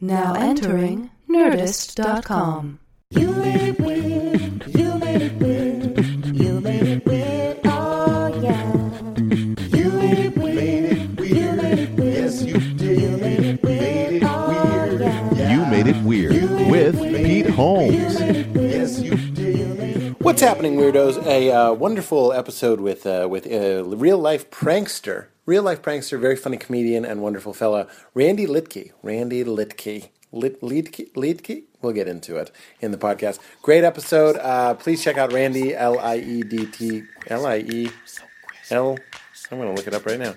Now entering Nerdist.com. You made it weird. You made it weird. You made it weird. Oh yeah. You made it weird. You made it weird. Yes, you did. You made it weird. Oh yeah. You Made It Weird with Pete Holmes. What's happening, weirdos? A uh, wonderful episode with uh, with a real life prankster, real life prankster, very funny comedian and wonderful fella, Randy Litke. Randy Litke. Lit, Litke, Litke? We'll get into it in the podcast. Great episode. Uh, please check out Randy L I E D T L I E L. I'm going to look it up right now.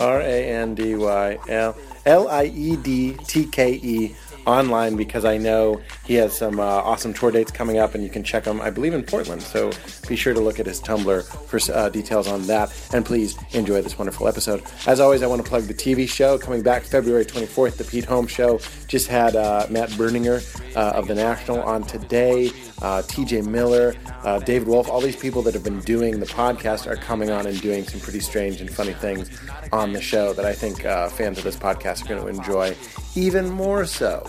R A N D Y L L I E D T K E online because I know he has some uh, awesome tour dates coming up and you can check them, I believe, in Portland. So be sure to look at his Tumblr for uh, details on that. And please enjoy this wonderful episode. As always, I want to plug the TV show coming back February 24th, The Pete Holmes Show. Just had uh, Matt Berninger uh, of The National on today, uh, TJ Miller, uh, David Wolf, all these people that have been doing the podcast are coming on and doing some pretty strange and funny things on the show that I think uh, fans of this podcast are going to enjoy even more so,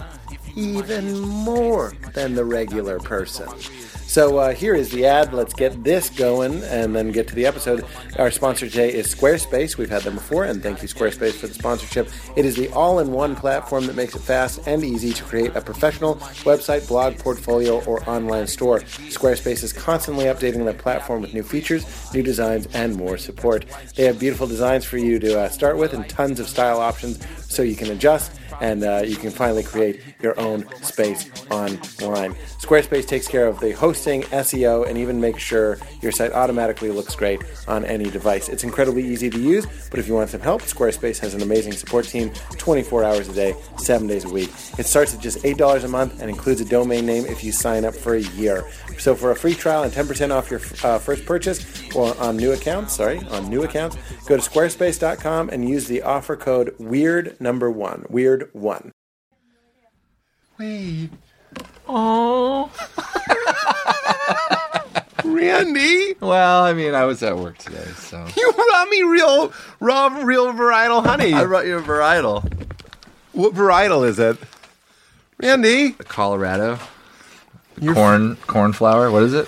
even more than the regular person. So uh, here is the ad. Let's get this going and then get to the episode. Our sponsor today is Squarespace. We've had them before, and thank you, Squarespace, for the sponsorship. It is the all in one platform that makes it fast and easy to create a professional website, blog, portfolio, or online store. Squarespace is constantly updating their platform with new features, new designs, and more support. They have beautiful designs for you to uh, start with and tons of style options so you can adjust and uh, you can finally create your own space online. Squarespace takes care of the hosting, SEO, and even makes sure your site automatically looks great on any device. It's incredibly easy to use, but if you want some help, Squarespace has an amazing support team 24 hours a day, 7 days a week. It starts at just $8 a month and includes a domain name if you sign up for a year. So for a free trial and 10% off your uh, first purchase or on new accounts, sorry, on new accounts, go to squarespace.com and use the offer code WEIRD number 1, WEIRD 1. Wait. Oh. Randy, Well, I mean, I was at work today, so you brought me real, raw, real varietal honey. I brought you a varietal, what varietal is it? Randy, the Colorado corn corn flour. What is it?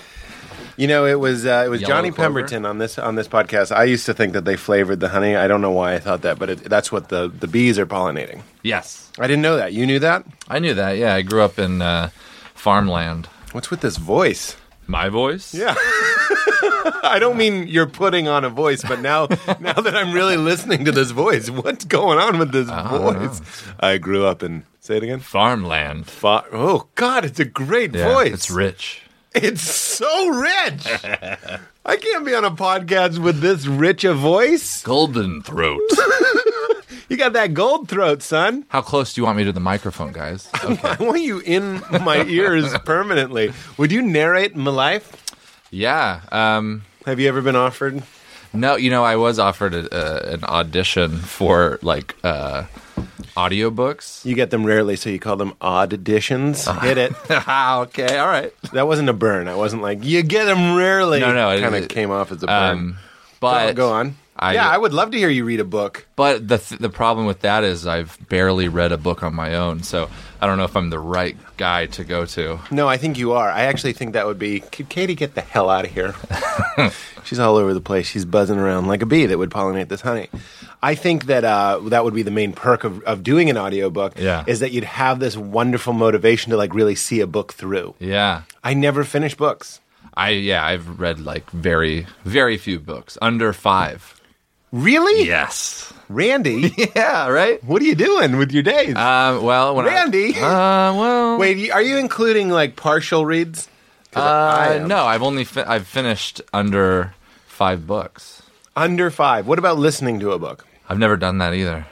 you know it was uh, it was Yellow Johnny clover? Pemberton on this on this podcast. I used to think that they flavored the honey. I don't know why I thought that, but it, that's what the the bees are pollinating. Yes, I didn't know that. You knew that. I knew that. Yeah, I grew up in uh, farmland. What's with this voice? My voice. Yeah. I don't mean you're putting on a voice, but now now that I'm really listening to this voice, what's going on with this don't know. voice? I grew up in say it again. farmland. Fa- Oh God, it's a great Yeah, voice. It's rich. It's so rich. I can't be on a podcast with this rich a voice. Golden throat. You got that gold throat, son. How close do you want me to the microphone, guys? Okay. I want you in my ears permanently. Would you narrate my life? yeah. Um, Have you ever been offered? no, you know, I was offered a, a, an audition for like uh, audiobooks. You get them rarely, so you call them auditions. Uh-huh. Hit it. Ah, okay. All right. That wasn't a burn. I wasn't like you get them rarely. No, no, it- kind of it- came off as a burn. Um, Go- but go on. I- yeah, I would love to hear you read a book. But the th- the problem with that is I've barely read a book on my own, so I don't know if I'm the right guy to go to. No, I think you are. I actually think that would be. Could Katie get the hell out of here? She's all over the place. She's buzzing around like a bee that would pollinate this honey. I think that uh, that would be the main perk of, of doing an audiobook Yeah. is that you'd have this wonderful motivation to like really see a book through. Yeah, I never finish books. I yeah I've read like very very few books, under five. Really? Yes. Randy, Yeah. Right. what are you doing with your days? Um, well, when I- Randy! uh, well, Wait, you- are you including like partial reads? 'Cause I uh, am. no, I've only fi- I've finished under five books. Under five. What about listening to a book? I've never done that either.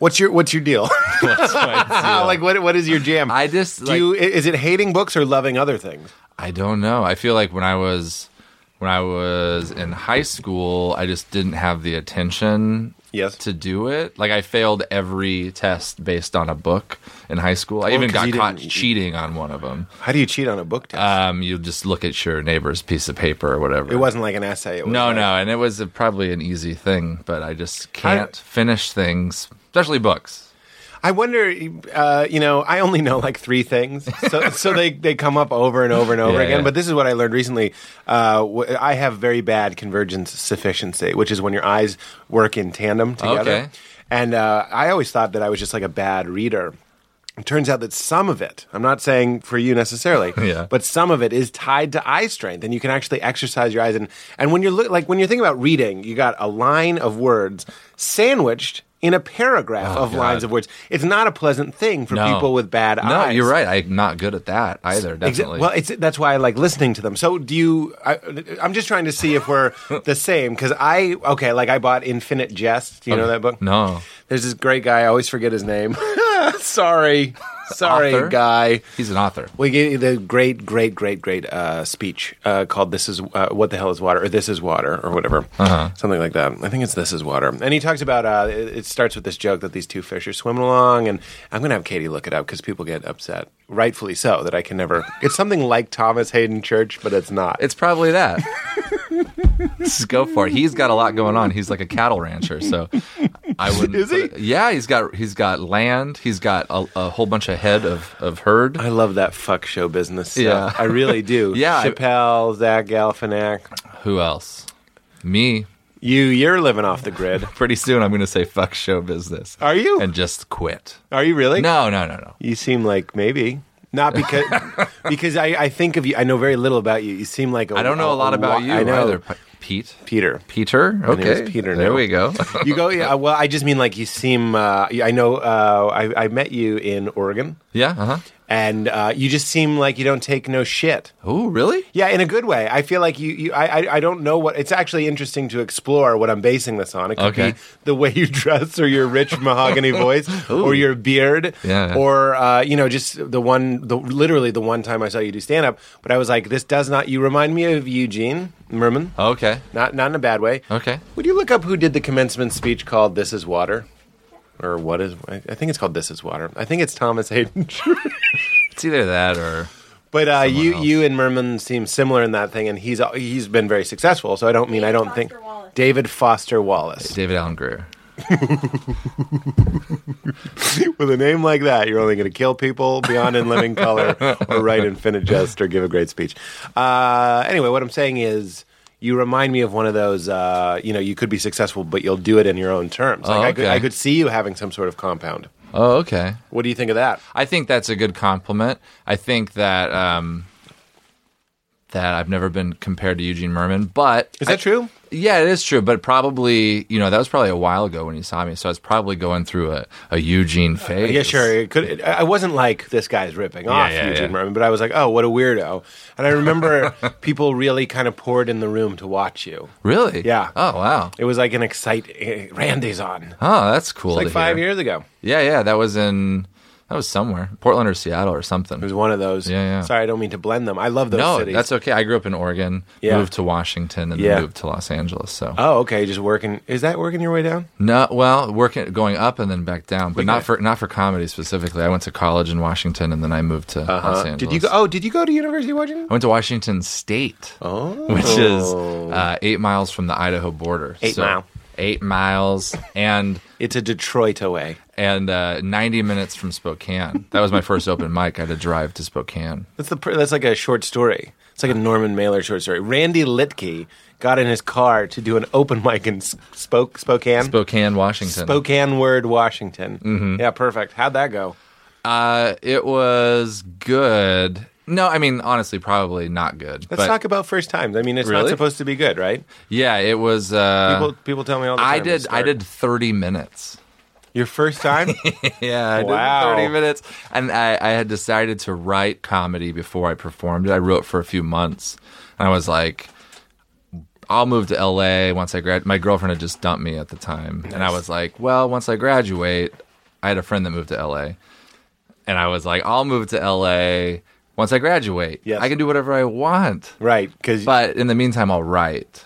What's your What's your deal? That's my deal. Ah, like, what What is your jam? I just do. like, you, i- is it hating books or loving other things? I don't know. I feel like when I was when I was in high school, I just didn't have the attention Yes. to do it. Like I failed every test based on a book in high school. I even 'cause got you caught didn't- cheating on one of them. How do you cheat on a book test? Um, you just look at your neighbor's piece of paper or whatever. it wasn't like an essay. It was No, like- no, and it was a, probably an easy thing, but I just can't finish things, especially books. I wonder, uh, you know, I only know like three things, so, so they, they come up over and over and over Yeah, again. yeah. But this is what I learned recently. Uh, wh- I have very bad convergence sufficiency, which is when your eyes work in tandem together. Okay. And uh, I always thought that I was just like a bad reader. It turns out that some of it, I'm not saying for you necessarily, Yeah. but some of it is tied to eye strength and you can actually exercise your eyes. And, and when you're look, like, when you're thinking about reading, you got a line of words sandwiched in a paragraph of Oh, God. lines of words. It's not a pleasant thing for people with bad no, eyes. you're right. I'm not good at that either. Exa- Definitely. Well, it's, that's why I like listening to them. So, do you? I, I'm just trying to see if we're the same because I okay, like I bought Infinite Jest. Do you know that book? No. There's this great guy. I always forget his name. sorry, sorry, Author? guy. He's an author. We gave you the great, great, great, great uh, speech uh, called "This is uh, what the hell is water" or "This is water" or whatever, Uh-huh. something like that. I think it's "This is water," and he talks about. Uh, it, it starts with this joke that these two fish are swimming along, and I'm going to have Katie look it up because people get upset, rightfully so, that I can never. It's something like Thomas Hayden Church, but it's not. It's probably that. Just go for it. He's got a lot going on. He's like a cattle rancher, so I wouldn't. Is he? put it- yeah, he's got he's got land. He's got a, a whole bunch of head of of herd. I love that fuck show business. stuff. Yeah. I really do. Yeah, I- Chappelle, Zach Galifianak. Who else? Me. You, you're living off the grid. Pretty soon, I'm going to say fuck show business. Are you? And just quit. Are you really? No, no, no, no. You seem like maybe not because because I, I think of you. I know very little about you. You seem like I I don't know a lot about you I know either, P- Pete. Peter. Peter. name is Okay, Peter There now. we go. You go. Yeah, well, I just mean like you seem. Uh, I know. Uh, I, I met you in Oregon, yeah. Uh and uh, you just seem like you don't take no shit. huh. Ooh, really? Yeah, in a good way. I feel like you. you I, I. I don't know what. It's actually interesting to explore what I'm basing this on. It could Okay. be the way you dress, or your rich mahogany voice, or your beard, Yeah. or uh, you know, just the one. The literally the one time I saw you do stand up, but I was like, this does not. You remind me of Eugene Merman. Okay. Not not in a bad way. Oh. Okay. Would you look up who did the commencement speech called "This Is Water"? Or what is? I I think it's called "This Is Water." I think it's Thomas Hayden It's either that or. But uh, you, else. you and Merman seem similar in that thing, and he's he's been very successful. So I don't mean I don't think David Foster Wallace David Allen Greer. with a name like that, you're only going to kill people beyond in living color, or write infinite jest, or give a great speech. Uh, anyway, what I'm saying is. You remind me of one of those, uh, you know, you could be successful, but you'll do it in your own terms. Like Oh, I, could, okay. I could see you having some sort of compound. Oh, okay. What do you think of that? I think that's a good compliment. I think that um, that I've never been compared to Eugene Merman, but Is that I- true? Yeah, it is true. But probably, you know, that was probably a while ago when you saw me, so I was probably going through a, a Eugene phase. Uh, Yeah, sure. It could, it, I wasn't like this guy's ripping off yeah, Eugene yeah. Merman, but I was like, oh, what a weirdo. And I remember people really kind of poured in the room to watch you. Really? Yeah. Oh wow. It was like an excite. eh, Randy's on. Oh, that's cool. Like to five hear. years ago. Yeah, yeah. That was in that was somewhere Portland or Seattle or something. It was one of those. Yeah, yeah. Sorry, I don't mean to blend them. I love those no, cities. that's okay. I grew up in Oregon, Yeah. moved to Washington, and Yeah. then moved to Los Angeles. So Oh, okay. Just working. Is that working your way down? No, well, working going up and then back down, but Okay. not for not for comedy specifically. I went to college in Washington and then I moved to Los Angeles. Did you go? Oh, did you go to University of Washington? I went to Washington State, Oh. which is uh, eight miles from the Idaho border. Eight mile. eight miles, and It's a Detroit away. and uh, ninety minutes from Spokane. That was my first open mic. I had to drive to Spokane. That's the pr- that's like a short story. It's like a Norman Mailer short story. Randy Litke got in his car to do an open mic in S- Spoke Spokane. Spokane, Washington. Mm-hmm. Spokane word Washington. Yeah, perfect. How'd that go? uh, it was good. No, I mean honestly, probably not good. Let's but talk about first times. I mean, it's not Really? supposed to be good, right? yeah, it was. Uh, People, people tell me all the time. I to did. I start. did thirty minutes. your first time. Yeah, I Wow. did 30 minutes. And I, I had decided to write comedy before I performed it. I wrote for a few months. And I was like, I'll move to LA once I graduate. My girlfriend had just dumped me at the time. And I was like, well, once I graduate, I had a friend that moved to LA. And I was like, I'll move to LA once I graduate. Yes. I can do whatever I want. right, because But in the meantime, I'll write.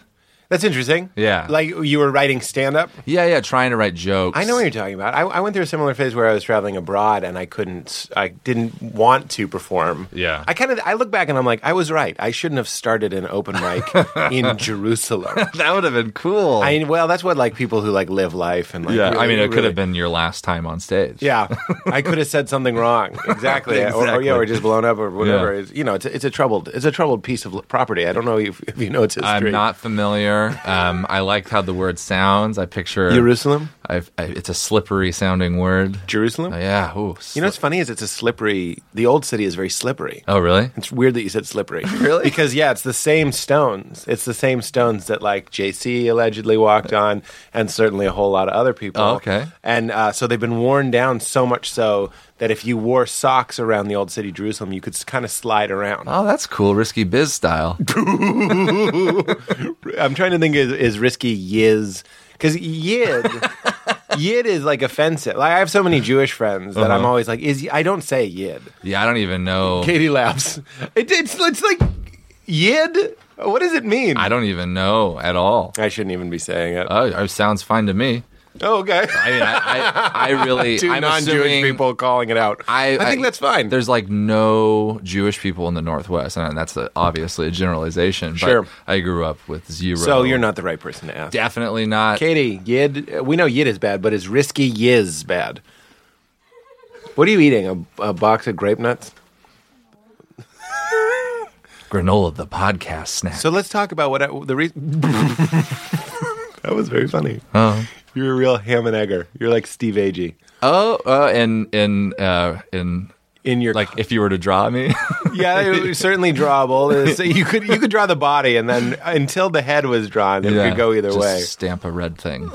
That's interesting. Yeah. Like you were writing stand up. Yeah, yeah, trying to write jokes. I know what you're talking about. I, I went through a similar phase where I was traveling abroad and I couldn't, I didn't want to perform. Yeah. I kind of, I look back and I'm like, I was right. I shouldn't have started an open mic in Jerusalem. that would have been cool. I mean, well, that's what like people who like live life and like. yeah, I really- mean, it could really- have been your last time on stage. Yeah, I could have said something wrong. Exactly, Or, or yeah, or Exactly. just blown up or whatever. Yeah. It's, you know, it's a, it's a troubled, it's a troubled piece of property. I don't know if, if you know its history. I'm not familiar. Um, I like how the word sounds. I picture Jerusalem. I've, I, it's a slippery sounding word. Jerusalem. Oh, yeah. Ooh, You know what's funny is it's a slippery. The old city is very slippery. oh, really? It's weird that you said slippery. Really? because yeah, it's the same stones. It's the same stones that like JC allegedly walked on, and certainly a whole lot of other people. Uh. Oh, okay. And uh, so they've been worn down so much so that if you wore socks around the old city Jerusalem, you could kind of slide around. Oh, that's cool. Risky biz style. I'm trying to think is, is risky yiz because yid yid is like offensive. Like I have so many Jewish friends that Uh-huh. I'm always like is I don't say yid. Yeah, I don't even know. Katie laughs. It, it's it's like yid. What does it mean? I don't even know at all. I shouldn't even be saying it. Oh, it sounds fine to me. oh, okay. I mean, I, I, I really. Two I'm non-Jewish assuming- people calling it out. I, think that's fine. There's like no Jewish people in the Northwest, and that's a, obviously a generalization. But Sure. I grew up with zero. so you're not the right person to ask. definitely not. Katie, Yid. We know Yid is bad, but is risky Yiz bad? What are you eating? A, a box of grape nuts? Granola, the podcast snack. So let's talk about what I, the reason. that was very funny. Uh-huh. You're a real ham and egger. You're like Steve Agee oh, uh, and in uh, in in your like if you were to draw me, yeah, it was certainly drawable. So you could you could draw the body, and then until the head was drawn, it Yeah, could go either just way. Stamp a red thing.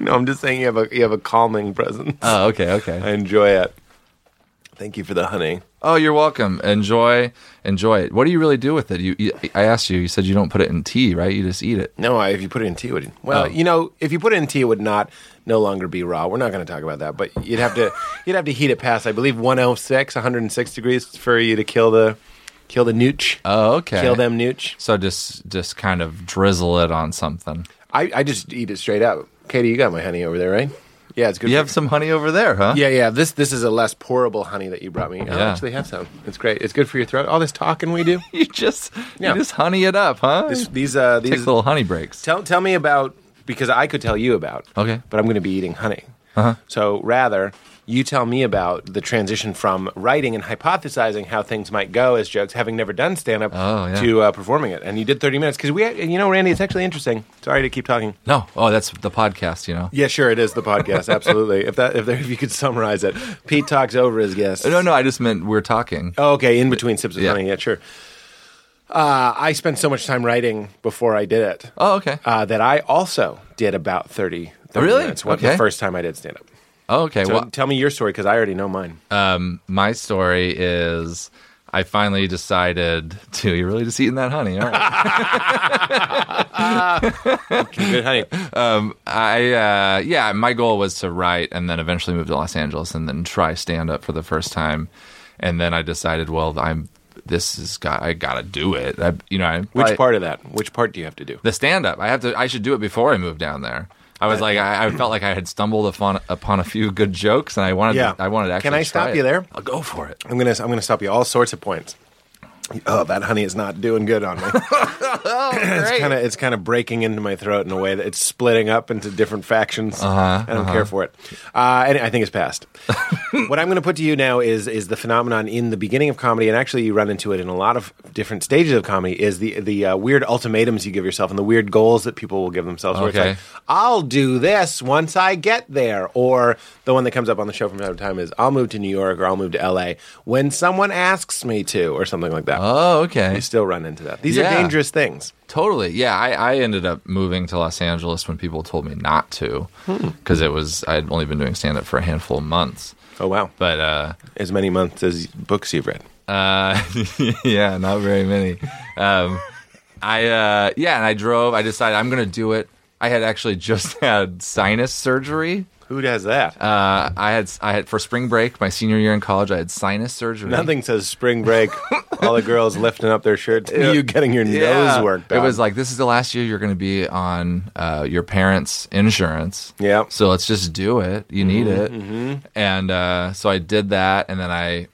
No, I'm just saying you have a you have a calming presence. oh, okay, I okay. enjoy it. Thank you for the honey. Oh, you're welcome. Enjoy, enjoy it. What do you really do with it? You, you I asked you. You said you don't put it in tea, right? You just eat it. No, I, if you put it in tea, it would well, Oh. you know, if you put it in tea, it would not no longer be raw. We're not going to talk about that, but you'd have to you'd have to heat it past, I believe, 106, 106 degrees for you to kill the kill the nooch, Oh, okay. kill them nooch. So just just kind of drizzle it on something. I, I just eat it straight up. Katie, you got my honey over there, right? Yeah, it's good. You for have some honey over there, huh? Yeah, yeah. This this is a less pourable honey that you brought me. I Yeah. actually have some. It's great. It's good for your throat. All this talking we do. You just Yeah. you just honey it up, huh? This, these uh Take these little honey breaks. tell tell me about because I could tell you about. Okay. But I'm going to be eating honey. Uh-huh. So rather, you tell me about the transition from writing and hypothesizing how things might go as jokes, having never done stand up, Oh, yeah. to uh, performing it. And you did 30 minutes because we, you know, Randy, it's actually interesting. Sorry to keep talking. No, oh, that's the podcast, you know. Yeah, sure, it is the podcast. Absolutely. if that if, there, if you could summarize it, Pete talks over his guests. No, no, I just meant we're talking. Oh, okay, in between sips of Yeah. honey. Yeah, sure. Uh, I spent so much time writing before I did it Oh, okay. uh, that I also did about 30, 30 Really? minutes when the Okay. first time I did stand up. Oh, okay. So well, tell me your story because I already know mine. Uh, my story is I finally decided to. You're really just eating that honey. All right. Good honey. Um, I uh, yeah, my goal was to write and then eventually move to Los Angeles and then try stand up for the first time, and then I decided, well, I'm this is got I gotta do it. I, you know, I, Which I- part of that? Which part do you have to do? the stand up. I have to. I should do it before I move down there. I was like, I, I felt like I had stumbled upon upon a few good jokes, and I wanted. Yeah. To, I wanted to actually. Can I try stop it. you there? I'll go for it. I'm gonna I'm gonna stop you all sorts of points. Oh, that honey is not doing good on me. Oh, it's kind of it's kind of breaking into my throat in a way that it's splitting up into different factions. Uh-huh, I don't care for it. Uh, and I think it's past. what I'm going to put to you now is is the phenomenon in the beginning of comedy, and actually you run into it in a lot of different stages of comedy. Is the the uh, weird ultimatums you give yourself and the weird goals that people will give themselves. Where it's Okay. like, I'll do this once I get there. Or the one that comes up on the show from time to time is I'll move to New York or I'll move to LA when someone asks me to, or something like that. Oh, okay. You still run into that. These are Yeah. dangerous things. Totally. Yeah, I, I ended up moving to Los Angeles when people told me not to, because it was I had only been doing stand up for a handful of months. Oh, wow. But uh, As many months as books you've read. uh, yeah, not very many. Um, I uh, yeah, and I drove. I decided I'm gonna do it. I had actually just had sinus surgery. Who does that? Uh, I had I had for spring break my senior year in college. I had sinus surgery. Nothing says spring break all the girls lifting up their shirts, you getting your nose worked. It on. was like this is the last year you're going to be on uh, your parents' insurance. Yep. So let's just do it. You need Mm-hmm, it. And uh, so I did that, and then I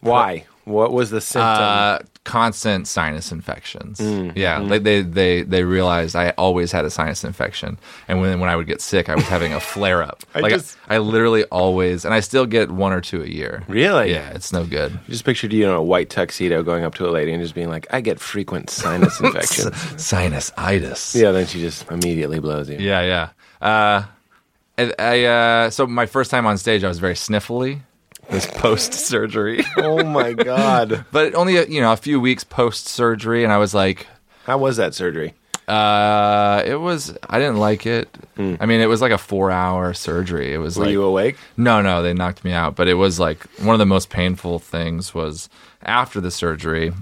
why? What was the symptom? uh, constant sinus infections. Mm, Yeah, mm-hmm. Like they they they realized I always had a sinus infection, and when when I would get sick, I was having a flare up. I like just- I, literally always, and I still get one or two a year. Really? Yeah, it's no good. just pictured you in a white tuxedo going up to a lady and just being like, "I get frequent sinus infections." Sinus itis. yeah, then she just immediately blows you. yeah, yeah. Uh, I, I uh, so my first time on stage, I was very sniffly. This post surgery, Oh my god, but only a, you know a few weeks post surgery, and I was like, how was that surgery? Uh, it was. I didn't like it. I mean, it was like a four-hour surgery. It was Hmm. Were like you awake? no, no, they knocked me out. But it was like one of the most painful things was after the surgery.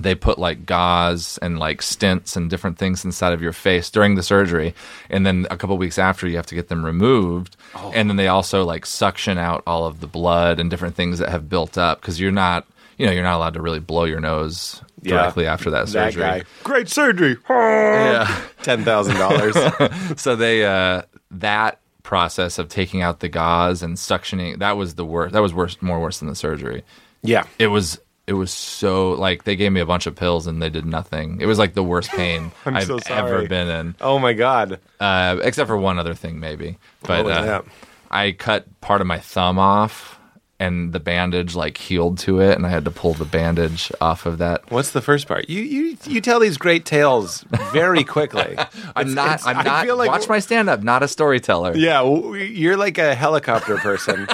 They put like gauze and like stints and different things inside of your face during the surgery, and then a couple weeks after you have to get them removed, Oh. and then they also like suction out all of the blood and different things that have built up because you're not, you know, you're not allowed to really blow your nose Yeah. directly after that That surgery. guy, great surgery. Yeah. Ten thousand dollars. so they uh that process of taking out the gauze and suctioning that was the worst that was worse more worse than the surgery Yeah, it was it was so like they gave me a bunch of pills and they did nothing it was like the worst pain I'm i've so ever sorry. been in Oh my god. uh except for one other thing maybe but What was uh, that? i cut part of my thumb off and the bandage like healed to it and i had to pull the bandage off of that What's the first part? You you you tell these great tales very quickly. i'm not it's- I i'm not feel like- watch my stand-up not a storyteller yeah, w- you're like a helicopter person.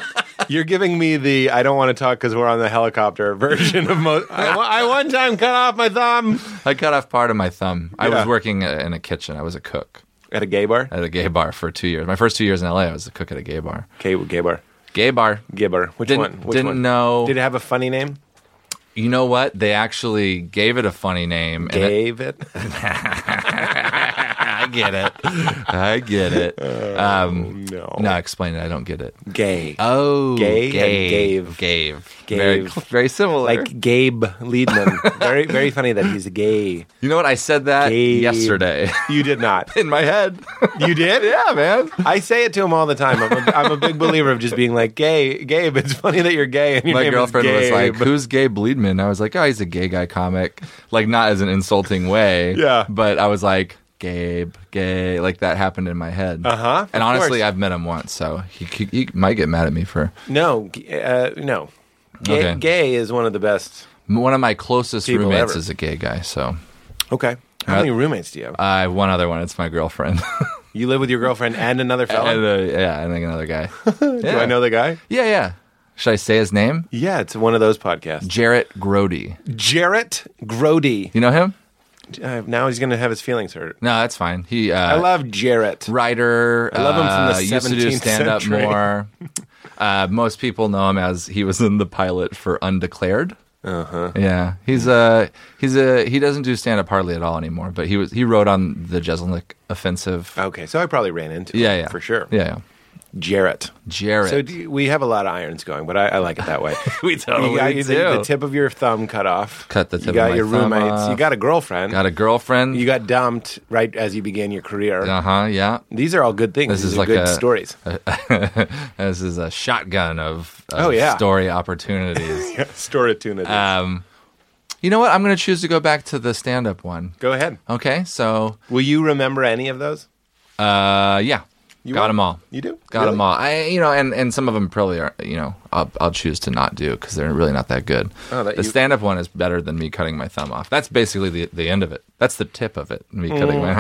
You're giving me the I don't want to talk because we're on the helicopter version of most. I, wa- I one time cut off my thumb I cut off part of my thumb. I Yeah. was working uh, in a kitchen. I was a cook at a gay bar. at a gay bar for two years. My first two years in LA, I was a cook at a gay bar. Gay, gay bar, Gay bar. gay bar. Which Didn't- one? Which didn't one? know. Did it have a funny name? You know what? They actually gave it a funny name. and it- Gave it. I get it. I get it. Oh. Um, no. no, explain it. I don't get it. Gay. Oh, Gay and gave. gave. Gave. Gave. Very, cl- very similar. like Gabe Liedman. very very funny that he's gay. you know what? I said that Gave. yesterday You did not. in my head. You did? yeah, man. I say it to him all the time. I'm a, I'm a big believer of just being like, "Gay, Gabe, it's funny that you're gay." And your my name girlfriend is was Gabe. like, "Who's Gabe Bleedman?" I was like, "Oh, he's a gay guy comic." Like not as an insulting way. Yeah. But I was like, "Gabe, gay." Like that happened in my head. Uh-huh, of And honestly, course. I've met him once, so he, he, he might get mad at me for "No, g- uh, no, gay, Okay. gay is one of the best." one of my closest People roommates ever. is a gay guy. So Okay, how Uh, many roommates do you have? I one other one. It's my girlfriend. you live with your girlfriend and another fella. and, uh, yeah, and like another guy. Do I know the guy? Yeah, yeah. Should I say his name? Yeah, it's one of those podcasts. Jarrett Grody. Jarrett Grody. You know him? Uh, now he's going to have his feelings hurt. No, that's fine. He. Uh, I love Jarrett. writer. I love him from the Used to do 17th stand up century. more. Uh, most people know him as he was in the pilot for Undeclared. Uh-huh. Yeah, he's a he's a he doesn't do stand up hardly at all anymore. But he was he wrote on the Jeselnik offensive. Okay, so I probably ran into yeah, him yeah, Oh, for sure. Yeah, yeah. Jarrett. Jarrett. So do you- we have a lot of irons going, but I, I like it that way. we you got The, the tip of your thumb cut off. Cut the tip You of got my your thumb roommates. off. You got a girlfriend. got a girlfriend. you got dumped right as you began your career. uh huh. Yeah. These are all good things. This These is are like good a- stories. this is a shotgun of, of Oh, yeah. story opportunities. Story tuna. um, you know what? I'm going to choose to go back to the stand up one. Go ahead. Okay, so Will you remember any of those? uh, yeah, You got will? them all. You do? Got Really? them all. I, you know, and, and some of them probably are. You know, I'll, I'll choose to not do because they're really not that good. Oh, that the you- stand-up one is better than me cutting my thumb off. That's basically the, the end of it. That's the tip of it. Me cutting my.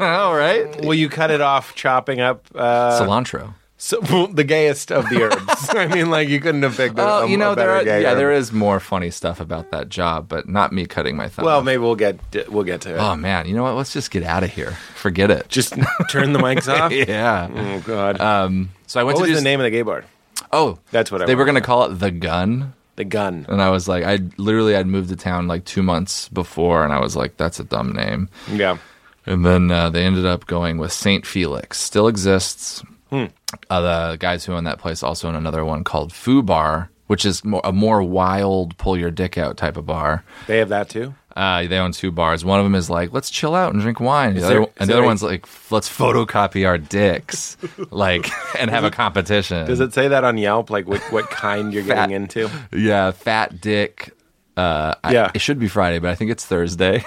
all right. Will you cut it off chopping up uh, Cilantro. so, the gayest of the herbs? I mean, like you couldn't have picked. Oh, a, a, you know a there. better Are, gay yeah, herb. there is more funny stuff about that job, but not me cutting my thumb. Well, off. maybe we'll get we'll get to it. Oh man, you know what? Let's just get out of here. Forget it. Just turn the mics off. yeah. Oh God. Um, so I went what to was do the s- name of the gay bar? Oh, That's what I they were wanted gonna call it the gun, The gun. and I was like, I literally I'd moved to town like two months before, and I was like, that's a dumb name. Yeah. And then uh, they ended up going with Saint Felix, Hmm. still exists. Uh, the guys who own that place also own another one called Foo Bar, which is more, a more wild pull your dick out type of bar. They have that too. Uh, they own two bars. One of them is like, let's chill out and drink wine. The there- other, is and the other there a- one's like, let's photocopy our dicks, like, and have a competition. Does it say that on Yelp? Like what, what kind you're getting into? Yeah, fat dick. Uh, I- Yeah. it should be Friday, but I think it's Thursday.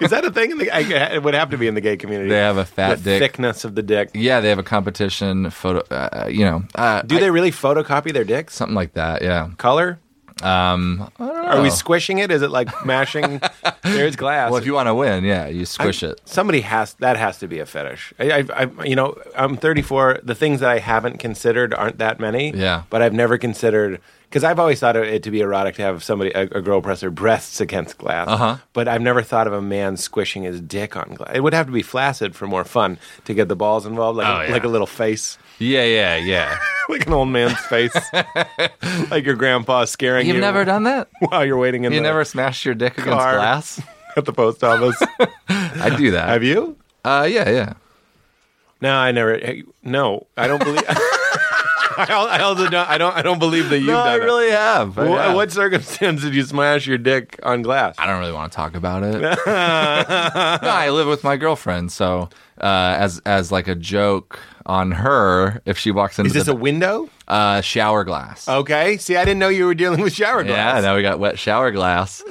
Is that a thing? In the, I, it would have to be in the gay community. They have a fat the dick. thickness of the dick. yeah, they have a competition photo. Uh, you know, uh, Do they really photocopy their dicks? something like that. Yeah. Color? Um, Are we squishing it? Is it like mashing? There's glass. well, if you want to win, yeah, you I'm- squish it. Somebody has that has to be a fetish. I, I, I, you know, I'm 34. The things that I haven't considered aren't that many. Yeah. but I've never considered because I've always thought it to be erotic to have somebody a, a girl press her breasts against glass. Uh-huh. But I've never thought of a man squishing his dick on glass. It would have to be flaccid for more fun to get the balls involved, like Oh, yeah. like a little face, Yeah, yeah, yeah. like an old man's face, like your grandpa scaring You've you never done that. while you're waiting in You the never smashed your dick against car. glass. at the post office. I do that. have you? Uh, yeah, yeah. No, I never. hey, No, I don't believe. I, al- I also don't. I don't. I don't believe that you've no, done I it. really have. I Wh- uh, have. What circumstance did you smash your dick on glass? I don't really want to talk about it. no, I live with my girlfriend, so uh, as as like a joke on her, if she walks into Is this a the window? uh, shower glass. Okay. See, I didn't know you were dealing with shower yeah, glass. now we got wet shower glass.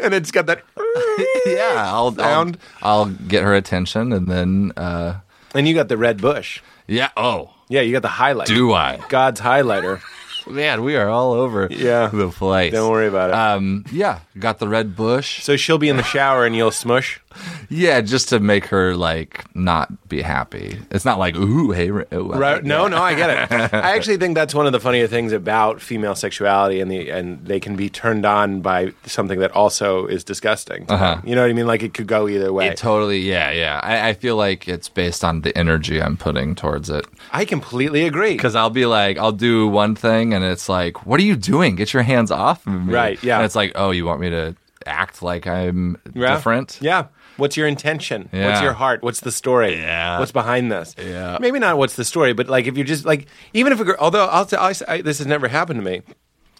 And it's got that. yeah, I'll, I'll Sound. I'll get her attention, and then uh, And you got the red bush. yeah. Oh, Yeah, you got the highlight. do I? God's highlighter. Man, we are all over Yeah. the place. Don't worry about it. Um, yeah, got the red bush. Uh, so she'll be in the shower and you'll smush. Yeah, just to make her like not be happy. It's not like ooh, hey, Ra- oh, I Right? like No, no, I get it. I actually think that's one of the funnier things about female sexuality, and the and they can be turned on by something that also is disgusting. to Uh-huh. them. You know what I mean? Like it could go either way. It totally, yeah, yeah. I, I feel like it's based on the energy I'm putting towards it. I completely agree. Because I'll be like, I'll do one thing, and it's like, what are you doing? Get your hands off of me. Right, yeah. And it's like, oh, you want me to act like I'm Yeah. different? Yeah. What's your intention? What's Yeah. your heart? What's the story? Yeah. What's behind this? Yeah. Maybe not what's the story, but like if you're just like even if a girl, although I'll, t- I'll si this has never happened to me,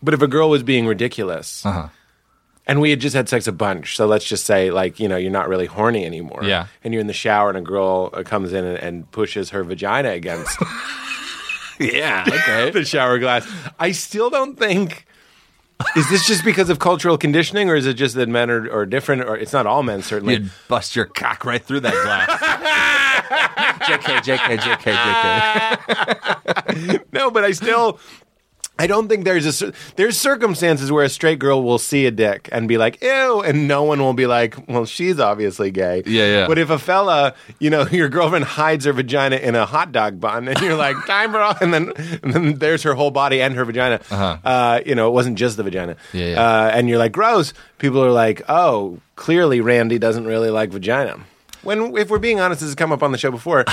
but if a girl was being ridiculous. Uh-huh. And we had just had sex a bunch, so let's just say, like, you know, you're not really horny anymore. Yeah. And you're in the shower, and a girl uh, comes in and, and pushes her vagina against Yeah. Okay. the shower glass. I still don't think. Is this just because of cultural conditioning, or is it just that men are, are different? Or it's not all men, certainly. You'd bust your cock right through that glass. JK, JK, JK, JK. No, but I still. I don't think there's a cir- there's circumstances where a straight girl will see a dick and be like ew, and no one will be like, well, she's obviously gay. Yeah, yeah. But if a fella, you know, your girlfriend hides her vagina in a hot dog bun, and you're like, time for all, and then and then there's her whole body and her vagina. uh you know, it wasn't just the vagina. Uh-huh. Yeah, yeah. Uh, and you're like, gross. People are like, oh, clearly Randy doesn't really like vagina. When, if we're being honest, this has come up on the show before.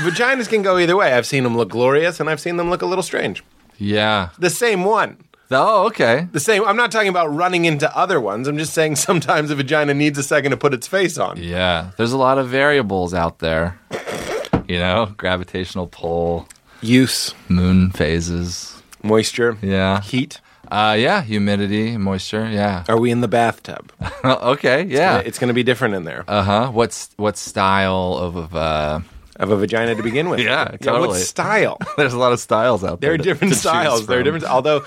vaginas can go either way. I've seen them look glorious, and I've seen them look a little strange Yeah. the same one. Oh, okay. The same. I'm not talking about running into other ones. I'm just saying sometimes a vagina needs a second to put its face on. Yeah. There's a lot of variables out there. You know, gravitational pull, Use, moon phases. moisture, Yeah. heat. Uh, yeah, humidity, moisture. Yeah. Are we in the bathtub? okay. Yeah. It's going to be different in there Uh huh. What's what style of, of uh? of a vagina to begin with. Yeah, What totally. style? There's a lot of styles out There there. are to- different to choose styles. There are from. different. Although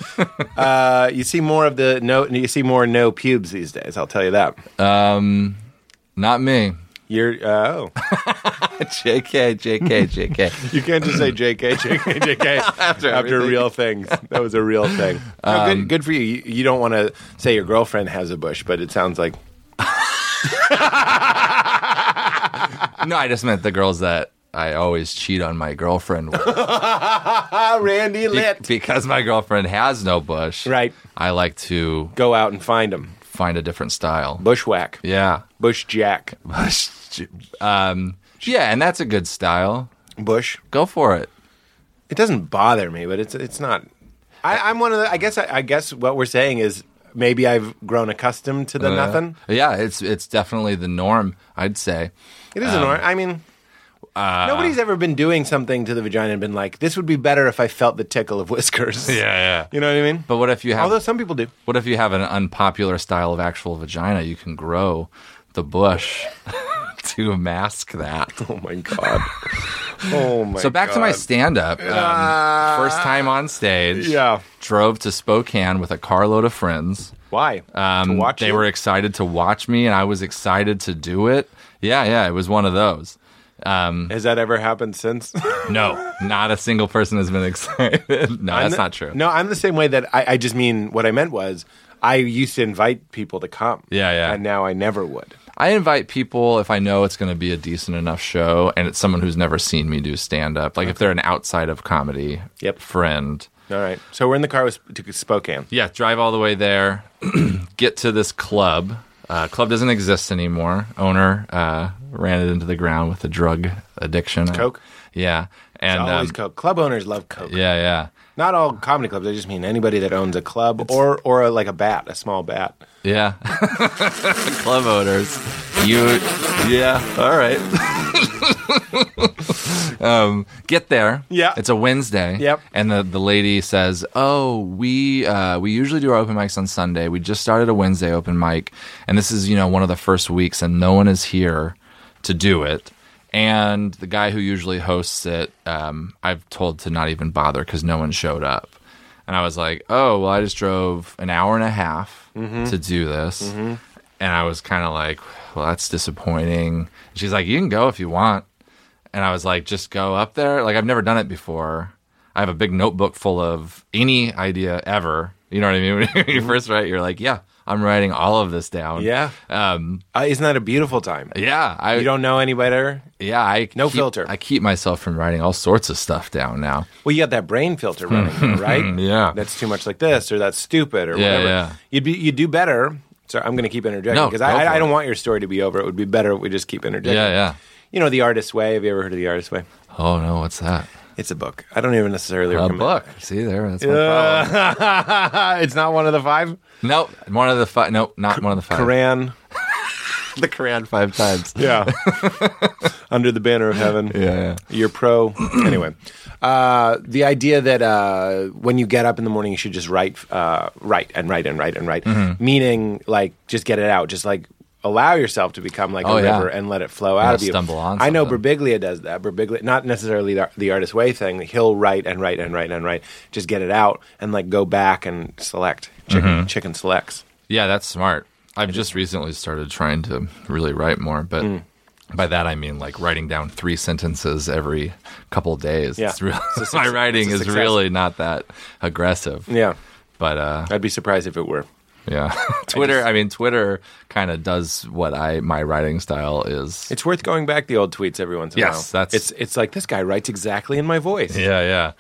uh, you see more of the no, you see more no pubes these days. I'll tell you that. Not me. You're uh, oh, Jk. Jk. Jk. you can't just say J.K. J.K. J.K. after, everything. Um, real things. That was a real thing. No, good, good for you. you. You don't want to say your girlfriend has a bush, but it sounds like no, I just meant the girls that I always cheat on my girlfriend with Ah, Randy Be- Lit. because my girlfriend has no bush. Right. I like to Go out and find him. find a different style. Bushwhack. Yeah. Bush Jack. Bush. Um. Yeah, and that's a good style. Bush. Go for it. It doesn't bother me, but it's it's not. I, I'm one of the. I guess I, I guess what we're saying is maybe I've grown accustomed to the Uh, nothing. Yeah, it's it's definitely the norm. I'd say. It is an or I mean, uh, Nobody's ever been doing something to the vagina and been like, "This would be better if I felt the tickle of whiskers." Yeah, yeah. You know what I mean? But what if you have Although some people do. what if you have an unpopular style of actual vagina? You can grow the bush to mask that. Oh my god. oh my. so back to my God. stand up. Um, first time on stage. Yeah. Drove to Spokane with a carload of friends. Why? Um, to watch they you? were excited to watch me, and I was excited to do it. Yeah, yeah, it was one of those. Has that ever happened since? no, No, not a single person has been excited. No, that's not true. No, I'm the same way that I, I just mean what I meant was I used to invite people to come. Yeah, yeah. And now I never would. I invite people if I know it's going to be a decent enough show and it's someone who's never seen me do stand up. Like if they're an outside of comedy Yep. friend. All right. So we're in the car with Sp- to Spokane. Yeah, drive all the way there, get to this club. Uh, club doesn't exist anymore. Owner uh, ran it into the ground with a drug addiction. Coke? Yeah. And Always um, Coke. Club owners love Coke. yeah, yeah. Not all comedy clubs. I just mean anybody that owns a club or or like a bat, a small bat. Yeah. Club owners. You yeah, all right. um get there. Yeah. It's a Wednesday. Yep. And the, the lady says, Oh, we uh we usually do our open mics on Sunday. We just started a Wednesday open mic and this is, you know, one of the first weeks and no one is here to do it. And the guy who usually hosts it, um, I've told to not even bother because no one showed up. And I was like, oh, well, I just drove an hour and a half to do this. And I was kind of like, well, that's disappointing. She's like, you can go if you want. And I was like, just go up there. Like, I've never done it before. I have a big notebook full of any idea ever. You know what I mean? When you first write, you're like, yeah, I'm writing all of this down. Mm-hmm. Yeah. Um, Uh, isn't that a beautiful time? yeah. I, You don't know any better. yeah. I No keep- filter. I keep myself from writing all sorts of stuff down now. Well, you got that brain filter running, right? Yeah. that's too much like this, or that's stupid, or Yeah, whatever. yeah. You'd be you'd do better. Sorry, I'm going to keep interjecting No, because go I, for I, it. I don't want your story to be over. It would be better if we just keep interjecting. Yeah, yeah. You know the artist's way. Have you ever heard of the artist's way? Oh, no. What's that? It's a book. I don't even necessarily A recommend. book. See there, that's my problem. Uh, it's not one of the five. Nope, one of the five. Nope, not one of the five. Quran. The Quran five times. Yeah. Under the banner of heaven. Yeah, You're pro. anyway, uh, the idea that uh, when you get up in the morning, you should just write, uh, write and write and write and write. Mm-hmm. Meaning, like, just get it out. Just like allow yourself to become like Oh, a yeah. river and let it flow out of you. stumble on I know something. Berbiglia does that. Berbiglia, not necessarily the, the artist way thing. He'll write and write and write and write. Just get it out and like go back and select chicken, Mm-hmm. chicken selects. yeah, that's smart. I've just recently started trying to really write more, but by that I mean like writing down three sentences every couple days. Yeah. It's real, It's a my success- writing it's a is success. really not that aggressive. Yeah, but uh, I'd be surprised if it were. yeah, Twitter. I, mean, Twitter kind of does what I my writing style is. It's worth going back the old tweets every once in a while. Yes, that's- it's it's like this guy writes exactly in my voice. yeah, yeah.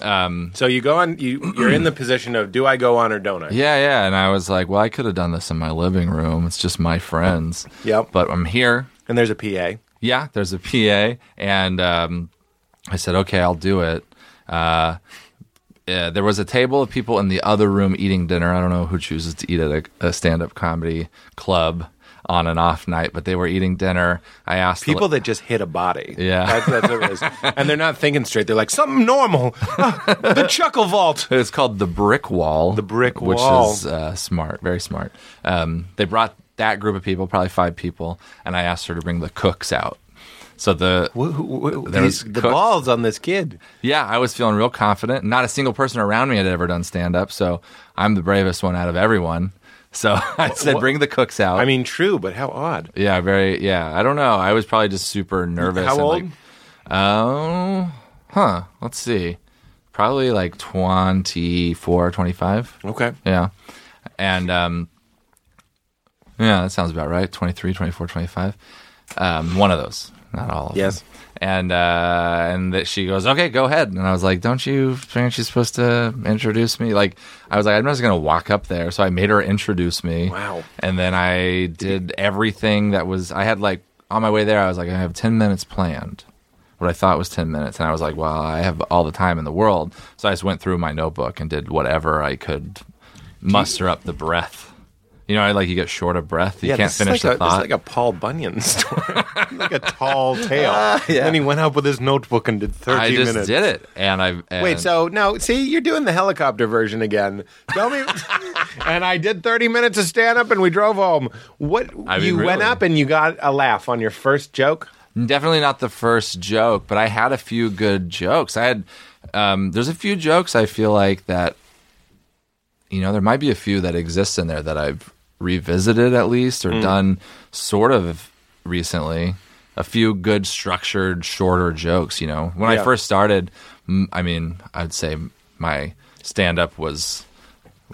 Um, So you go on. You you're in the position of do I go on or don't I? Yeah, yeah. And I was like, well, I could have done this in my living room. It's just my friends. Yep. But I'm here. And there's a PA. Yeah, there's a PA. And um, I said, okay, I'll do it. Uh, uh, there was a table of people in the other room eating dinner. I don't know who chooses to eat at a, a stand up comedy club on an off night, but they were eating dinner. I asked the- People that just hit a body. Yeah. that's, that's what it is. And they're not thinking straight. They're like something normal. Ah, the chuckle vault. It's called the brick wall. The brick which wall. is uh, smart, very smart. Um, they brought that group of people, probably five people, and I asked her to bring the cooks out. So the Wh- wh- wh- There was these- the cooks. balls on this kid. yeah, I was feeling real confident. Not a single person around me had ever done stand up, so I'm the bravest one out of everyone. So I said, bring the cooks out. I mean, true, but how odd. yeah, very yeah. I don't know. I was probably just super nervous. How and old? like, Oh, huh. Let's see. Probably like 24, 25. okay. Yeah. And um yeah, that sounds about right. 23, 24, 25. Um one of those, not all of Yes. them. And uh and that she goes, "Okay, go ahead." And I was like, "Don't you think she's supposed to introduce me?" Like I was like, "I'm just going to walk up there." So I made her introduce me. Wow. And then I did everything that was I had like on my way there, I was like, "I have 10 minutes planned." What I thought was 10 minutes and I was like, "Well, I have all the time in the world." So I just went through my notebook and did whatever I could muster up the breath You know, I like you get short of breath. You yeah, can't this finish is like the a, This thought. is like a Paul Bunyan story, Ah, like a tall tale. Then he went out with his notebook and did 13 I just minutes. did it, and I and Wait, so no, see, you're doing the helicopter version again. Tell me, and I did 30 minutes of stand up, and we drove home. What I mean, you went really. up and you got a laugh on your first joke? Definitely not the first joke, but I had a few good jokes. I had um, there's a few jokes I feel like that you know there might be a few that exist in there that I've revisited at least or done sort of recently. A few good structured shorter jokes. You know, when Yeah. I first started, m- I mean, I'd say my stand up was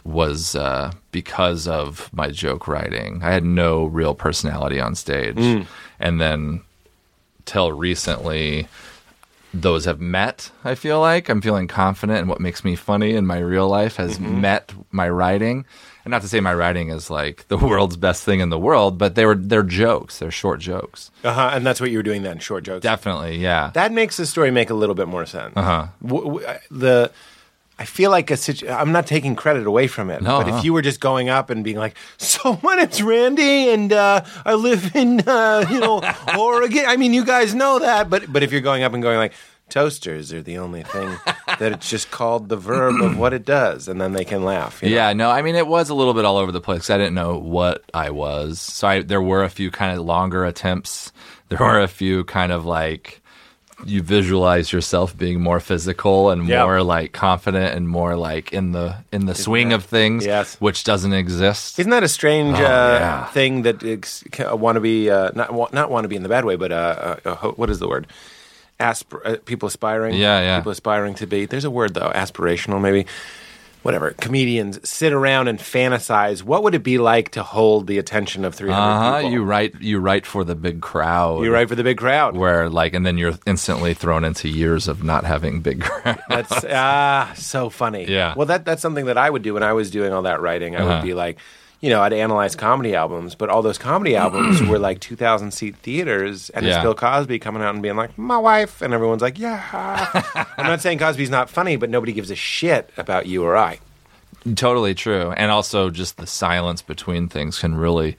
was uh, because of my joke writing. I had no real personality on stage, and then till recently, those have met. I feel like I'm feeling confident, and what makes me funny in my real life has met my writing. And not to say my writing is like the world's best thing in the world, but they were they're jokes, they're short jokes. Uh huh. And that's what you were doing then, short jokes. Definitely, yeah. Uh-huh. That makes the story make a little bit more sense. Uh huh. The I feel like a situ- I'm not taking credit away from it, No, but no. if you were just going up and being like, "So my name's Randy, and uh, I live in uh, you know Oregon," I mean, you guys know that, but but if you're going up and going like. Toasters are the only thing that it's just called the verb of what it does, and then they can laugh. you know? Yeah, no, I mean it was a little bit all over the place. 'cause I didn't know what I was, so I, there were a few kind of longer attempts. There were a few kind of like you visualize yourself being more physical and Yeah. more like confident and more like in the in the swing of things, Yes. which doesn't exist. Isn't that a strange Oh, uh, yeah. thing that ex- wannabe, uh, not wa- not wannabe in the bad way, but uh, uh, ho- what is the word? Aspir- uh, people aspiring, Yeah, yeah. people aspiring to be. There's a word though, aspirational, maybe. Whatever. Comedians sit around and fantasize. What would it be like to hold the attention of 300 Uh huh. people? You write you write for the big crowd. You write for the big crowd. where like, and then you're instantly thrown into years of not having big crowd. That's ah, so funny. Yeah. Well, that that's something that I would do when I was doing all that writing. I would Uh-huh. be like, you know, I'd analyze comedy albums, but all those comedy albums were like two thousand seat theaters, and it's Yeah. Bill Cosby coming out and being like, "My wife," and everyone's like, "Yeah." I'm not saying Cosby's not funny, but nobody gives a shit about you or I. Totally true. And also just the silence between things can really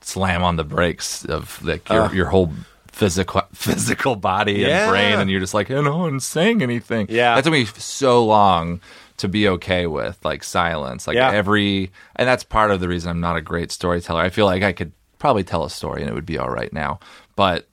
slam on the brakes of like your, your whole physical physical body Uh. Yeah. and brain and you're just like, you know, I'm saying anything. Yeah. That took me so long to be okay with like silence. Like Yeah. every and that's part of the reason I'm not a great storyteller. I feel like I could probably tell a story and it would be all right now. But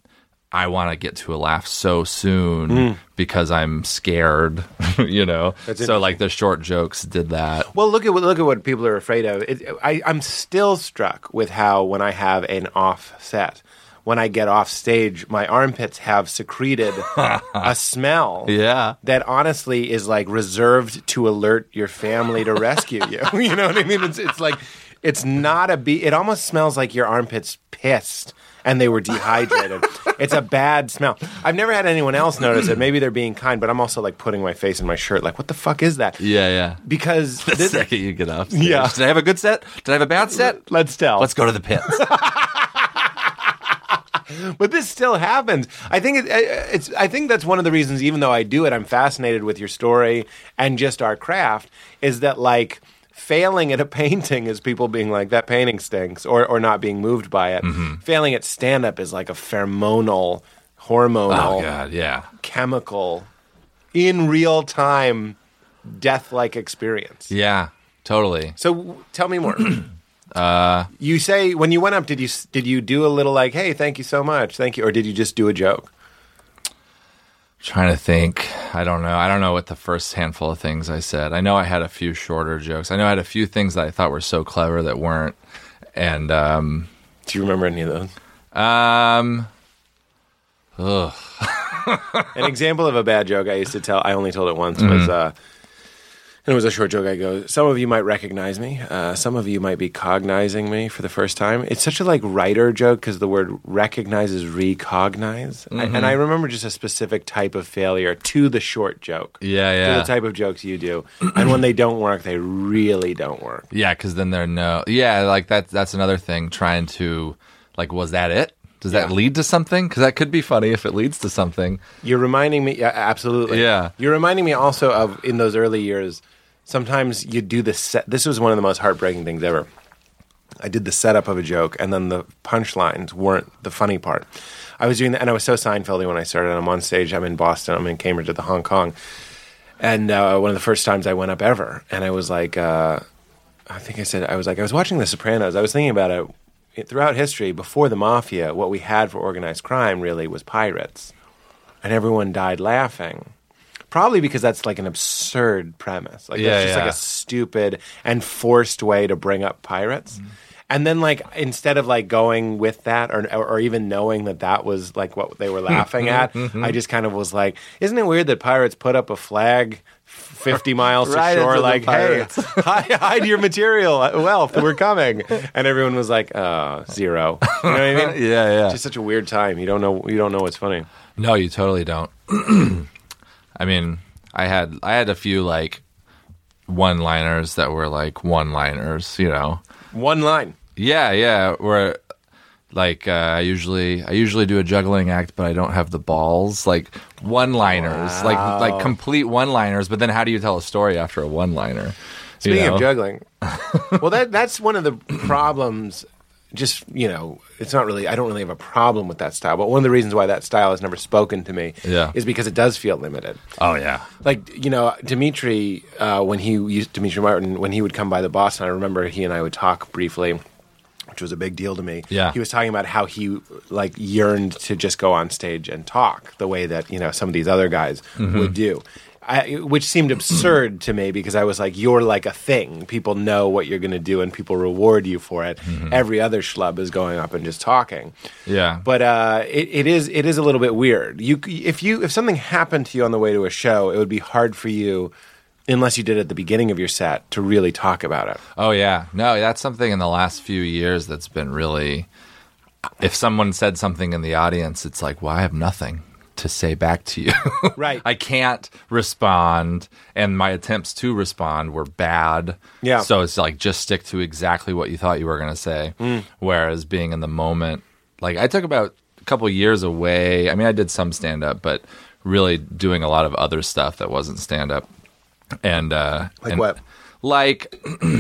I want to get to a laugh so soon Hmm. because I'm scared, you know. so like the short jokes did that. Well, look at what look at what people are afraid of. It, I, I'm still struck with how when I have an off set, when I get off stage, my armpits have secreted a smell. Yeah. that honestly is like reserved to alert your family to rescue you. you know what I mean? It's it's like it's not a be. It almost smells like your armpits pissed and they were dehydrated. it's a bad smell. I've never had anyone else notice it. Maybe they're being kind, but I'm also like putting my face in my shirt. Like, what the fuck is that? Yeah, yeah. Because The this, second you get off. Yeah. Did I have a good set? Did I have a bad set? let's tell. Let's go to the pits. but this still happens. I think it, it's. I think that's one of the reasons. Even though I do it, I'm fascinated with your story and just our craft. Is that like failing at a painting is people being like that painting stinks, or or not being moved by it. Mm-hmm. Failing at stand up is like a pheromonal, hormonal, oh god, yeah. chemical, in real time, death like experience. Yeah. Totally. So w- tell me more. Uh. you say when you went up, did you s- did you do a little like, "Hey, thank you so much, thank you," or did you just do a joke? Trying to think. I don't know. I don't know what the first handful of things I said. I know I had a few shorter jokes. I know I had a few things that I thought were so clever that weren't. And um Do you remember any of those? um An example of a bad joke I used to tell, I only told it once, was uh, and it was a short joke. I go, some of you might recognize me, uh, some of you might be cognizing me for the first time. It's such a like writer joke because the word recognize is recognize, I, and I remember just a specific type of failure to the short joke. Yeah, To yeah. the type of jokes you do, and when they don't work, they really don't work. Yeah, because then they're no. Yeah, like that. That's another thing. Trying to like, was that it? Does that lead to something? Because that could be funny if it leads to something. You're reminding me, yeah, absolutely. Yeah. You're reminding me also of in those early years, sometimes you do the set. This was one of the most heartbreaking things ever. I did the setup of a joke, and then the punchlines weren't the funny part. I was doing that, and I was so Seinfeldy when I started. I'm on stage. I'm in Boston. I'm in Cambridge at the Hong Kong, and uh, one of the first times I went up ever, and I was like, uh, I think I said I was like I was watching The Sopranos. I was thinking about it. it throughout history, before the mafia, what we had for organized crime really was pirates, and everyone died laughing. Probably because that's like an absurd premise. Like Yeah, that's just like yeah. a stupid and forced way to bring up pirates. Mm-hmm. And then, like, instead of like going with that, or or even knowing that that was like what they were laughing at, Mm-hmm. I just kind of was like, "Isn't it weird that pirates put up a flag fifty miles Right to shore, into the like, hey, pirates." hide, hide your material wealth, we're coming," and everyone was like, "Uh, zero. You know what I mean? Yeah, yeah. Just such a weird time. You don't know. You don't know what's funny. No, you totally don't. I mean, I had I had a few like one-liners that were like one-liners, you know. One line. Yeah, yeah, where like uh, I usually I usually do a juggling act but I don't have the balls, like one-liners, like like complete one-liners, but then how do you tell a story after a one-liner? you Speaking know? of juggling, well, that that's one of the problems. Just you know, it's not really. I don't really have a problem with that style, but one of the reasons why that style has never spoken to me Yeah. is because it does feel limited. Oh yeah. Like you know, Dimitri, uh, when he used Dimitri Martin, when he would come by the Boston, I remember he and I would talk briefly, which was a big deal to me. Yeah. he was talking about how he like yearned to just go on stage and talk the way that you know some of these other guys would do. I, which seemed absurd to me because I was like, "You're like a thing. People know what you're going to do, and people reward you for it. Every other schlub is going up and just talking." Yeah. but uh, it, it is it is a little bit weird. You c- if you if something happened to you on the way to a show, it would be hard for you, unless you did it at the beginning of your set, to really talk about it. Oh yeah, no, that's something in the last few years that's been really. If someone said something in the audience, it's like, well, I have nothing to say back to you. Right. I can't respond, and my attempts to respond were bad. Yeah. So it's like just stick to exactly what you thought you were going to say. Mm. Whereas being in the moment, like I took about a couple years away. I mean, I did some stand up, but really doing a lot of other stuff that wasn't stand up. And uh, Like and- what? Like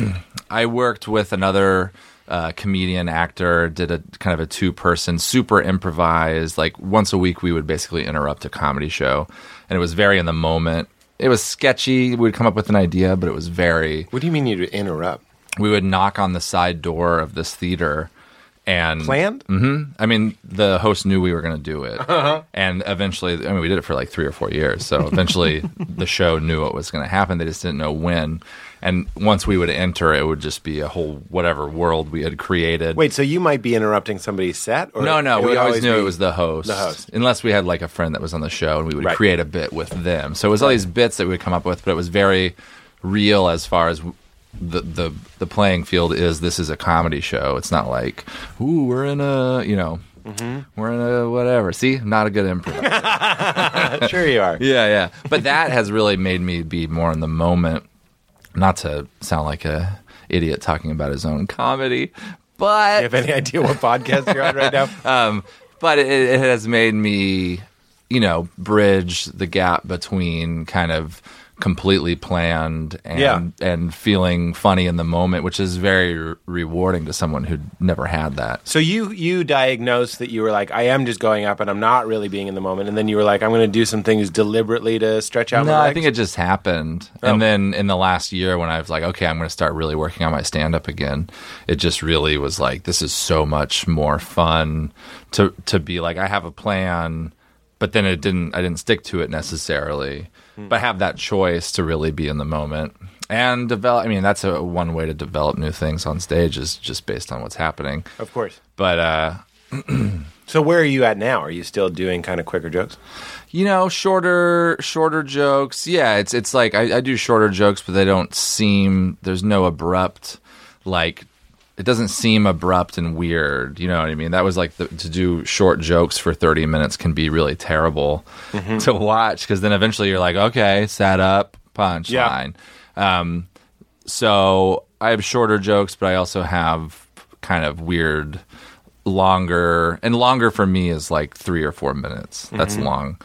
I worked with another uh, comedian actor, did a kind of a two person, super improvised. Like once a week, we would basically interrupt a comedy show, and it was very in the moment. It was sketchy. We'd come up with an idea, but it was very. What do you mean you interrupt? We would knock on the side door of this theater, and Planned? I mean, the host knew we were going to do it, and eventually, I mean, we did it for like three or four years. So eventually, the show knew what was going to happen. They just didn't know when. And once we would enter, it would just be a whole whatever world we had created. Wait, so you might be interrupting somebody's set? Or no, no, it we would always knew be- it was the host, the host. unless we had like a friend that was on the show, and we would Right. create a bit with them. So it was all these bits that we would come up with, but it was very real as far as. w- The, the the playing field is this is a comedy show. It's not like, ooh, we're in a you know, Mm-hmm. we're in a whatever. See, not a good improv. sure you are. Yeah, yeah. But that has really made me be more in the moment. Not to sound like a idiot talking about his own comedy, You but have any idea what podcast you're on right now? Uh, but it, it has made me, you know, bridge the gap between kind of completely planned and Yeah. and feeling funny in the moment, which is very re- rewarding to someone who never had that. so you you diagnosed that you were like, I am just going up and I'm not really being in the moment, and then you were like, I'm going to do some things deliberately to stretch out. No, my I legs? think it just happened. Oh. And then in the last year, when I was like, okay, I'm going to start really working on my stand up again, it just really was like, this is so much more fun to to be like, I have a plan, but then it didn't. I didn't stick to it necessarily, but have that choice to really be in the moment and develop. I mean, that's a one way to develop new things on stage is just based on what's happening. of course. But uh, So where are you at now? Are you still doing kind of quicker jokes? you know shorter shorter jokes yeah it's it's like I, I do shorter jokes but they don't seem there's no abrupt like it doesn't seem abrupt and weird you know what i mean that was like the, to do short jokes for 30 minutes can be really terrible to watch because then eventually you're like okay set up punchline Yeah. um, so I have shorter jokes, but I also have kind of weird, longer, and longer for me is like three or four minutes. That's long.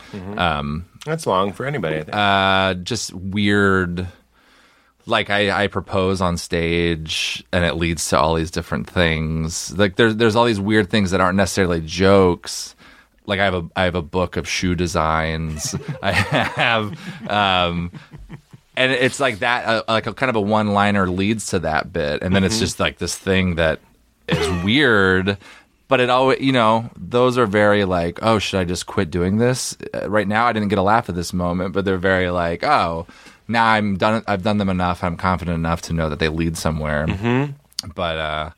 That's long for anybody. I think. Uh, just weird, like I, I propose on stage and it leads to all these different things. Like there's there's all these weird things that aren't necessarily jokes. Like I have a I have a book of shoe designs. I have um and it's like that uh, like a kind of a one liner leads to that bit and then Mm-hmm. it's just like this thing that is weird but it always you know those are very like oh should i just quit doing this uh, right now i didn't get a laugh at this moment but they're very like oh now i'm done i've done them enough i'm confident enough to know that they lead somewhere Mm-hmm. but uh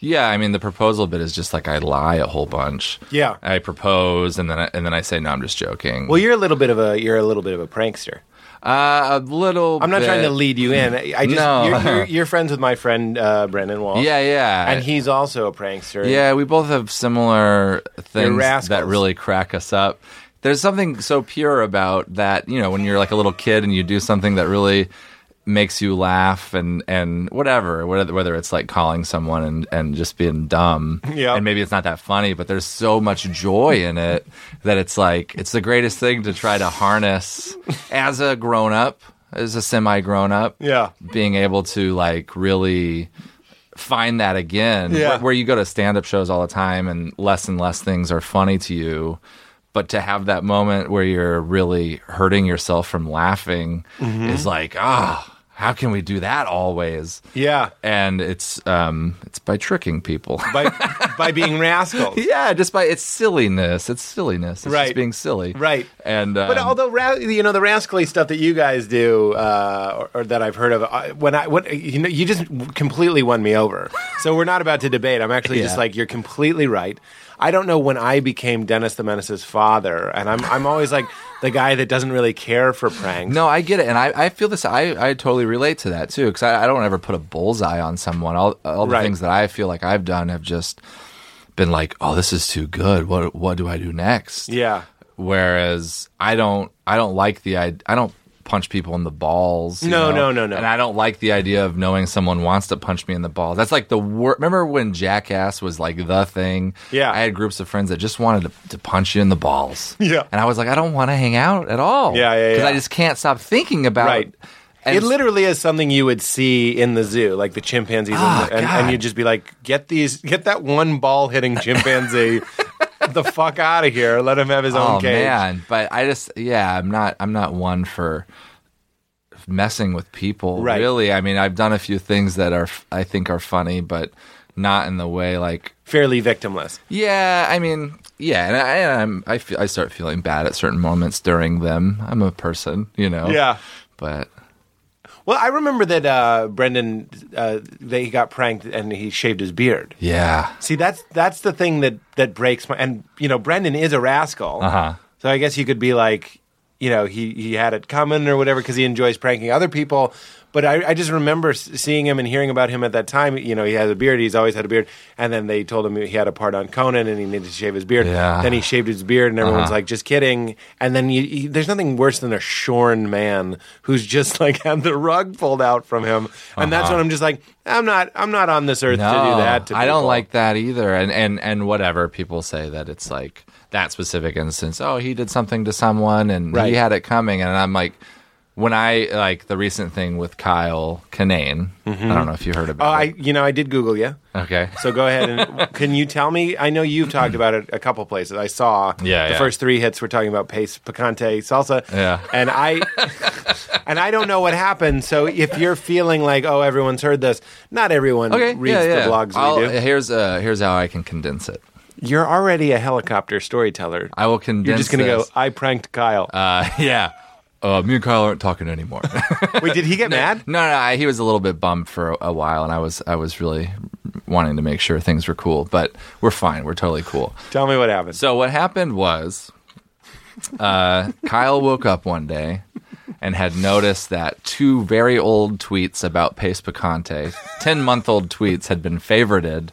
yeah, I mean the proposal bit is just like I lie a whole bunch. Yeah. I propose and then I, and then I say no, I'm just joking. Well, you're a little bit of a you're a little bit of a prankster. uh, a little. I'm not trying to bit- lead you in. I just No. you're, you're, you're friends with my friend uh, Brendan Wall. Yeah, yeah. and he's also a prankster. Yeah, we both have similar things that rascals. really crack us up. There's something so pure about that, you know, when you're like a little kid and you do something that really makes you laugh and and whatever, whether whether it's like calling someone and and just being dumb, Yeah. and maybe it's not that funny, but there's so much joy in it that it's like it's the greatest thing to try to harness as a grown up, as a semi grown up, yeah. being able to like really find that again Yeah. where, where you go to stand-up shows all the time and less and less things are funny to you but to have that moment where you're really hurting yourself from laughing Mm-hmm. is like ah how can we do that always Yeah. and it's um it's by tricking people By by being rascals. yeah just by it's silliness it's silliness it's Right. just being silly Right. and um, But although ra- you know the rascally stuff that you guys do, uh, or, or that I've heard of, I, when I what you know, you just completely won me over. So we're not about to debate. I'm actually just Yeah. like you're completely right. I don't know when I became Dennis the Menace's father, and I'm I'm always like the guy that doesn't really care for pranks. No, I get it, and I, I feel this. I, I totally relate to that too, because I, I don't ever put a bullseye on someone. All all the Right. things that I feel like I've done have just been like, oh, this is too good. What what do I do next? Yeah. Whereas I don't I don't like the I I don't punch people in the balls. you No, know? no, no, no. And I don't like the idea of knowing someone wants to punch me in the balls. That's like the worst. Remember when Jackass was like the thing? Yeah. I had groups of friends that just wanted to, to punch you in the balls. Yeah. And I was like, I don't want to hang out at all. Yeah, yeah, Because I yeah. just can't stop thinking about Right. and it literally is something you would see in the zoo, like the chimpanzees, Ah, and, and, and God. you'd just be like, "Get these, get that one ball hitting chimpanzee the fuck out of here. Let him have his oh own cage." man, but I just yeah, I'm not I'm not one for messing with people. Right. Really, I mean, I've done a few things that are I think are funny, but not in the way like Fairly victimless. yeah. I mean, yeah, and I and I'm, I feel I start feeling bad at certain moments during them. I'm a person, you know. Yeah. but Well, I remember that uh, Brendan uh, that he got pranked and he shaved his beard. yeah, See, that's that's the thing that that breaks my. And you know, Brendan is a rascal. Uh-huh. So I guess you could be like, you know, he he had it coming or whatever because he enjoys pranking other people. But I, I just remember s- seeing him and hearing about him at that time. You know, he has a beard. He's always had a beard. And then they told him he had a part on Conan and he needed to shave his beard. Yeah. Uh-huh. Then he shaved his beard, and everyone's like, "Just kidding." And then you, you, there's nothing worse than a shorn man who's just like had the rug pulled out from him. And that's when I'm just like, I'm not, I'm not on this earth to do that. To Uh-huh. I don't people. like that either. And and and whatever people say that it's like that specific instance. Oh, he did something to someone, and Right. he had it coming. And I'm like, when I like the recent thing with Kyle Kinane. I don't know if you heard Oh, about. I it. you know I did Google you. okay. So go ahead and can you tell me? I know you've talked about it a couple places. I saw Yeah, the yeah. first three hits were talking about pace, picante, salsa. Yeah. And I and I don't know what happened. So if you're feeling like oh everyone's heard this, not everyone Okay. reads yeah, yeah. the blogs I'll- we do. Here's uh, here's how I can condense it. You're already a helicopter storyteller. I will condense. you're just gonna this. go. I pranked Kyle. Uh, yeah. Uh, me and Kyle aren't talking anymore. Wait, did he get mad? No, no, I, he was a little bit bummed for a, a while, and I was, I was really wanting to make sure things were cool. But we're fine. We're totally cool. Tell me what happened. So what happened was, uh, Kyle woke up one day and had noticed that two very old tweets about Pace Picante, ten month old tweets, had been favorited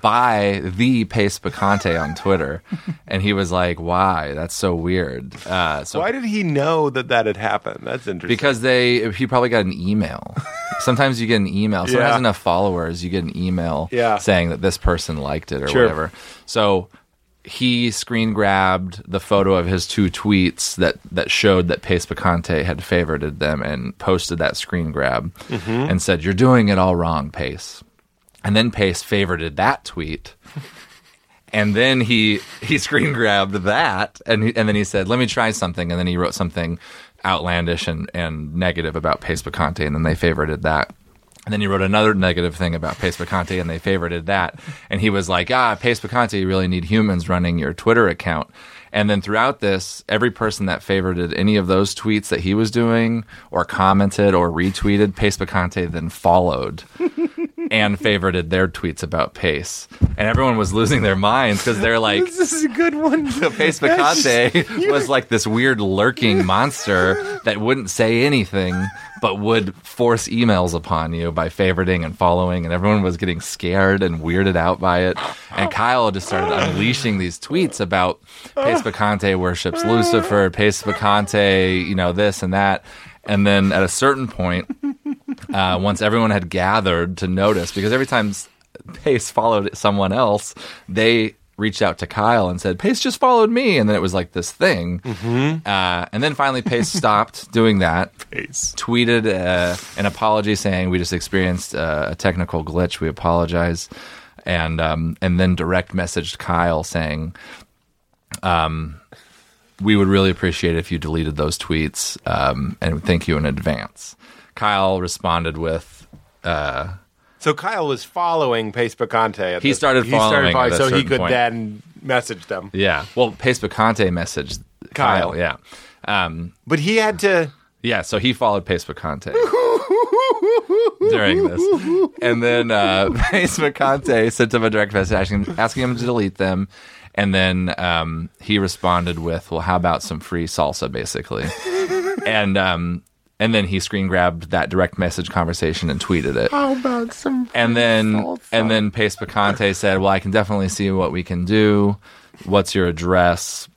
by the Pace Picante on Twitter, and he was like, "Why? That's so weird." Uh, so Why did he know that that had happened? That's interesting. because they, he probably got an email. Sometimes you get an email. Someone Yeah. has enough followers, you get an email Yeah. saying that this person liked it or Sure. whatever. So he screen grabbed the photo of his two tweets that, that showed that Pace Picante had favorited them and posted that screen grab and said, You're doing it all wrong, Pace. And then Pace favorited that tweet. And then he he screen grabbed that and he, and then he said, "Let me try something." And then he wrote something outlandish and, and negative about Pace Picante, and then they favorited that. And then he wrote another negative thing about Pace Picante, and they favorited that. And he was like, "Ah, Pace Picante, you really need humans running your Twitter account." And then throughout this, every person that favorited any of those tweets that he was doing, or commented, or retweeted, Pace Picante then followed and favorited their tweets about Pace. And everyone was losing their minds because they're like, This is a good one. so Pace Picante was like this weird lurking monster that wouldn't say anything but would force emails upon you by favoriting and following and everyone was getting scared and weirded out by it and Kyle just started unleashing these tweets about Pace Picante worships Lucifer, Pace Picante, you know this and that. And then at a certain point uh, once everyone had gathered to notice, because every time s- Pace followed someone else, they reached out to Kyle and said, Pace just followed me. And then it was like this thing. Uh, and then finally, Pace stopped doing that, Pace. tweeted uh, an apology saying, We just experienced uh, a technical glitch. We apologize. And, um, and then direct messaged Kyle saying, we would really appreciate it if you deleted those tweets um, and thank you in advance. Kyle responded with, So Kyle was following Pace Picante. At He this- started following at a so he certain could point. then message them. yeah, well, Pace Picante messaged Kyle. Kyle. yeah. Um, But he had to. yeah, so he followed Pace Picante during this. And then uh, Pace Picante sent him a direct message asking, asking him to delete them. And then um, he responded with, well, how about some free salsa, basically? and um, and then he screen grabbed that direct message conversation and tweeted it. How about some? and then and then Pace Picante said, "Well, I can definitely see what we can do. What's your address?"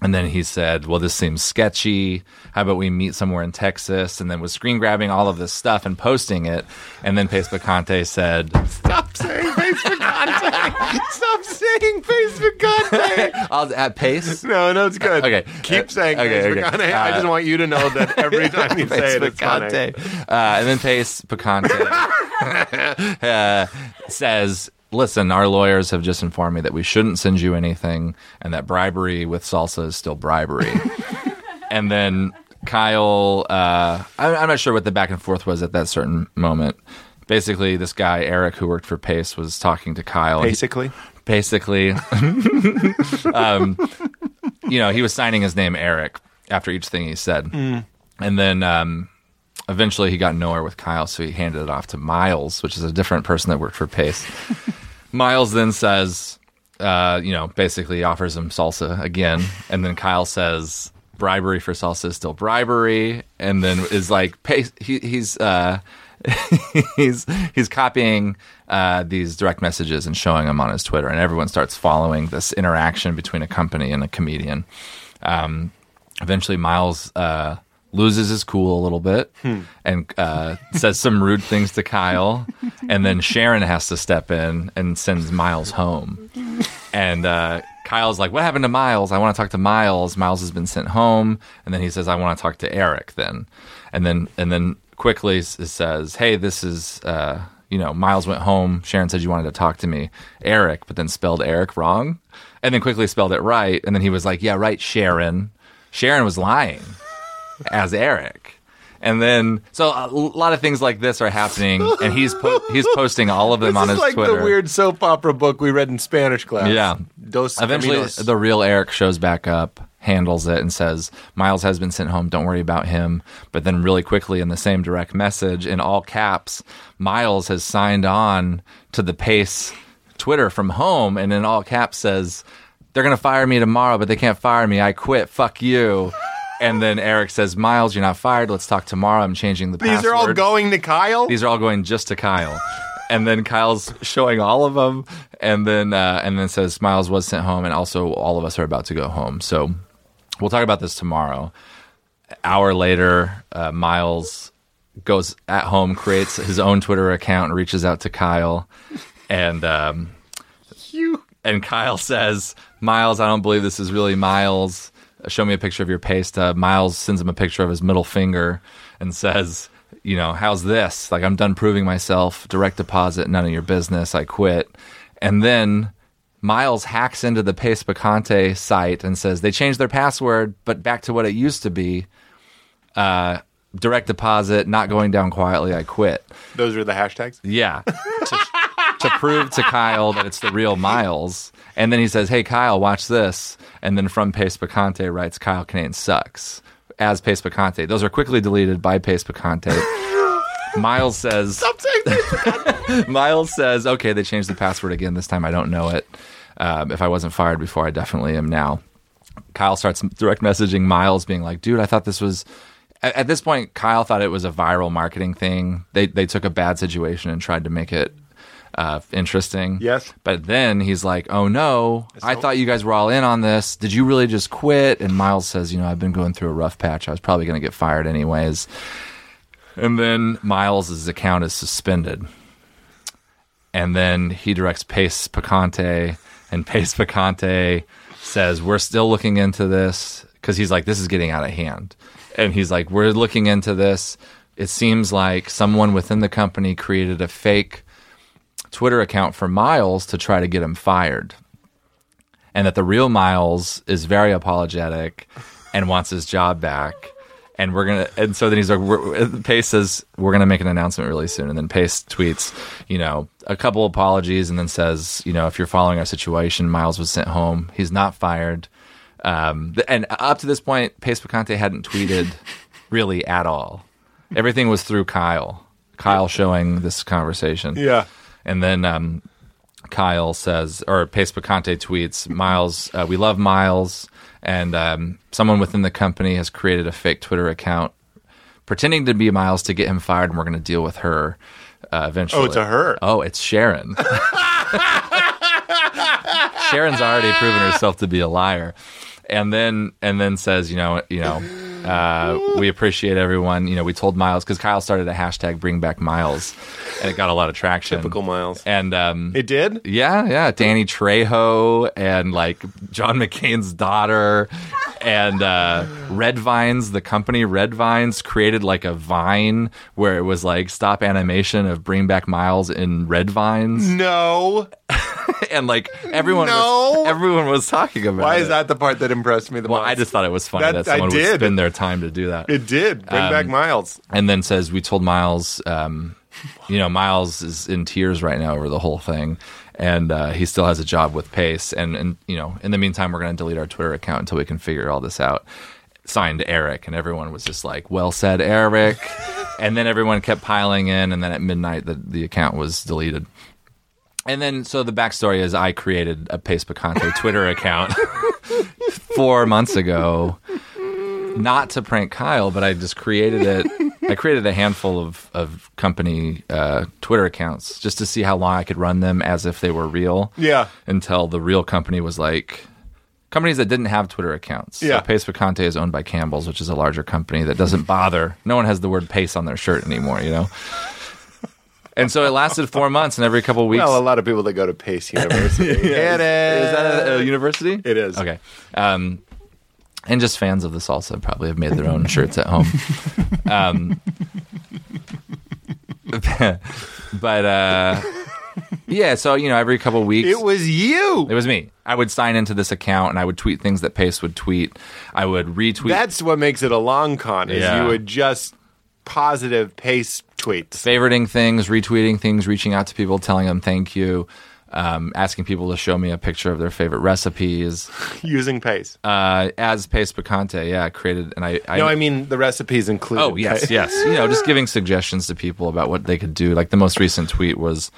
And then he said, "Well, this seems sketchy. How about we meet somewhere in Texas?" And then was screen grabbing all of this stuff and posting it. And then Pace Picante said, Stop saying Pace Picante. Stop saying Pace Picante. "I'll at Pace." No, no, it's good. Okay. Keep Uh, saying okay, Pace okay. Uh, Picante. I just want you to know that every time you say it, it's funny. Picante. Uh, and then Pace Picante uh, says, Listen, our lawyers have just informed me that we shouldn't send you anything and that bribery with salsa is still bribery. and then Kyle, uh, I, I'm not sure what the back and forth was at that certain moment. Basically, this guy, Eric, who worked for Pace, was talking to Kyle. and he- Basically, basically. um, you know, he was signing his name Eric after each thing he said. And then um, eventually he got nowhere with Kyle, so he handed it off to Miles, which is a different person that worked for Pace. Miles then says, uh, you know, basically offers him salsa again. And then Kyle says, bribery for salsa is still bribery. And then is like, Pace, he, he's. Uh, he's he's copying uh, these direct messages and showing them on his Twitter, and everyone starts following this interaction between a company and a comedian. Um, eventually, Miles uh, loses his cool a little bit and uh, says some rude things to Kyle, and then Sharon has to step in and sends Miles home. And uh, Kyle's like, "What happened to Miles? I want to talk to Miles. Miles has been sent home." And then he says, "I want to talk to Eric." Then, and then and then quickly s- says, "Hey, this is uh, you know Miles went home. Sharon said you wanted to talk to me, Eric, but then spelled Eric wrong, and then quickly spelled it right. And then he was like, "Yeah, right, Sharon." Sharon was lying as Eric. And then, so a lot of things like this are happening, and he's po- he's posting all of them this on is his like Twitter. the weird soap opera book we read in Spanish class. Yeah. Dos Eventually, Caminos. the real Eric shows back up, handles it, and says, Miles has been sent home. Don't worry about him. But then, really quickly, in the same direct message, in all caps, Miles has signed on to the Pace Twitter from home, and in all caps says, They're going to fire me tomorrow, but they can't fire me. I quit. Fuck you. And then Eric says, Miles, you're not fired. Let's talk tomorrow. I'm changing the these password. are all going to Kyle. These are all going just to Kyle. And then Kyle's showing all of them, and then uh, and then says Miles was sent home, and also all of us are about to go home. So we'll talk about this tomorrow. Hour later, uh, Miles goes at home, creates his own Twitter account, and reaches out to Kyle, and um, you And Kyle says, Miles, I don't believe this is really Miles. Show me a picture of your pay stub. Miles sends him a picture of his middle finger and says, You know, how's this? Like, I'm done proving myself. Direct deposit, none of your business. I quit. And then Miles hacks into the Pace Picante site and says, They changed their password, but back to what it used to be. Uh, direct deposit, not going down quietly. I quit. Those were the hashtags. Yeah. to, to prove to Kyle that it's the real Miles. And then he says, Hey, Kyle, watch this. And then from Pace Picante writes, Kyle Canaan sucks as Pace Picante. Those are quickly deleted by Pace Picante. Miles says, Miles says, Okay, they changed the password again. This time I don't know it. Um, if I wasn't fired before, I definitely am now. Kyle starts direct messaging Miles, being like, "Dude, I thought this was." At, at this point, Kyle thought it was a viral marketing thing. They they took a bad situation and tried to make it uh, interesting. Yes. But then he's like, "Oh no, I thought you guys were all in on this. Did you really just quit?" And Miles says, "You know, I've been going through a rough patch. I was probably going to get fired anyways." And then Miles' account is suspended and then he directs Pace Picante, and Pace Picante says, "We're still looking into this because he's like, this is getting out of hand," and he's like, "We're looking into this. It seems like someone within the company created a fake Twitter account for Miles to try to get him fired, and that the real Miles is very apologetic and wants his job back." And we're gonna, and so then he's like, we're, Pace says we're gonna make an announcement really soon, and then Pace tweets, you know, a couple apologies, and then says, you know, if you're following our situation, Miles was sent home. He's not fired. Um, th- and up to this point, Pace Picante hadn't tweeted really at all. Everything was through Kyle. Kyle showing this conversation. Yeah. And then um, Kyle says, or Pace Picante tweets, Miles, uh, we love Miles. And um, someone within the company has created a fake Twitter account pretending to be Miles to get him fired, and we're going to deal with her uh, eventually. Oh, it's a her. Oh, it's Sharon. Sharon's already proven herself to be a liar, and then and then says, you know, you know, uh, we appreciate everyone. You know, we told Miles because Kyle started a hashtag Bring Back Miles, and it got a lot of traction. Typical Miles. And um, It did. yeah, yeah. Danny Trejo and like John McCain's daughter and uh, Red Vines, the company Red Vines created like a vine where it was like stop animation of Bring Back Miles in Red Vines. No. And like everyone, No. was, everyone was talking about Why is it. that the part that impressed me the Well, most? I just thought it was funny that, That- I someone would did. spend their time to do that. it did bring back um, Miles. and then says we told miles um, you know miles is in tears right now over the whole thing and uh, he still has a job with pace and and you know in the meantime we're going to delete our twitter account until we can figure all this out signed eric and everyone was just like well said eric and then everyone kept piling in and then at midnight the, the account was deleted and then so the backstory is i created a pace picante twitter account four months ago not to prank Kyle, but I just created it. I created a handful of of company uh, Twitter accounts just to see how long I could run them as if they were real. Yeah. Until the real company was like companies that didn't have Twitter accounts. Yeah. So Pace Picante is owned by Campbell's, which is a larger company that doesn't bother. no one has the word Pace on their shirt anymore, you know. And so it lasted four months, and every couple weeks. Well, a lot of people that go to Pace University. Get it. is that a, a university? It is. Okay. Um, and just fans of the salsa probably have made their own shirts at home. Um, but uh, yeah, so you know, every couple weeks It was you. it was me. I would sign into this account and I would tweet things that Pace would tweet. I would retweet That's what makes it a long con. Is Yeah. you would just positive Pace tweets. favoriting things, retweeting things, reaching out to people, telling them thank you. Um, asking people to show me a picture of their favorite recipes. using Pace. Uh, as Pace Picante, yeah, created and I, I no, I mean the recipes included. Oh yes, Pace. yes. You know, just giving suggestions to people about what they could do. Like the most recent tweet was,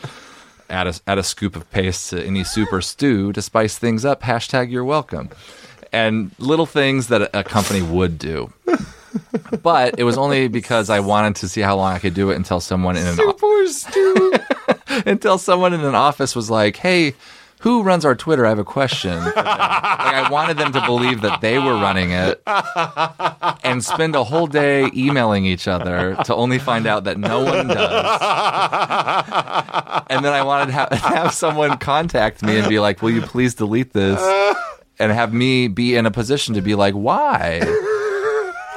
"Add a add a scoop of paste to any soup or stew to spice things up." Hashtag you're welcome, and little things that a- a company would do. But it was only because I wanted to see how long I could do it until someone in an o- until someone in an office was like, "Hey, who runs our Twitter? I have a question. for them." like, I wanted them to believe that they were running it and spend a whole day emailing each other to only find out that no one does. and then I wanted to have, have someone contact me and be like, will you please delete this? And have me be in a position to be like, why?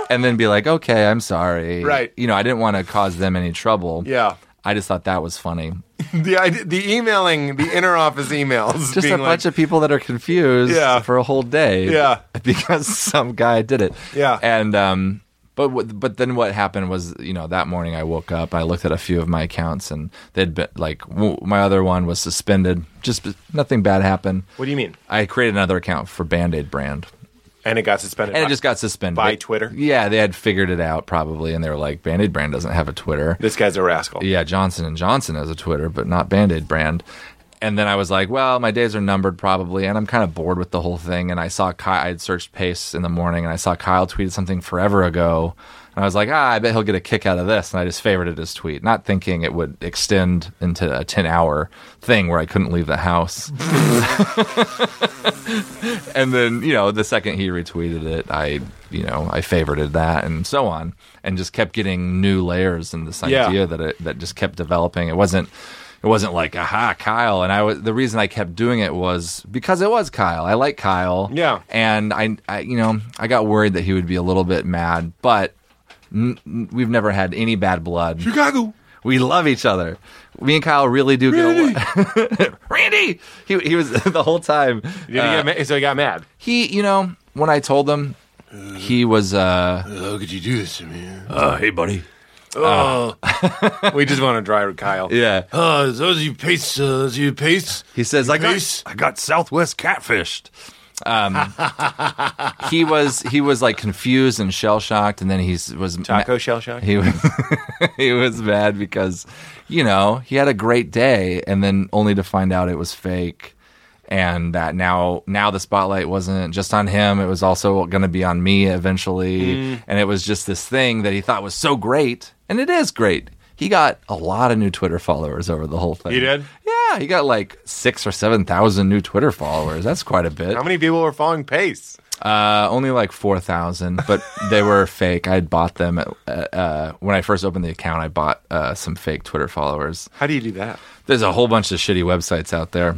And then be like, okay, I'm sorry. Right. You know, I didn't want to cause them any trouble. Yeah. I just thought that was funny. The idea, the emailing, the inner office emails. just a being like, bunch of people that are confused Yeah. for a whole day Yeah. because some guy did it Yeah. and um but what- but then what happened was you know that morning I woke up I looked at a few of my accounts and they'd been like w- my other one was suspended just nothing bad happened What do you mean? I created another account for Band Aid brand And it got suspended. and it by- just got suspended by Twitter? yeah they had figured it out probably and they were like Band Aid brand doesn't have a Twitter This guy's a rascal. yeah, Johnson and Johnson as a Twitter, but not Band-Aid brand. And then I was like, well, my days are numbered probably, and I'm kind of bored with the whole thing. And I saw Kyle, I had searched Pace in the morning, and I saw Kyle tweeted something forever ago. And I was like, ah, I bet he'll get a kick out of this. And I just favorited his tweet, not thinking it would extend into a 10 hour thing where I couldn't leave the house. and then, you know, the second he retweeted it, I, you know, I favorited that and so on, and just kept getting new layers in this Yeah. idea that it that just kept developing. It wasn't it wasn't like aha Kyle and I was the reason I kept doing it was because it was Kyle. I like Kyle. Yeah. And I, I you know, I got worried that he would be a little bit mad, but n- n- we've never had any bad blood. Chicago. We love each other. Me and Kyle really do get along. Randy, he he was the whole time. Did he Uh, get ma- so he got mad. He, you know, when I told him he was uh How could you do this to me? uh, hey buddy. we just want to dry Kyle. Yeah. Uh, those you pace, uh, those you pace. He says, I got, Nice. I got Southwest catfished. Um, he was he was like confused and shell shocked, and then he s- was ma- Taco shell shock. He was he was mad because you know he had a great day, and then only to find out it was fake, and that now now the spotlight wasn't just on him; it was also going to be on me eventually, Mm. and it was just this thing that he thought was so great, and it is great. He got a lot of new Twitter followers over the whole thing. He did? Yeah, he got like six or seven thousand new Twitter followers. That's quite a bit. How many people were following Pace? Uh, only like four thousand, but they were fake. I had bought them at, uh, uh, when I first opened the account. I bought uh, some fake Twitter followers. How do you do that? There's a whole bunch of shitty websites out there.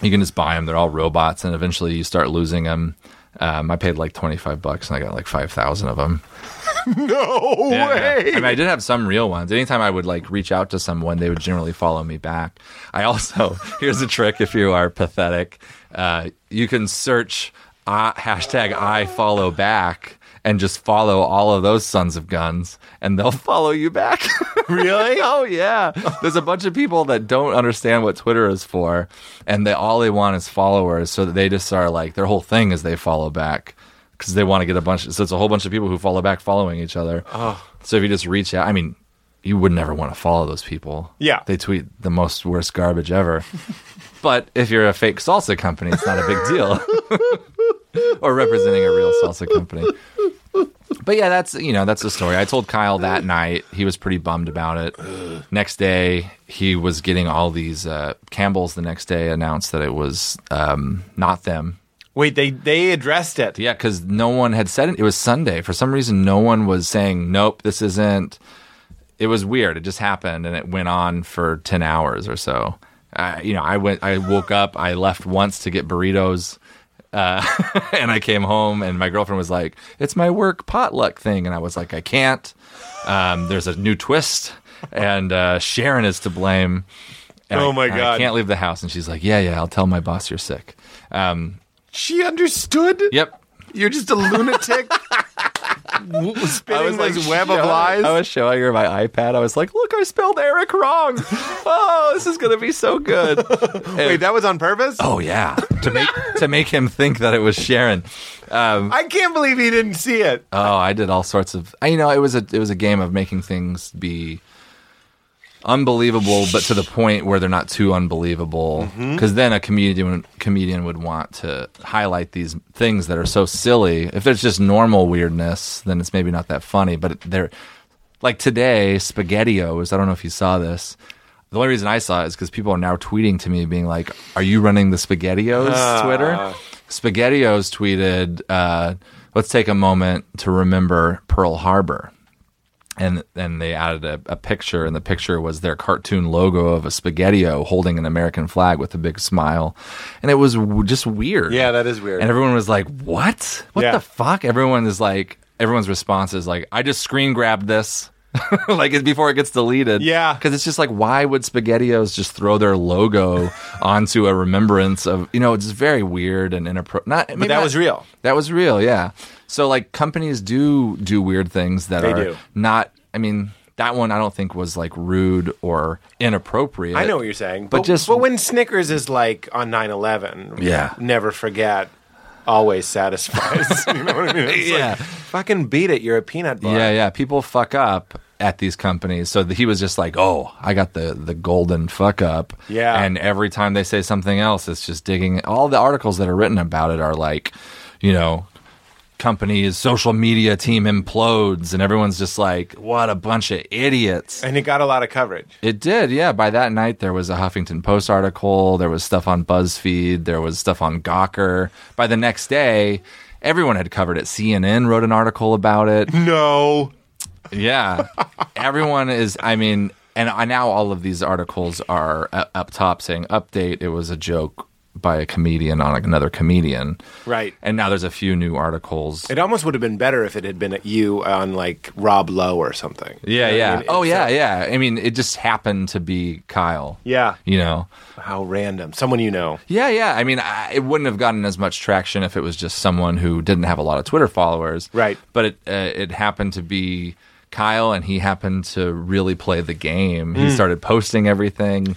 You can just buy them. They're all robots, and eventually you start losing them. Um, I paid like twenty five bucks, and I got like five thousand of them. No Yeah. way. I mean, I did have some real ones. Anytime I would like reach out to someone, they would generally follow me back. I also here's a trick: if you are pathetic, uh, you can search uh, hashtag I follow back and just follow all of those sons of guns, and they'll follow you back. Really? oh yeah. There's a bunch of people that don't understand what Twitter is for, and they all they want is followers. So that they just are like their whole thing is they follow back because they want to get a bunch. So it's a whole bunch of people who follow back following each other. So if you just reach out, I mean, you would never want to follow those people. Yeah. they tweet the most worst garbage ever. but if you're a fake salsa company, it's not a big deal. or representing a real salsa company. But yeah, that's you know that's the story. I told Kyle that night. He was pretty bummed about it. next day, he was getting all these uh, Campbell's. The next day, announced that it was um, not them. Wait, they they addressed it. Yeah, because no one had said it. It was Sunday. For some reason, no one was saying nope. This isn't. It was weird. It just happened, and it went on for ten hours or so. Uh, you know, I went. I woke up. I left once to get burritos uh, and I came home, and my girlfriend was like, "It's my work potluck thing," and I was like, "I can't." Um, there's a new twist, and uh, Sharon is to blame. And Oh I- my and I God. can't leave the house, and she's like, "Yeah, yeah, I'll tell my boss you're sick." Um, She understood. yep. You're just a lunatic. w- spinning this web of showing- lies. I was showing her my iPad. I was like, "Look, I spelled Eric wrong. Oh, this is gonna be so good." Wait, that was on purpose. oh yeah, to make to make him think that it was Sharon. I can't believe he didn't see it. Oh, I did all sorts of. I- You know, it was a it was a game of making things be unbelievable, but to the point where they're not too unbelievable. Because then a comedian comedian would want to highlight these things that are so silly. If there's just normal weirdness, then it's maybe not that funny. But they're like today, Spaghettios. I don't know if you saw this. The only reason I saw it is because people are now tweeting to me, being like, "Are you running the Spaghettios Twitter?" Spaghettios tweeted, uh, "Let's take a moment to remember Pearl Harbor." and and they added a, a picture, and the picture was their cartoon logo of a spaghettio holding an American flag with a big smile, and it was w- just weird. Yeah, that is weird. And everyone was like, "What? What Yeah. the fuck?" Everyone is like, everyone's response is like, "I just screen grabbed this." like it- before it gets deleted, Yeah. Because it's just like, why would Spaghettios just throw their logo onto a remembrance of you know? It's just very weird and inappropriate. Not, maybe that not- was real. That was real, yeah. So like companies do do weird things that They are do. not. I mean, that one I don't think was like rude or inappropriate. I know what you're saying, But but, just- just but when Snickers is like on 9/11, Yeah. never forget, always satisfies. you know what I mean? It's like, Yeah. fucking beat it. You're a peanut butter. Yeah, yeah. People fuck up at these companies. So he was just like, "Oh, I got the the golden fuck up." Yeah. And every time they say something else, it's just digging. All the articles that are written about it are like, you know, companies, social media team implodes, and everyone's just like, "What a bunch of idiots." and it got a lot of coverage. It did, yeah. By that night, there was a Huffington Post article, there was stuff on BuzzFeed, there was stuff on Gawker. By the next day, everyone had covered it. CNN wrote an article about it. No, Yeah, everyone is. I mean, and I- now all of these articles are u- up top saying update. It was a joke by a comedian on another comedian, right. and now there's a few new articles. It almost would have been better if it had been at you on like Rob Lowe or something. yeah, You know what yeah. I mean? oh, yeah, It's, yeah. I mean, it just happened to be Kyle. Yeah. you know. uh, How random. Someone you know. Yeah, yeah. I mean, I, it wouldn't have gotten as much traction if it was just someone who didn't have a lot of Twitter followers. Right. But it uh, it happened to be Kyle, and he happened to really play the game. He started posting everything.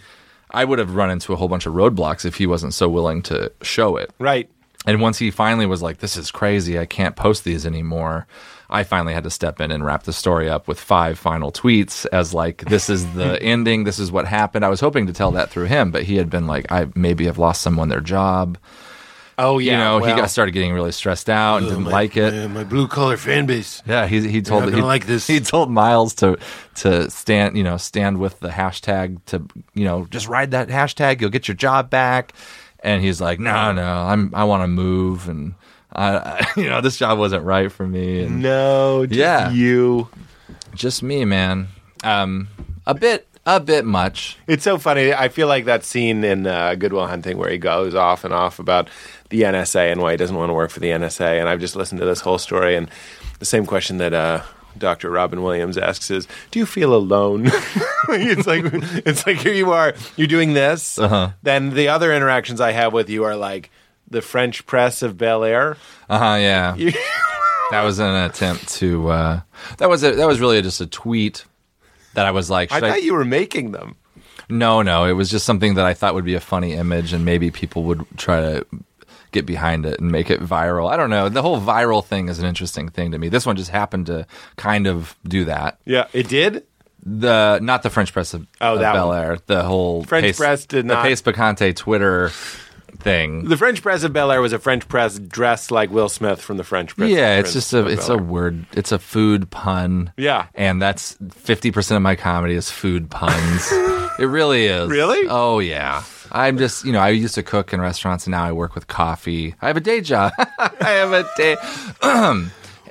I would have run into a whole bunch of roadblocks if he wasn't so willing to show it. Right. And once he finally was like, "This is crazy. I can't post these anymore." I finally had to step in and wrap the story up with five final tweets as like, "This is the ending. This is what happened." I was hoping to tell that through him, but he had been like, "I maybe have lost someone their job." Oh yeah. you know, well, he got started getting really stressed out and didn't my- like it. My, my blue collar fan base. Yeah, he he told not he, gonna like this. he told Miles to to stand you know stand with the hashtag to you know just ride that hashtag you'll get your job back, and he's like no no I'm I want to move and I, I you know this job wasn't right for me and No. Just Yeah. You. just me man um a bit a bit much It's so funny. I feel like that scene in uh, Goodwill Hunting where he goes off and off about the NSA and why he doesn't want to work for the NSA. And I've just listened to this whole story, and the same question that uh, Dr. Robin Williams asks is, "Do you feel alone?" it's like it's like here you are, you're doing this. Uh-huh. Then the other interactions I have with you are like the French press of Bel Air. uh huh yeah that was an attempt to uh that was a that was really just a tweet that I was like I should thought you were making them. No, no. It was just something that I thought would be a funny image, and maybe people would try to get behind it and make it viral. I don't know. The whole viral thing is an interesting thing to me. This one just happened to kind of do that. Yeah, it did. The not the French press of, Oh, of that Bel one. Air. The whole French press did not- the Pace Picante Twitter thing. The French press of Bel Air was a French press dressed like Will Smith from the French press. yeah, it's Prince just a of it's Bel a Air. word. It's a food pun. Yeah. and that's fifty percent of my comedy is food puns. it really is. Really? Oh yeah. I'm just you know I used to cook in restaurants and now I work with coffee. I have a day job. I have a day.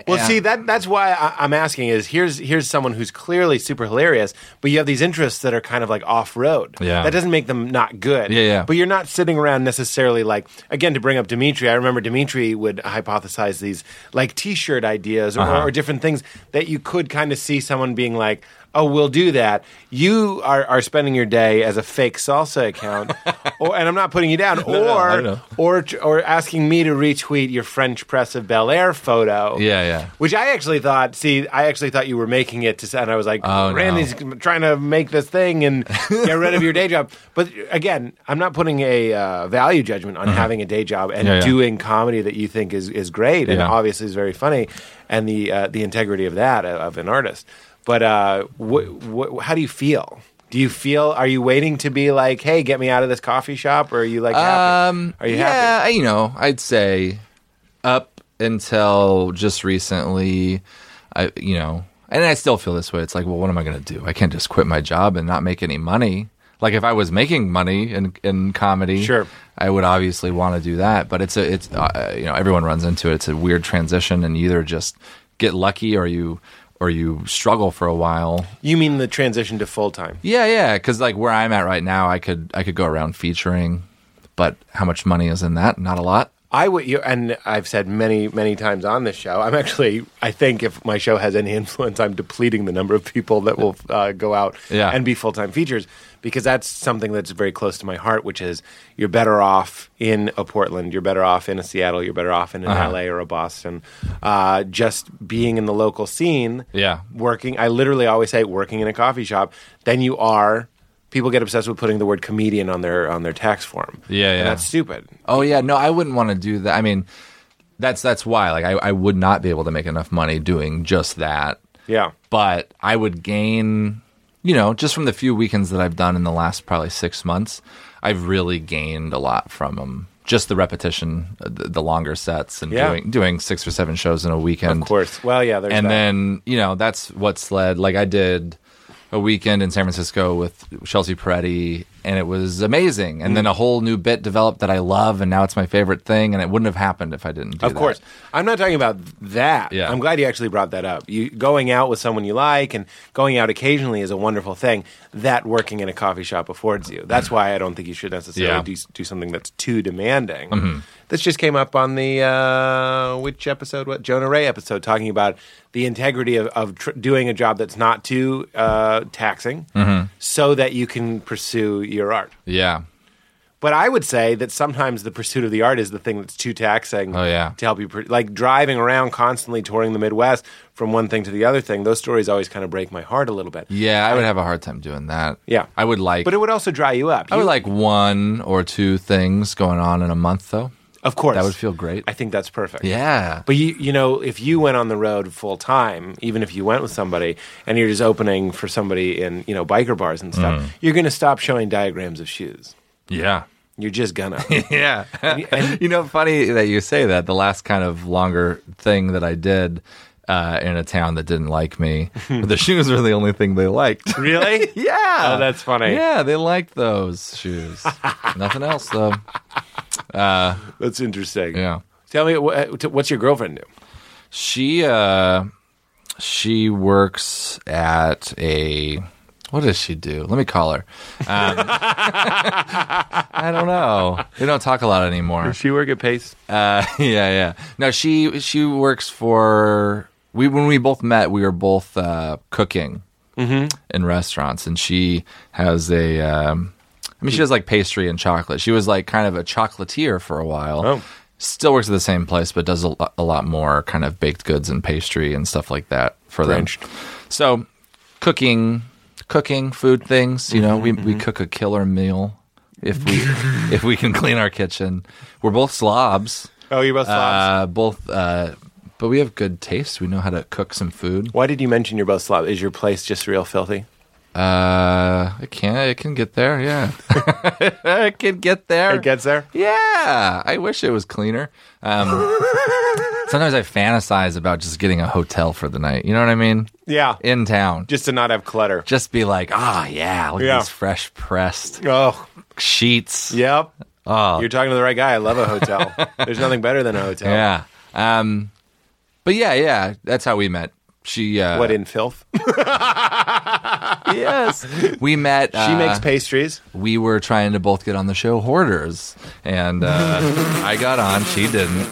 Well, Yeah. see that that's why I, I'm asking is here's here's someone who's clearly super hilarious, but you have these interests that are kind of like off road. Yeah. that doesn't make them not good. Yeah, yeah. But you're not sitting around necessarily like again to bring up Dimitri. I remember Dimitri would hypothesize these like T-shirt ideas or, Uh-huh. or different things that you could kind of see someone being like. Oh, we'll do that. You are, are spending your day as a fake salsa account, or, and I'm not putting you down. no, I or, know. or, or asking me to retweet your French press of Bel Air photo. Yeah, yeah. Which I actually thought. See, I actually thought you were making it to, s- and I was like, Oh, no. Randy's trying to make this thing and get rid of your day job. But again, I'm not putting a uh, value judgment on having a day job and Uh-huh. Yeah, yeah. doing comedy that you think is is great and Yeah. obviously is very funny, and the uh, the integrity of that uh, of an artist. But uh, wh- wh- how do you feel? Do you feel? Are you waiting to be like, hey, get me out of this coffee shop? Or are you like, happy? Um, are you yeah, happy? you know, I'd say up until just recently, I you know, and I still feel this way. It's like, well, what am I going to do? I can't just quit my job and not make any money. Like if I was making money in in comedy, Sure. I would obviously want to do that. But it's a it's uh, you know everyone runs into it. It's a weird transition, and you either just get lucky or you or you struggle for a while. You mean the transition to full time? Yeah, yeah. Because like where I'm at right now, I could I could go around featuring, but how much money is in that? Not a lot. I would, you, and I've said many, many times on this show. I'm actually, I think, if my show has any influence, I'm depleting the number of people that will uh, go out Yeah. and be full time features because that's something that's very close to my heart. Which is, you're better off in a Portland, you're better off in a Seattle, you're better off in an Uh-huh. LA or a Boston. Uh, just being in the local scene, Yeah. Working, I literally always say working in a coffee shop. Then you are. People get obsessed with putting the word comedian on their on their tax form. Yeah, yeah. And that's stupid. Oh yeah, no, I wouldn't want to do that. I mean, that's that's why. Like, I, I would not be able to make enough money doing just that. Yeah. But I would gain, you know, just from the few weekends that I've done in the last probably six months, I've really gained a lot from them. Just the repetition, uh, the, the longer sets, and Yeah. doing doing six or seven shows in a weekend. Of course. Well, yeah. There's and that. then you know that's what's led. Like I did a weekend in San Francisco with Chelsea Peretti, and it was amazing. Mm. And then a whole new bit developed that I love, and now it's my favorite thing. And it wouldn't have happened if I didn't. do of that. course, I'm not talking about that. Yeah. I'm glad you actually brought that up. You going out with someone you like and going out occasionally is a wonderful thing. That working in a coffee shop affords you. That's why I don't think you should necessarily Yeah. Mm-hmm. do, do something that's too demanding. This just came up on the uh, which episode? What Jonah Ray episode talking about the integrity of, of tr- doing a job that's not too uh, taxing, Mm-hmm. so that you can pursue your art. Yeah, But I would say that sometimes the pursuit of the art is the thing that's too taxing. Oh, yeah. to help you, pr- like driving around constantly touring the Midwest from one thing to the other thing. Those stories always kind of break my heart a little bit. yeah, I would have a hard time doing that. Yeah. I would like. But it would also dry you up. I would You- like one or two things going on in a month, though. of course, that would feel great. I think that's perfect. Yeah, But you, you know, if you went on the road full time, even if you went with somebody, and you're just opening for somebody in you know biker bars and Mm. stuff, you're going to stop showing diagrams of shoes. yeah. You're just gonna. yeah. you know, funny that you say that. The last kind of longer thing that I did uh, in a town that didn't like me, the shoes were the only thing they liked. really? yeah. Oh, that's funny. Yeah, they liked those shoes. Nothing else, though. That's interesting. Yeah. Tell me, wh- what's your girlfriend do? She, uh, she works at a. What does she do? Let me call her. Um, I don't know. We don't talk a lot anymore. She work at Pace. Uh, yeah, yeah. No, she she works for we when we both met, we were both uh, cooking in restaurants, and she has a. Um, I mean, she does like pastry and chocolate. She was like kind of a chocolatier for a while. Oh. Still works at the same place, but does a, lo- a lot more kind of baked goods and pastry and stuff like that for Branched. them. So, cooking, cooking food things. You know, we we cook a killer meal if we if we can clean our kitchen. We're both slobs, Oh, you're both slobs. uh, both, uh, but we have good taste. We know how to cook some food. Why did you mention you're both slobs? Is your place just real filthy? Uh, I can I can get there. Yeah, I can get there. It gets there. Yeah, I wish it was cleaner. Um, sometimes I fantasize about just getting a hotel for the night. You know what I mean? Yeah, In town. just to not have clutter. Just be like, ah, yeah, look Yeah. at these fresh pressed Oh, sheets. yep. Oh, You're talking to the right guy. I love a hotel. There's nothing better than a hotel. yeah. Um, but yeah, yeah, that's how we met. She, uh, What in filth? yes, we met. she makes uh, pastries. we were trying to both get on the show Hoarders, and uh, I got on. She didn't,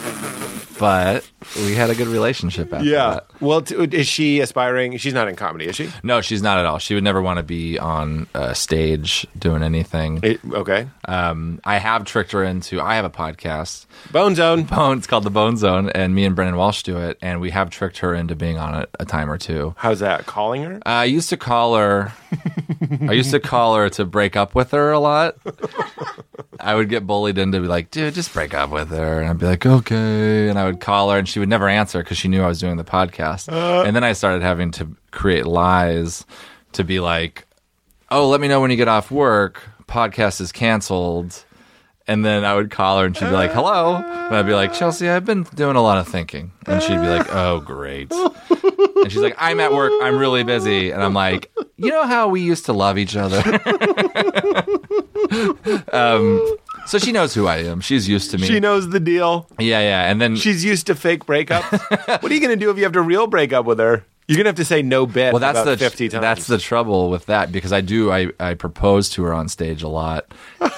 but we had a good relationship after that. Well, t- uh, is she aspiring? She's not in comedy, is she? No, she's not at all. She would never want to be on uh, stage doing anything. It- okay. Um, I have tricked her into. I have a podcast. Bone Zone. Bone. It's called the Bone Zone, and me and Brennan Walsh do it. And we have tricked her into being on it a time or two. How's that? Calling her? Uh, I used to call her. I used to call her to break up with her a lot. I would get bullied into be like, dude, just break up with her, and I'd be like, okay. And I would call her, and she would never answer because she knew I was doing the podcast. and then I started having to create lies to be like, oh, let me know when you get off work. Podcast is canceled. And then I would call her, and she'd be like, hello. And I'd be like, Chelsea, I've been doing a lot of thinking. And she'd be like, oh, great. And she's like, I'm at work. I'm really busy. And I'm like, you know how we used to love each other. um, so she knows who I am. She's used to me. She knows the deal. yeah, yeah. And then She's used to fake breakups. what are you going to do if you have to real break up with her? You're going to have to say no bit well, that's about the 50 times. that's the trouble with that because I do I I propose to her on stage a lot,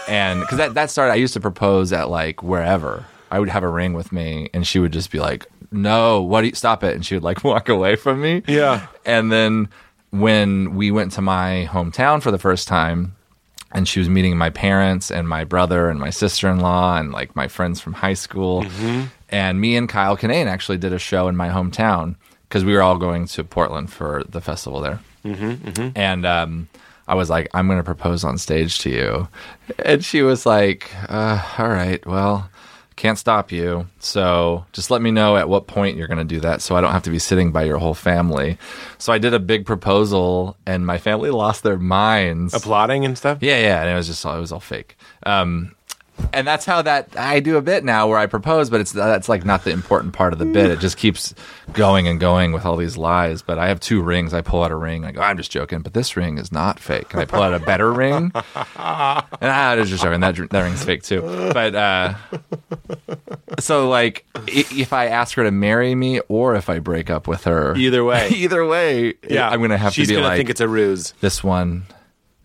and because that that started I used to propose at like wherever I would have a ring with me and she would just be like no what do you stop it and she would like walk away from me Yeah. and then when we went to my hometown for the first time and she was meeting my parents and my brother and my sister-in-law and like my friends from high school and me and kyle kinane actually did a show in my hometown because we were all going to portland for the festival there and um, I was like, I'm going to propose on stage to you. And she was like, uh, All right, well, can't stop you. So just let me know at what point you're going to do that so I don't have to be sitting by your whole family. So I did a big proposal and my family lost their minds. plotting and stuff. Yeah, yeah, and it was just all, it was all fake. Um, and that's how that I do a bit now where I propose, but it's that's like not the important part of the bit. It just keeps going and going with all these lies. But I have two rings. I pull out a ring. I go, I'm just joking, but this ring is not fake. And I pull out a better ring, and I was just joking. That that ring's fake too. But uh, so like i- if I ask her to marry me or if I break up with her, Either way. either way, yeah, I'm gonna have She's to be gonna like think it's a ruse. this one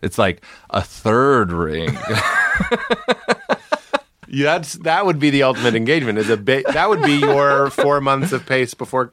it's like a third ring Yeah, that's that would be the ultimate engagement. Is a bit that would be your four months of pace before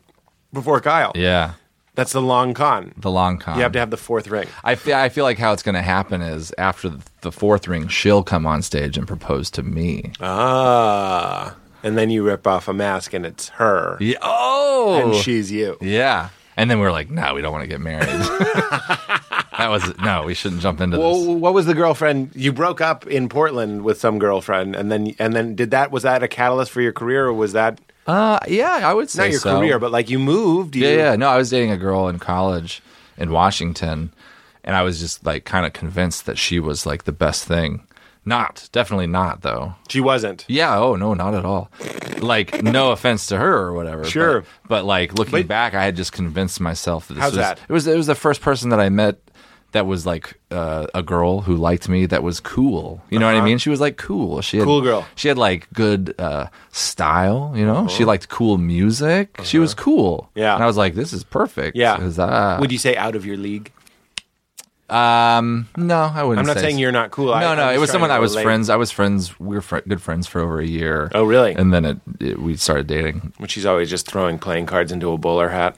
before Kyle. yeah That's the long con. the long con You have to have the fourth ring. I feel, I feel like how it's going to happen is after the- the fourth ring she'll come on stage and propose to me Uh. Ah, and then you rip off a mask, and it's her, yeah. oh and she's you. yeah and then we are like no we don't want to get married that was no we shouldn't jump into this Well, what was the girlfriend? You broke up in Portland with some girlfriend, and then and then did that? Was that a catalyst for your career, or was that uh, yeah i would say not your so. career, but like you moved? You, Yeah, yeah. No, I was dating a girl in college in Washington, and I was just like kind of convinced that she was like the best thing. Not, definitely not, though. She wasn't. Yeah, oh, no, not at all. Like, no offense to her or whatever. but- Sure. But, like, looking back, I had just convinced myself that this How's was. that? It was, it was the first person that I met that was like uh, a girl who liked me that was cool. You know what I mean? She was like cool. She had, Uh-huh. Cool girl. Uh-huh. She had like good uh, style, you know? She liked cool music. She was cool. Yeah. And I was like, this is uh, perfect. Yeah. Huzzah. Would you say out of your league? um, no, I wouldn't I'm not say saying so. you're not cool. I- No, I'm no, just it was trying someone to I was relate. friends. I was friends. We were fr- good friends for over a year. Oh, really? And then it, it we started dating. But she's always just throwing playing cards into a bowler hat.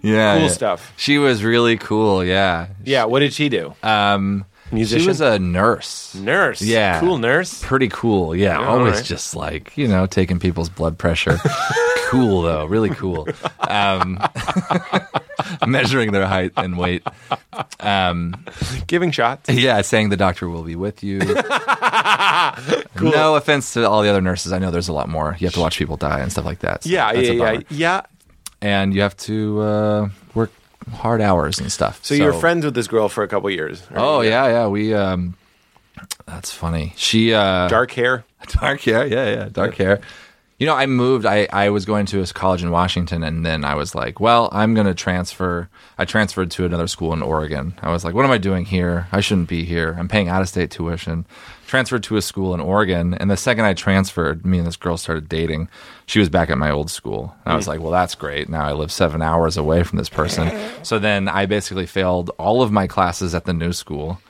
Yeah, yeah. Cool stuff. She was really cool. Yeah, yeah. What did she do? Um, Musician? She was a nurse. nurse. yeah. Cool nurse. Pretty cool. Yeah, always right. just like you know taking people's blood pressure. cool though, really cool. Um, measuring their height and weight. Giving shots. Yeah, saying the doctor will be with you. No offense to all the other nurses. I know there's a lot more. You have to watch people die and stuff like that. So Yeah, that's yeah, a yeah, bummer. yeah. And you have to uh, work hard hours and stuff. So, you were friends with this girl for a couple years. right? Oh yeah, yeah. We. Um, that's funny. She uh, Dark hair. dark hair. Yeah, yeah, dark hair. You know, I moved. I, I was going to a college in Washington, and then I was like, well, I'm going to transfer. I transferred to another school in Oregon. I was like, what am I doing here? I shouldn't be here. I'm paying out of state tuition. Transferred to a school in Oregon, and the second I transferred, me and this girl started dating. She was back at my old school. And I was like, well, that's great. Now I live seven hours away from this person. So then I basically failed all of my classes at the new school,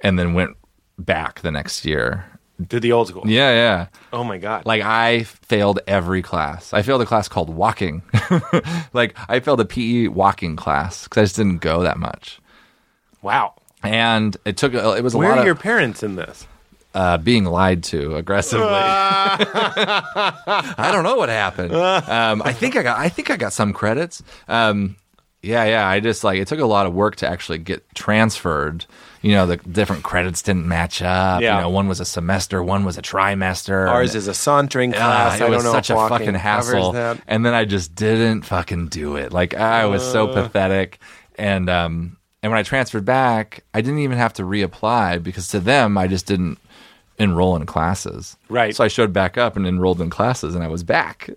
and then went back the next year. Did the old school. Yeah, yeah. Oh my god. Like I failed every class. I failed a class called walking. like I failed a PE walking class because I just didn't go that much. wow. And it took it was a Where lot are your of parents in this? uh, being lied to aggressively. I don't know what happened. Um, I think I got I think I got some credits. Um, yeah, yeah. I just like it took a lot of work to actually get transferred. You know, the different credits didn't match up. Yeah. You know, one was a semester, one was a trimester. Ours and- is a sauntering Ah, class. it I was don't know such if a walking fucking hassle. covers that. And then I just didn't fucking do it. Like I was so Uh. pathetic. And um, and when I transferred back, I didn't even have to reapply because to them I just didn't enroll in classes. Right. So I showed back up and enrolled in classes, and I was back.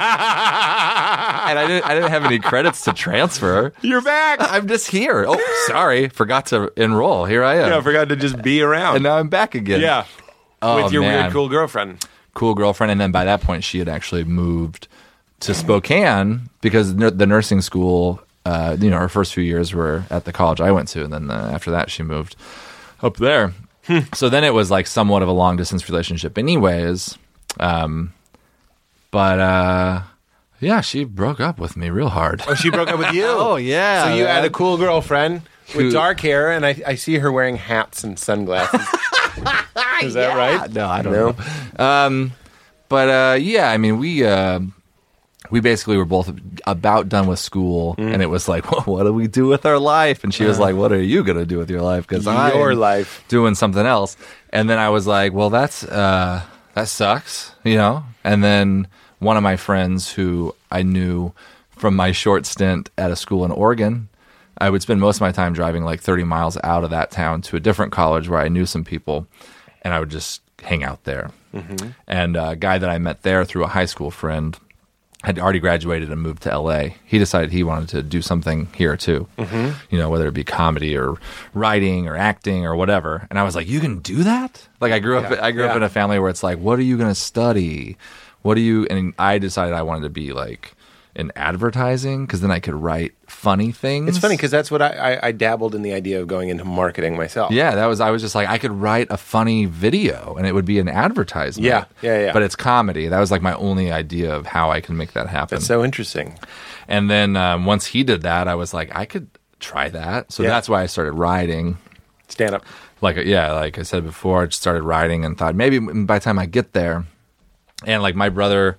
Yeah. And I didn't, I didn't have any credits to transfer. You're back. I'm just here. Oh, sorry, forgot to enroll. Here I am, Yeah, I forgot to just be around. and now I'm back again. yeah. Oh, With your man. weird, cool girlfriend. cool girlfriend. And then by that point, she had actually moved to Spokane because n- the nursing school, uh, you know, her first few years were at the college I went to. And then uh, after that, she moved up there. Hmm. so then it was like somewhat of a long distance relationship, anyways. Um, but uh, yeah, she broke up with me real hard. Oh, she broke up with you. Oh, yeah, So you had man. a cool girlfriend Who- with dark hair, and I, I see her wearing hats and sunglasses. Is that right? No, I don't know. Um, but uh, yeah, I mean, we uh, we basically were both about done with school, and it was like, what do we do with our life? And she was like, what are you gonna do with your life? Because Your life. doing something else. And then I was like, well, that's uh, that sucks, you know. And then one of my friends who I knew from my short stint at a school in Oregon, I would spend most of my time driving like 30 miles out of that town to a different college where I knew some people, and I would just hang out there. And a guy that I met there through a high school friend had already graduated and moved to LA. He decided he wanted to do something here too, Mm-hmm. you know, whether it be comedy or writing or acting or whatever. And I was like, "You can do that!" Like I grew up, I grew up Yeah. in a family where it's like, "What are you going to study? What do you?" And I decided I wanted to be like in advertising because then I could write funny things. It's funny because that's what I, I, I dabbled in the idea of going into marketing myself. Yeah, that was. I was just like, I could write a funny video, and it would be an advertisement. Yeah, yeah, yeah. But it's comedy. That was like my only idea of how I can make that happen. That's so interesting. and then um, once he did that, I was like, I could try that. So Yeah. that's why I started writing. Stand up. Like, yeah, like I said before, I just started writing and thought maybe by the time I get there, and like my brother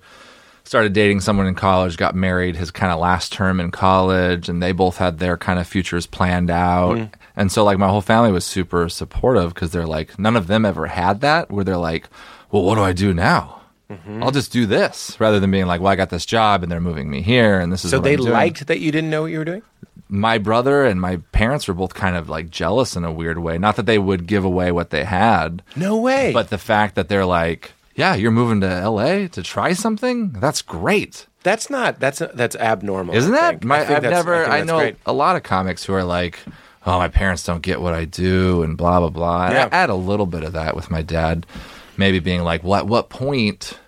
started dating someone in college, got married his kind of last term in college, and they both had their kind of futures planned out. Mm. And so, like, my whole family was super supportive because they're like, none of them ever had that where they're like, well, what do I do now? Mm-hmm. I'll just do this rather than being like, well, I got this job and they're moving me here and this is So what they I'm doing." liked that you didn't know what you were doing? my brother and my parents were both kind of like jealous in a weird way. Not that they would give away what they had, No way. but the fact that they're like, yeah, you're moving to LA to try something? That's great. that's not, that's that's abnormal. Isn't I that? think. My, I think I've that's- never, think I, that's know great. a lot of comics who are like, oh, my parents don't get what I do and blah, blah, blah. Yeah. And I had a little bit of that with my dad, maybe being like, well, at what point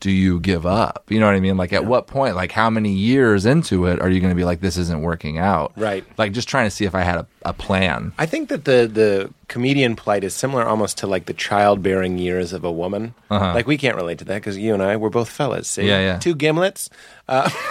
do you give up? You know what I mean? Like, at what point, like, how many years into it are you going to be like, this isn't working out? Right. Like, just trying to see if I had a, a plan. I think that the the comedian plight is similar almost to like the childbearing years of a woman. Like we can't relate to that because you and I we're both fellas. See? Uh-huh. Yeah, yeah. Two gimlets.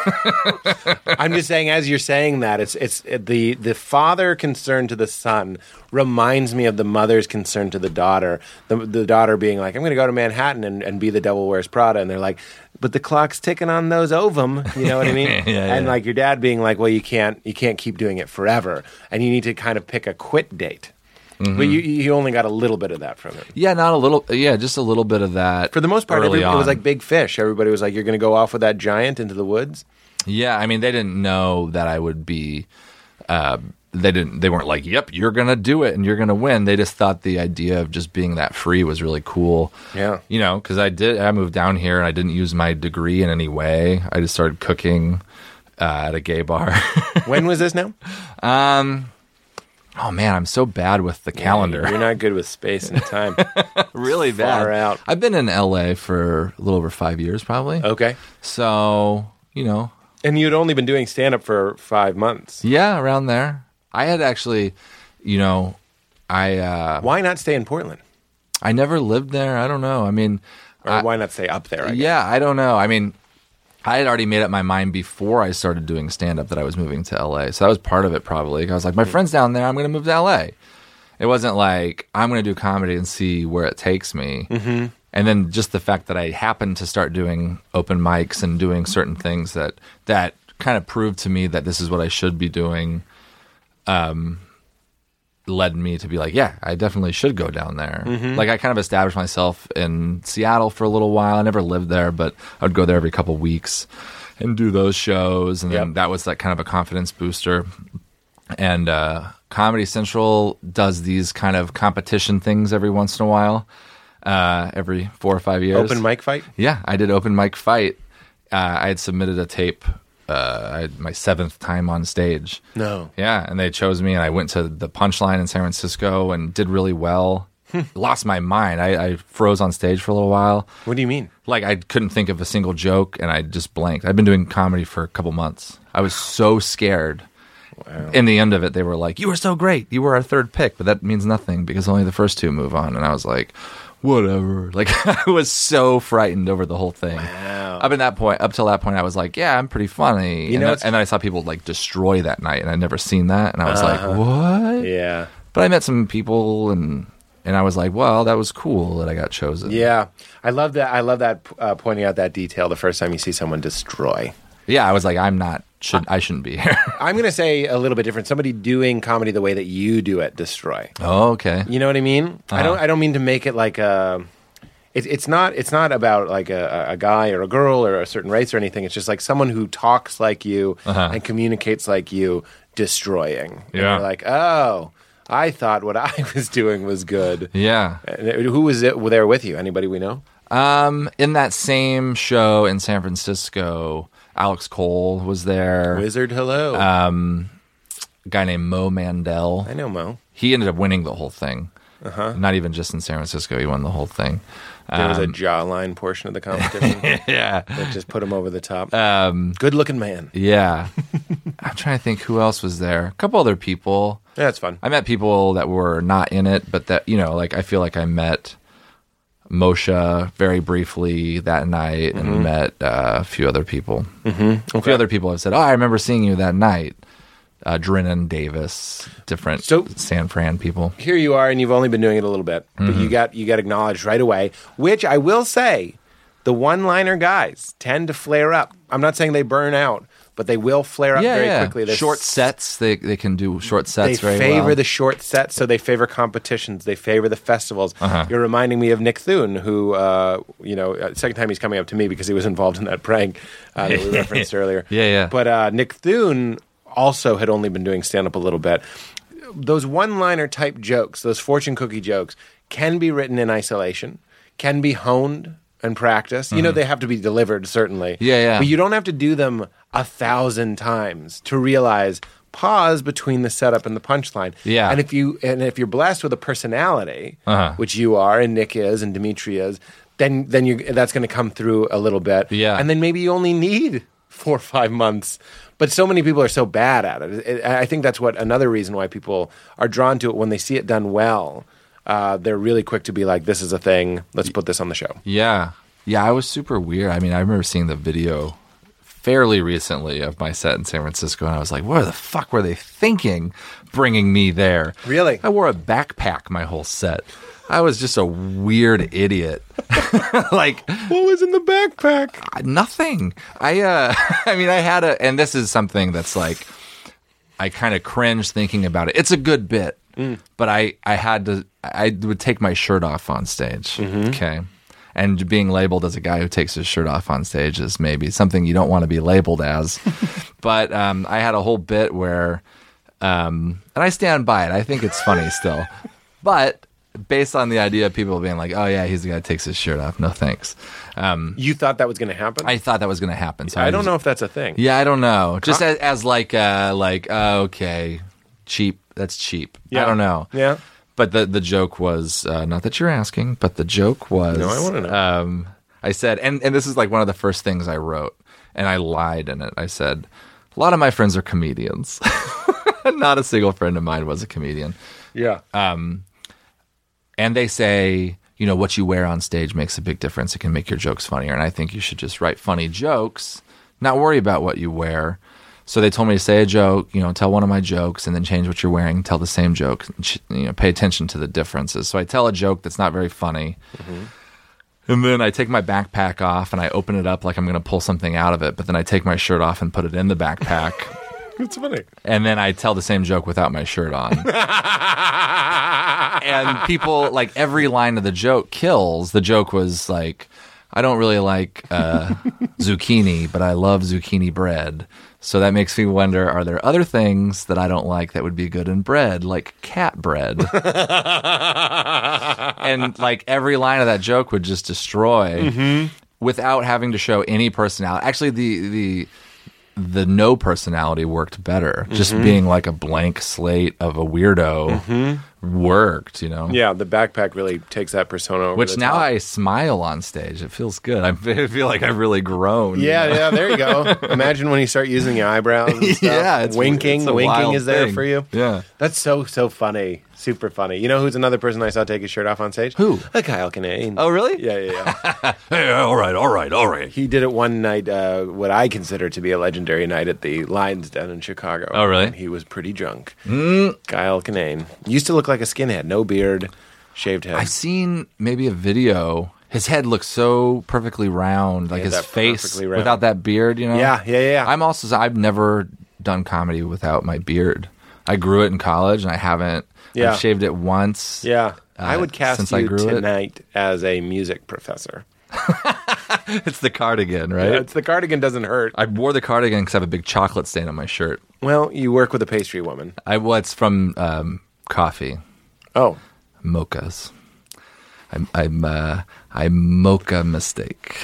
Uh, I'm just saying, as you're saying that, it's it's it, the the father concern to the son reminds me of the mother's concern to the daughter. The, the daughter being like, "I'm going to go to Manhattan and, and be the Devil Wears Prada," and they're like, "But the clock's ticking on those ovum." You know what I mean? Yeah, and yeah. like your dad being like, "Well, you can't you can't keep doing it forever, and you need to kind of pick a quit date." Mm-hmm. But you you only got a little bit of that from him. Yeah, not a little. Yeah, just a little bit of that. For the most part, early everybody, it on. was like big fish. Everybody was like, "You're going to go off with that giant into the woods." yeah. I mean, they didn't know that I would be. Uh, they didn't. They weren't like, "Yep, you're gonna do it and you're gonna win." They just thought the idea of just being that free was really cool. Yeah. you know, because I did. I moved down here and I didn't use my degree in any way. I just started cooking uh, at a gay bar. when was this now? oh man, I'm so bad with the calendar. You're not good with space and time. really far out. Oh. I've been in LA for a little over five years, probably. okay. So you know, And you'd only been doing stand up for five months. Yeah, around there. I had actually, you know, I uh, Why not stay in Portland? I never lived there. I don't know. I mean, Or why not stay up there? I guess? yeah, I don't know. I mean, I had already made up my mind before I started doing stand up that I was moving to LA. So that was part of it, probably. I was like, my friend's down there. I'm going to move to LA. It wasn't like I'm going to do comedy and see where it takes me. Mm-hmm. And then just the fact that I happened to start doing open mics and doing certain things that that kind of proved to me that this is what I should be doing. Um, led me to be like, yeah, I definitely should go down there. Mm-hmm. Like I kind of established myself in Seattle for a little while. I never lived there, but I would go there every couple weeks and do those shows, and then Yep. that was like kind of a confidence booster. and uh, Comedy Central does these kind of competition things every once in a while, uh, every four or five years. Open mic fight. Yeah, I did open mic fight. Uh, I had submitted a tape. Uh, I had my seventh time on stage. No. Yeah, and they chose me, and I went to the punchline in San Francisco and did really well. Lost my mind. I, I froze on stage for a little while. What do you mean? Like I couldn't think of a single joke, and I just blanked. I've been doing comedy for a couple months. I was so scared. In the end of it, they were like, "You were so great. You were our third pick, but that means nothing because only the first two move on." And I was like, "Whatever." Like I was so frightened over the whole thing. Wow. Up in that point, up till that point, I was like, "Yeah, I'm pretty funny." You and, know, then, it's- and then I saw people like destroy that night, and I'd never seen that, and I was like, "What?" Uh-huh. Yeah. But I met some people, and and I was like, "Well, that was cool that I got chosen." Yeah, I love that. I love that uh, pointing out that detail the first time you see someone destroy. yeah. I was like, "I'm not should I shouldn't be here." I'm going to say a little bit different. Somebody doing comedy the way that you do it, destroy. oh, okay. You know what I mean? I Uh-huh. don't. I don't mean to make it like a. It, it's not. It's not about like a, a guy or a girl or a certain race or anything. It's just like someone who talks like you and communicates like you, destroying. And Uh-huh. Yeah. you're like, oh, I thought what I was doing was good. Yeah. And Who was it there with you? Anybody we know? Um, in that same show in San Francisco, Alex Cole was there. Wizard, hello. Uh, a guy named Mo Mandel. I know Mo. He ended up winning the whole thing. Not even just in San Francisco, he won the whole thing. There was a um, jawline portion of the competition Yeah. that just put him over the top. Um, Good looking man. Yeah. I'm trying to think who else was there. A couple other people. Yeah, it's fun. I met people that were not in it, but that you know, like I feel like I met Moshe very briefly that night, Mm-hmm. and met uh, a few other people. Mm-hmm. A few other people have said, "Oh, I remember seeing you that night." Uh, Drennan Davis, different So- San Fran people. Here you are, and you've only been doing it a little bit, but Mm-hmm. you got you got acknowledged right away. Which I will say, the one liner guys tend to flare up. I'm not saying they burn out, but they will flare up Yeah, very yeah. quickly. They're short s- sets. They they can do short They sets very favor well. the short sets, so they favor competitions. They favor the festivals. Uh-huh. You're reminding me of Nick Thune, who, uh, you know, uh, second time he's coming up to me because he was involved in that prank uh, that we referenced earlier. Yeah, yeah. But uh, Nick Thune also had only been doing stand up a little bit. Those one liner type jokes, those fortune cookie jokes, can be written in isolation, can be honed and practiced. You know, they have to be delivered, certainly. Mm-hmm. Yeah, yeah. But you don't have to do them a thousand times to realize pause between the setup and the punchline. Yeah. And if you and if you're blessed with a personality, Uh-huh. which you are, and Nick is, and Dimitri is, then then you that's going to come through a little bit. Yeah. And then maybe you only need four or five months. But so many people are so bad at it. it I I think that's what another reason why people are drawn to it when they see it done well. Uh, they're really quick to be like, "This is a thing. Let's put this on the show." Yeah. Yeah, I was super weird. I mean, I remember seeing the video fairly recently of my set in San Francisco, and I was like, what the fuck were they thinking bringing me there? Really? I wore a backpack my whole set. I was just a weird idiot. like, What was in the backpack? nothing. I uh I mean I had a and this is something that's like I kind of cringe thinking about it. It's a good bit. But I I had to I would take my shirt off on stage. Okay. And being labeled as a guy who takes his shirt off on stage is maybe something you don't want to be labeled as. but um I had a whole bit where um and I stand by it. I think it's funny still. But based on the idea of people being like, "Oh yeah, he's the guy who takes his shirt off." No thanks. Um You thought that was going to happen? I thought that was going to happen. So I don't just- know if that's a thing. Yeah, I don't know. Just as, as like uh like uh, okay, cheap. That's cheap. Yeah. I don't know. Yeah. But the the joke was uh, not that you're asking, but the joke was. No, I wanna know. Um, I said, and and this is like one of the first things I wrote, and I lied in it. I said, a lot of my friends are comedians. not a single friend of mine was a comedian Yeah. Uh, and they say you know what you wear on stage makes a big difference it can make your jokes funnier and i think you should just write funny jokes not worry about what you wear so they told me to say a joke you know tell one of my jokes and then change what you're wearing tell the same joke and ch- you know pay attention to the differences so i tell a joke that's not very funny and then I take my backpack off and I open it up like I'm going to pull something out of it. But then I take my shirt off and put it in the backpack. it's funny. and then I tell the same joke without my shirt on. and people like every line of the joke kills. The joke was like, I don't really like uh, zucchini, but I love zucchini bread. So that makes me wonder: Are there other things that I don't like that would be good in bread, like cat bread? and like every line of that joke would just destroy without having to show any personality. Actually, the the the no personality worked better. Just Mm-hmm. being like a blank slate of a weirdo worked, you know. Mm-hmm. Yeah, the backpack really takes that persona. Over Which the now top. I smile on stage. It feels good. I feel like I've really grown. Yeah, yeah, there you go. Imagine when you start using your eyebrows. And stuff. Yeah, it's- winking, it's a winking wild is there thing. for you. Yeah. that's so so funny, super funny. You know who's another person I saw take his shirt off on stage? Who? A Kyle Kinane. Oh, really? Yeah, yeah, yeah. Hey, all right, all right, all right. he did it one night, uh, what I consider to be a legendary night at the Lions Den in Chicago. Oh, really? Mm. And he was pretty drunk. Kyle Kinane used to look like a skinhead, no beard, shaved head. I've seen maybe a video. His head looks so perfectly round, like his that face perfectly round. without that beard. You know? Yeah, yeah, yeah. I'm also. I've never done comedy without my beard. I grew it in college, and I haven't. Yeah. I've shaved it once. yeah, I Uh, would cast since I you grew it. tonight as a music professor. it's the cardigan, right? It's the cardigan doesn't hurt. I wore the cardigan because I have a big chocolate stain on my shirt. Well, you work with a pastry woman. I what's from um, coffee Oh, mochas. I'm I'm uh, I mocha mistake.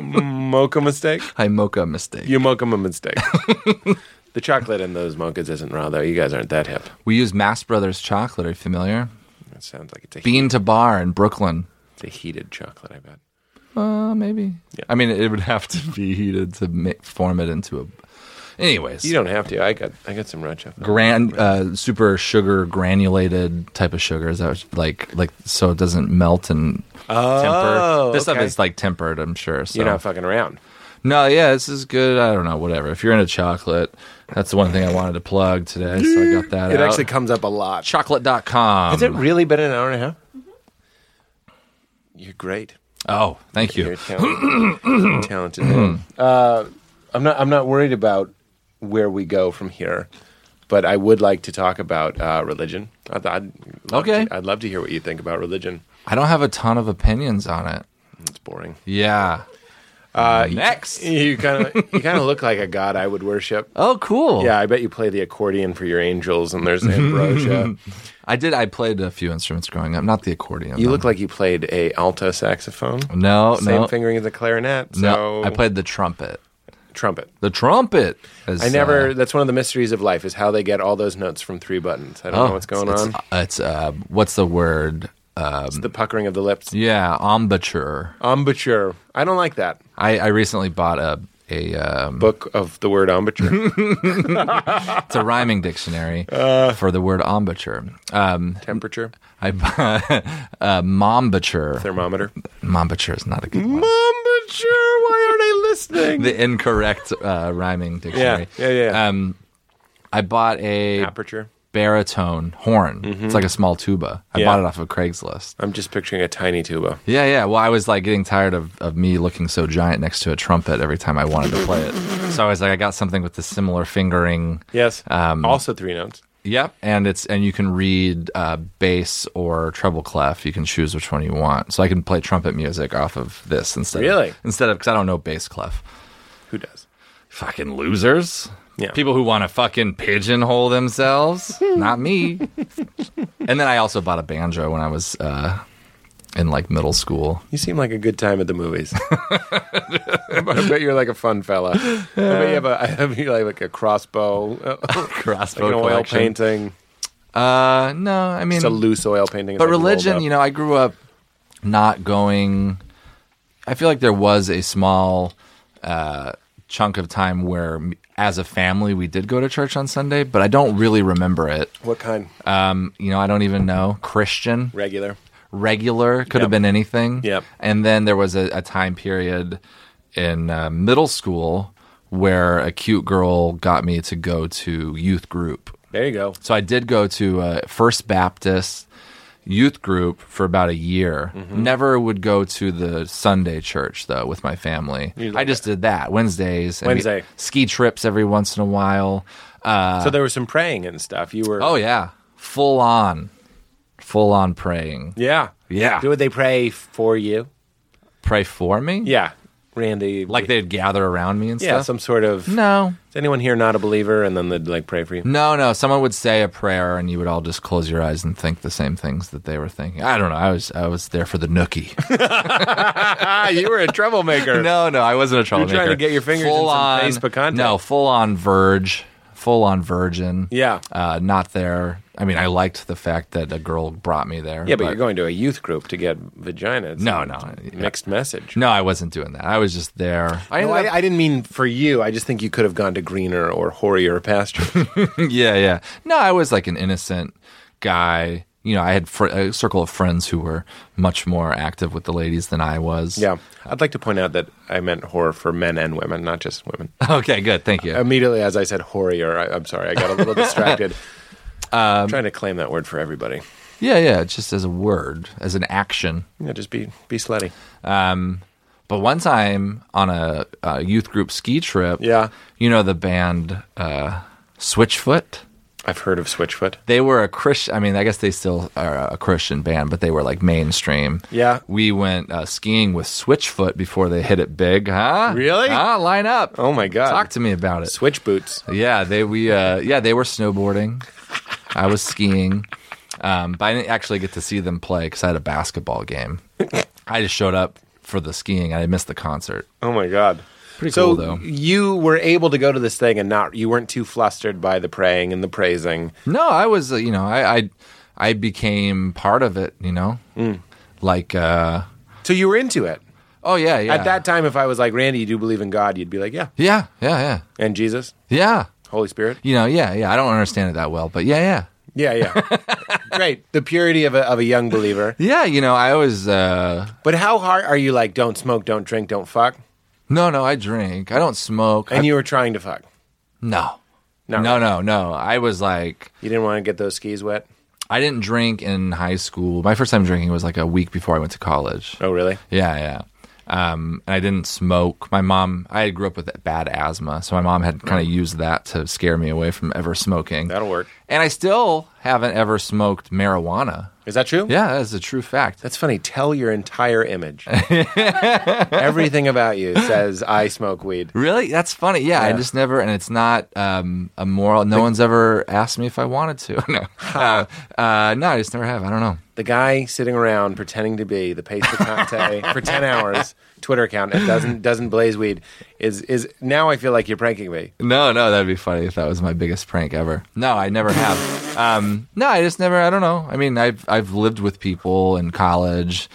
mocha mistake. I mocha mistake. You mocha a mistake. the chocolate in those mochas isn't raw though. You guys aren't that hip. We use Mass Brothers chocolate. Are you familiar? That sounds like it's a, Bean to bar in Brooklyn. it's a heated chocolate. I bet. Uh, maybe. I mean, it would have to be heated to ma- form it into a. Anyways, You don't have to. I got I got some red chocolate. gran uh, super sugar granulated type of sugar is that what- like like so it doesn't melt and temper. This Oh, okay. stuff is like tempered, I'm sure. So. You're not fucking around. No, yeah, this is good. I don't know, whatever. If you're into chocolate, that's the one thing I wanted to plug today, so I Um, got that It out. actually comes up a lot. chocolate.com. Has it really been an hour and a half? Mm-hmm. You're great. oh, thank You're you. talented. You're talented. man. Uh, I'm not. I'm not worried about where we go from here, but I would like to talk about uh, religion. I'd, I'd love Okay. To, I'd love to hear what you think about religion. I don't have a ton of opinions on it. It's boring. Yeah. Uh, Next. You kind of. you kind of look like a god I would worship. Oh, cool. Yeah, I bet you play the accordion for your angels, and there's ambrosia. I did. I played a few instruments growing up, not the accordion. you though. look like you played a alto saxophone. no, Same no, fingering as a clarinet. So no. I played the trumpet. trumpet. The trumpet. is, I never. uh, that's one of the mysteries of life is how they get all those notes from three buttons. I don't know what's it's- going Oh, it's, on. It's uh, what's the word? Uh, It's the puckering of the lips. yeah, embouchure. Embouchure. I don't like that I, I recently bought a a um, book of the word embouchure. it's a rhyming dictionary Uh. for the word embouchure. Um, Temperature, I bought uh, mombature. thermometer. Mombature is not a good one. Embouchure. Why aren't I listening? The incorrect uh, rhyming yeah, dictionary. yeah, yeah. Um, I bought a Aperture. baritone horn. It's like a small tuba. I Mm-hmm. Yeah. bought it off of Craigslist. I'm just picturing a tiny tuba. Yeah, yeah. Well, I was like getting tired of, of me looking so giant next to a trumpet every time I wanted to play it. So I was like, I got something with the similar fingering. Yes. Um, also three notes. Yep, and it's and you can read uh, bass or treble clef. You can choose which one you want. So I can play trumpet music off of this instead. Really? Of, instead of because I don't know bass clef. Who does? Fucking losers. Yeah. People who want to fucking pigeonhole themselves. Not me. and then I also bought a banjo when I was uh, in like middle school. You seem like a good time at the movies. I bet you're like a fun fella. I bet you have a, I bet you have like a crossbow, like Crossbow an oil collection. painting. Uh, no, I mean It's a loose oil painting. But religion, you know, I grew up not going. I feel like there was a small uh, chunk of time where, m- as a family, we did go to church on Sunday, but I don't really remember it. What kind? Um, you know, I don't even know. Christian, Regular. regular, could Yep. have been anything. Yep. And then there was a, a time period in uh, middle school where a cute girl got me to go to youth group. There you go. So I did go to uh, First Baptist youth group for about a year. Mm-hmm. Never would go to the Sunday church though with my family. You like I just did that Wednesdays, and we- Wednesday. ski trips every once in a while. Uh, so there was some praying and stuff. You were. oh yeah, full on, full on praying. yeah. Yeah. Would they pray for you? pray for me? Yeah, Randy. Like they'd gather around me and yeah, stuff? some sort of. no. Is anyone here not a believer? And then they'd like pray for you. No, no. Someone would say a prayer, and you would all just close your eyes and think the same things that they were thinking. I don't know. I was I was there for the nookie. Ah, you were a troublemaker. no, no, I wasn't a troublemaker. trying to get your fingers in some Facebook content. No, full on Verge, full on Virgin. Yeah. uh, not there. I mean, I liked the fact that a girl brought me there. Yeah, but, you're going to a youth group to get vaginas. No, no. Mixed message. No, I wasn't doing that. I was just there. I No, ended I, I didn't mean for you. I just think you could have gone to greener or hoarier pastures. yeah, yeah. No, I was like an innocent guy. You know, I had fr- a circle of friends who were much more active with the ladies than I was. yeah. I'd like to point out that I meant whore for men and women, not just women. Okay, good. Thank you. Immediately as I said hoarier, I, I'm sorry, I got a little distracted. Um, I'm trying to claim that word for everybody. yeah, yeah. Just as a word, as an action. Yeah, just be be slutty. But one time on a, a youth group ski trip, Yeah. you know the band uh, Switchfoot. I've heard of Switchfoot. They were a Christian. I mean, I guess they still are a Christian band, but they were like mainstream. Yeah. we went uh, skiing with Switchfoot before they hit it big, huh? Really? Huh? Line up. Oh my god. Talk to me about it. Switch boots. Yeah, they we uh, yeah they were snowboarding. I was skiing, um, but I didn't actually get to see them play because I had a basketball game. I just showed up for the skiing and I missed the concert. Oh my god. Pretty so cool though. you were able to go to this thing and not you weren't too flustered by the praying and the praising. No, I was, uh, you know, I, I, I became part of it, you know, Mm. like, uh, So you were into it. oh yeah, yeah, At that time if I was like Randy, you do believe in God, you'd be like, yeah. yeah, yeah, yeah, And Jesus, yeah, Holy Spirit. you know, yeah, yeah. I don't understand it that well, but yeah, yeah, Yeah, yeah. Great. The purity of a of a young believer. yeah. You know, I always, uh, But how hard are you like don't smoke, don't drink, don't fuck? no, no, I drink, I don't smoke, And I, you were trying to fuck. no, No. no, no, no. I was like, You didn't want to get those skis wet? I didn't drink in high school. My first time drinking was like a week before I went to college. Oh really? Yeah, yeah. Um, and I didn't smoke. My mom, I grew up with bad asthma, so my mom had kind of used that to scare me away from ever smoking. That'll work. And I still haven't ever smoked marijuana. Is that true? Yeah, that's a true fact. That's funny. Tell your entire image. Everything about you says I smoke weed. Really? That's funny. Yeah, I Yeah. just never, and it's not um, a moral. No one's ever asked me if I wanted to. no, uh, uh, no, I just never have. I don't know. The guy sitting around pretending to be the pace Conte for ten hours, Twitter account and doesn't doesn't blaze weed is is now I feel like you're pranking me. No, no, that'd be funny if that was my biggest prank ever. No, I never have. Um, no, I just never. I don't know. I mean, I've I've lived with people in college,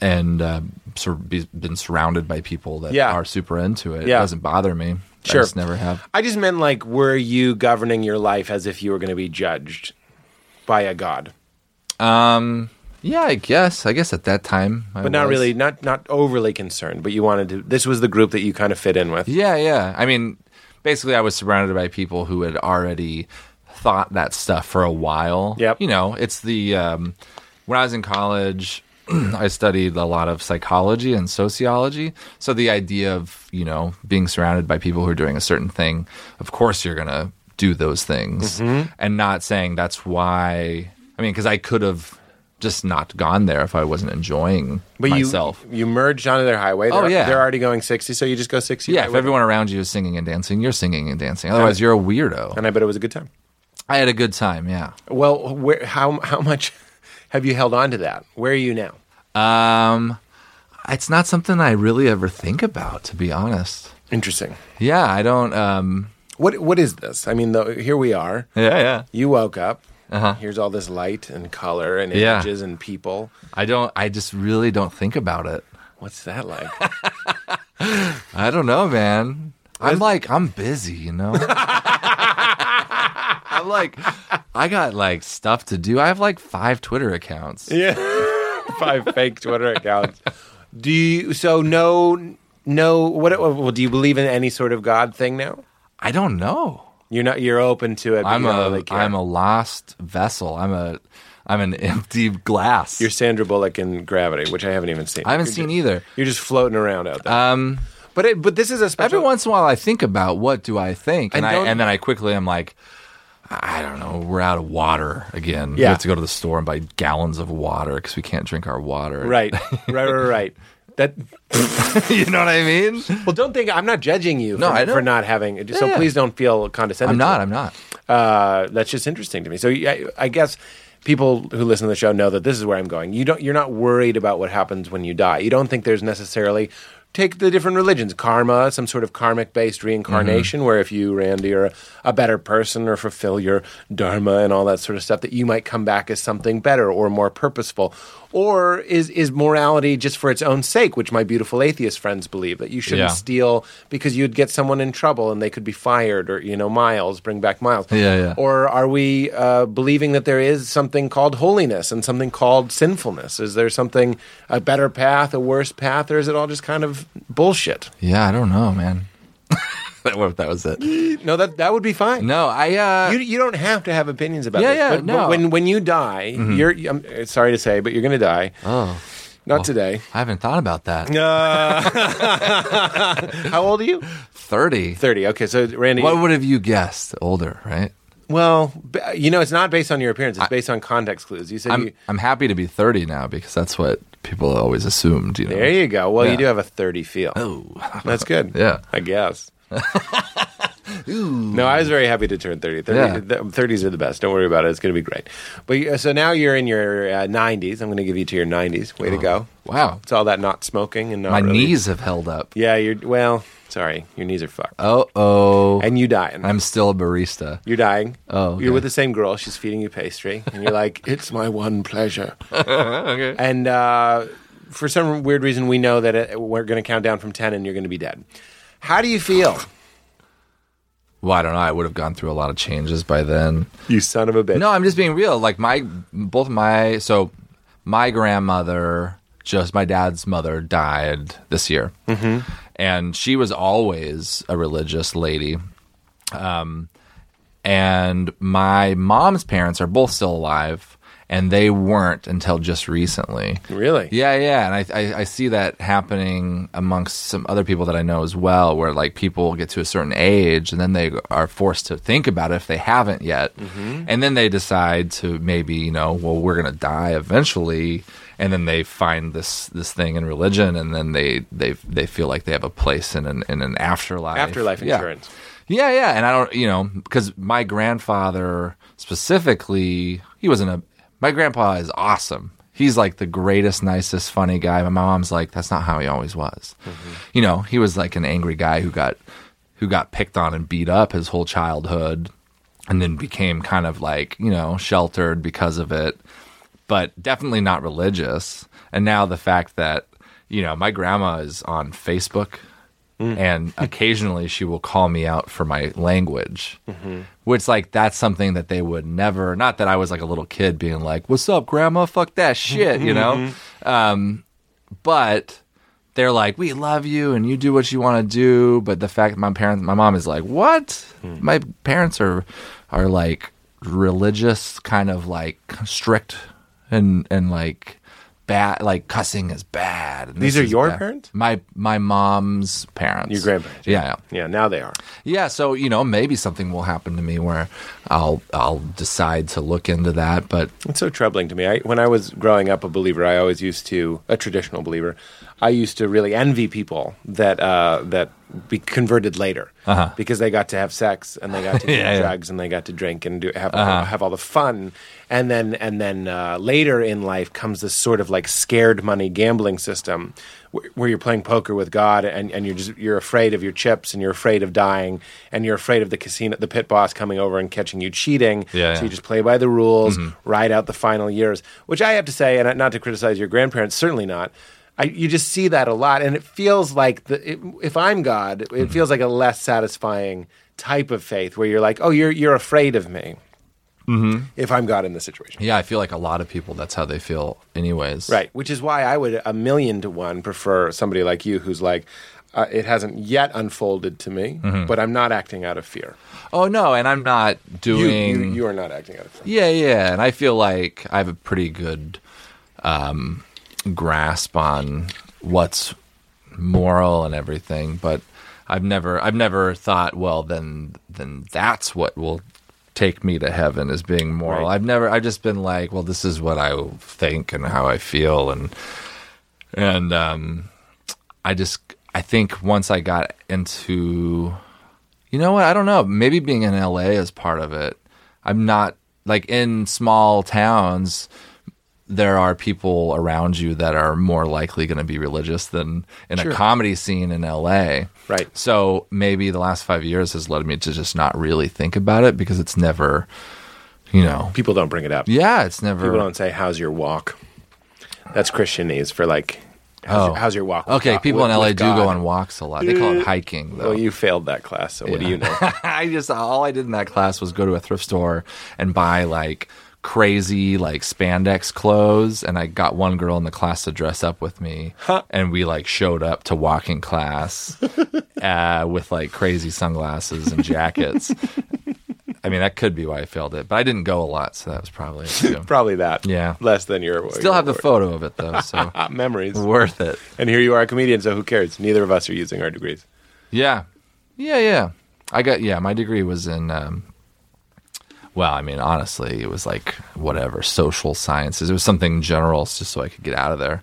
and uh, sur- be, been surrounded by people that Yeah. are super into it. Yeah. It doesn't bother me. Sure. I just never have. I just meant like were you governing your life as if you were going to be judged by a god? Yeah, I guess. I guess at that time, I But not was. really not not overly concerned, but you wanted to this was the group that you kind of fit in with. Yeah, yeah. I mean, basically, I was surrounded by people who had already thought that stuff for a while. Yep. You know, it's the um, when I was in college, I studied a lot of psychology and sociology. So the idea of you know being surrounded by people who are doing a certain thing, of course, you're gonna do those things, Mm-hmm. and not saying that's why. I mean, because I could have just not gone there if I wasn't enjoying But myself. you you merged onto their highway. Oh, They're- yeah. they're already going sixty, so you just go sixty. yeah, right if with everyone around you is singing and dancing, you're singing and dancing. Otherwise, you're a weirdo. them. And I bet it was a good time. I had a good time. Yeah. Well, where, how how much have you held on to that? Where are you now? Um, it's not something I really ever think about, to be honest. Interesting. Yeah, I don't. Um, What what is this? I mean, the, here we are. yeah, yeah. You woke up. Here's all this light and color and Uh-huh. Yeah. images and people. I don't. I just really don't think about it. What's that like? I don't know, man. I'm like I'm busy, you know. I'm like I got like stuff to do. I have like five Twitter accounts. Five fake Twitter accounts. Do you so no no what well, do you believe in any sort of god thing now? I don't know. You're not you're open to it. but I'm you don't a really care. am a lost vessel. I'm a I'm an empty glass. You're Sandra Bullock in Gravity, which I haven't even seen. I haven't You're seen ju- either. Uh, You're just floating around out there. Um, but it, but this is a special. Every once in a while, I think about what do I think, and And I, don't- and then I quickly am like, I don't know. We're out of water again. We Yeah. have to go to the store and buy gallons of water because we can't drink our water. Right, right, right, right. That you know what I mean? well, don't think I'm not judging you. No, for, I know. for not having. it. so Yeah. please don't feel condescending. I'm to not. it. I'm not. Uh, that's just interesting to me. So I, I guess people who listen to the show know that this is where I'm going. You don't. You're not worried about what happens when you die. You don't think there's necessarily take the different religions, karma, some sort of karmic based reincarnation, where if you, Randy, are a better person or fulfill your dharma and all that sort of stuff, that you might come back as something better or more purposeful. Or is is morality just for its own sake, which my beautiful atheist friends believe that you shouldn't Yeah. steal because you'd get someone in trouble and they could be fired or you know miles bring back miles Yeah, yeah. or are we uh, believing that there is something called holiness and something called sinfulness? Is there something, a better path, a worse path, or is it all just kind of bullshit? Yeah, I don't know, man. That- what if that was it? No, that, that would be fine. No, I. uh You, you don't have to have opinions about Yeah, this. yeah, but, but no. Mm-hmm. when, when you die, you're, I'm uh, sorry to say, but you're going to die. Oh, Not today. Uh, I haven't thought about that. How old are you? Thirty. 30. Okay, so Randy. What would have you guessed? Older, right? well, b- you know, it's not based on your appearance, it's based on context clues. You said I'm you. I'm happy to be thirty now because that's what people always assumed. You know. There you go. Well, you Yeah. do have a 30 feel. Oh, That's good. Yeah. I guess. No, I was very happy to turn 30. 30 Yeah. th- 30s are the best. Don't worry about it. It's going to be great. But uh, so now you're in your uh, 90s. I'm going to give you to your 90s. Way to go. wow. It's all that not smoking and not Oh. My really- knees have held up. Yeah, you're well, sorry. Your knees are fucked. Oh oh. and you dying. I'm still a barista. you're dying. Oh, okay. You're with the same girl. She's feeding you pastry. And you're like, it's my one pleasure. Okay. And uh, for some weird reason, we know that it, we're going to count down from 10 and you're going to be dead. How do you feel? Well, I don't know. I would have gone through a lot of changes by then. you son of a bitch. No, I'm just being real. Like my both my so my grandmother, just my dad's mother died this year, mm-hmm. and she was always a religious lady. Um, and my mom's parents are both still alive, and they weren't until just recently. Really? Yeah, yeah, and I, I I see that happening amongst some other people that I know as well, where like people get to a certain age and then they are forced to think about it if they haven't yet, and then they decide to maybe you know well we're gonna die eventually, and then they find this this thing in religion, and then they they they feel like they have a place in an in an afterlife Afterlife Yeah. insurance. Yeah, yeah, and I don't, you know, because my grandfather specifically, he wasn't a. My grandpa is awesome. He's like the greatest, nicest, funny guy. My mom's like, that's not how he always was. Mm-hmm. You know, he was like an angry guy who got who got picked on and beat up his whole childhood, and then became kind of like you know sheltered because of it but definitely not religious. And now the fact that, you know, my grandma is on Facebook and occasionally she will call me out for my language, which, like, that's something that they would never, not that I was like a little kid being like, what's up, grandma? Fuck that shit, you know? Um, but they're like, we love you and you do what you want to do. But the fact that my parents, my mom is like, what? Hmm. My parents are, are like religious, kind of like strict and, and like bad, like cussing is bad. and These this are is your bad. parents? My, my mom's parents. Your grandparents, Yeah. yeah. Yeah, now they are. Yeah, so you know, maybe something will happen to me where I'll I'll decide to look into that. But It's so troubling to me. I, when I was growing up a believer, I always used to a traditional believer. I used to really envy people that uh, that be converted later because they got to have sex and they got to do Uh-huh. Yeah, Uh-huh. yeah. drugs and they got to drink and do, have have all the fun. And then and then uh, later in life comes this sort of like scared money gambling system where, where you're playing poker with God and, and you're just you're afraid of your chips and you're afraid of dying and you're afraid of the casino the pit boss coming over and catching you cheating. Yeah, so yeah. you just play by the rules, ride out the final years. Which I have to say, and not to criticize your grandparents, certainly not. I, you just see that a lot, and it feels like the, it, if I'm God, it feels like a less satisfying type of faith where you're like, oh, you're you're afraid of me. If I'm God in this situation, yeah, I feel like a lot of people that's how they feel, anyways. Right, which is why I would a million to one prefer somebody like you who's like, uh, it hasn't yet unfolded to me, but I'm not acting out of fear. Oh no, and I'm not You, doing. you, you are not acting out of fear. Yeah, yeah, and I feel like I have a pretty good um, grasp on what's moral and everything, but I've never, I've never thought, well, then, then that's what will take me to heaven is being moral. Right. I've never, I've just been like, well, this is what I think and how I feel, and and um, I just I think once I got into you know what, I don't know, maybe being in LA is part of it. I'm not like in small towns there are people around you that are more likely going to be religious than in a comedy scene in LA. Right. So maybe the last 5 years has led me to just not really think about it because it's never you know. People don't bring it up. Yeah, it's never People don't say, "How's your walk?" That's Christianese for like, "How's, your, how's your walk?" with Oh. Okay, God- people in with- LA with do God? go on walks a lot. They call it hiking, though. Well, you failed that class, so what do Yeah. you know? I just all I did in that class was go to a thrift store and buy like crazy like spandex clothes and I got one girl in the class to dress up with me and we like showed up to walking class uh, with like crazy sunglasses and jackets. I mean that could be why I failed it, but I didn't go a lot, so that was probably it too. Probably that. Yeah. less than your. Ah, Still have the photo of it though, so memories. worth it. And here you are, a comedian. So who cares? Neither of us are using our degrees. Yeah, yeah, yeah. I got yeah. My degree was in. Um, well, I mean, honestly, it was like whatever social sciences. It was something general, just so I could get out of there.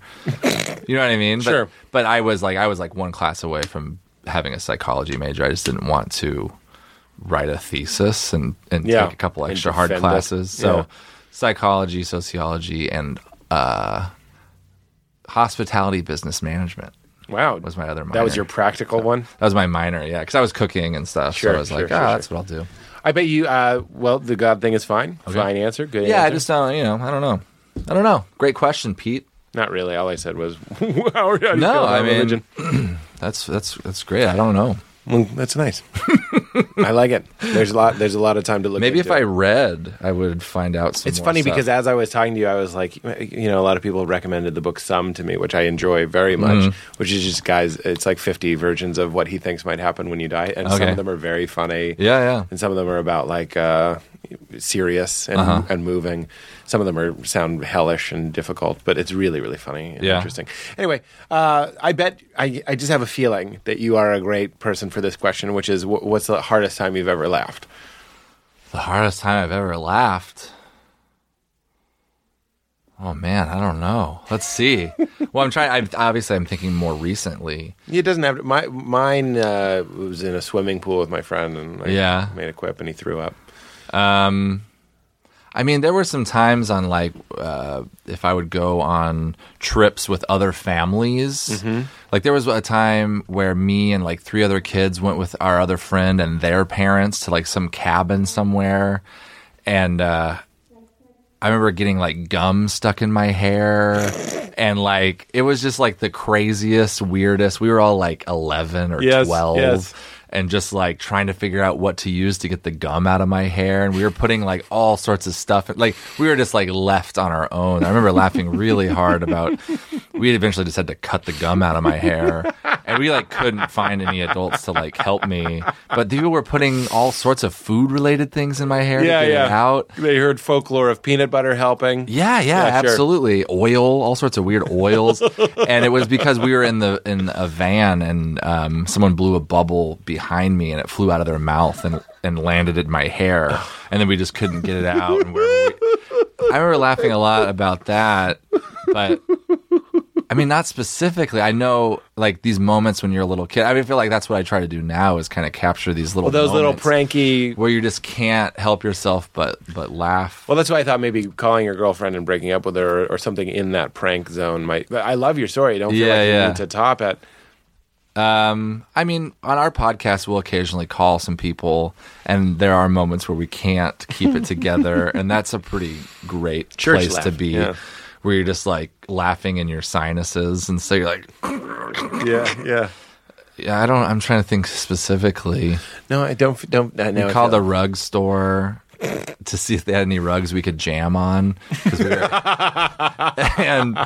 you know what I mean? But- Sure. But I was like, I was like one class away from having a psychology major. I just didn't want to write a thesis and and Yeah. take a couple And extra hard defend it. classes. So, Yeah. psychology, sociology, and uh, hospitality business management Wow, was my other minor. That was your practical one. That was my minor, yeah, because I was cooking and stuff. Sure, so I was sure, like, sure, ah, sure. that's what I'll do. I bet you. Uh, well, the God thing is fine. Fine answer. Good. Yeah, I answer. just don't, you know, I don't know. I don't know. Great question, Pete. not really. All I said was, "How are you feeling No, about I mean, religion?" that's that's that's great. I don't know. Well, that's nice. I like it. There's a lot. There's a lot of time to look. Maybe if into I it. read, I would find out. Some It's more funny stuff. because as I was talking to you, I was like, you know, a lot of people recommended the book Some to me, which I enjoy very much, Mm-hmm. which is just guys, it's like 50 versions of what he thinks might happen when you die. And some Okay. of them are very funny. Yeah, yeah. And some of them are about like uh, serious and, Uh-huh. and moving. Some of them are sound hellish and difficult, but it's really, really funny and Yeah. interesting. Anyway, uh, I bet I, I just have a feeling that you are a great person for this question, which is wh- what's the hardest time you've ever laughed? the hardest time I've ever laughed. Oh man, I don't know. Let's see. well, I'm trying. I'm, obviously, I'm thinking more recently. It doesn't have to. My mine uh, was in a swimming pool with my friend, and I Yeah. made a quip, and he threw up. I mean, there were some times on like uh, if I would go on trips with other families. Like there was a time where me and like three other kids went with our other friend and their parents to like some cabin somewhere, and uh, I remember getting like gum stuck in my hair. And like it was just like the craziest, weirdest. We were all like eleven or Yes, twelve, yes. and just like trying to figure out what to use to get the gum out of my hair and we were putting like all sorts of stuff like we were just like left on our own i remember laughing really hard about we eventually just had to cut the gum out of my hair and we like couldn't find any adults to like help me but people were putting all sorts of food related things in my hair to get it out They heard folklore of peanut butter helping. yeah, yeah, Yeah, sure. absolutely. Oil, all sorts of weird oils, and it was because we were in the in a van, and um, someone blew a bubble behind me, and it flew out of their mouth and and landed in my hair, and then we just couldn't get it out. And we're, I remember laughing a lot about that, but I mean, not specifically. I know like these moments when you're a little kid. I mean, I feel like that's what I try to do now is kind of capture these little Well, those little moments pranky. where you just can't help yourself but but laugh. Well, that's why I thought maybe calling your girlfriend and breaking up with her, or, or something in that prank zone might. But I love your story. Don't feel Yeah, like you yeah. need to top it. I mean, on our podcast, we'll occasionally call some people, and there are moments where we can't keep it together, and that's a pretty great Church place laugh, to be, yeah. where you're just like laughing in your sinuses, and so you're like, Yeah, yeah. yeah, I don't. I'm trying to think specifically. No, I don't. Don't. I know. we I called feel- a rug store to see if they had any rugs we could jam on 'cause we were- and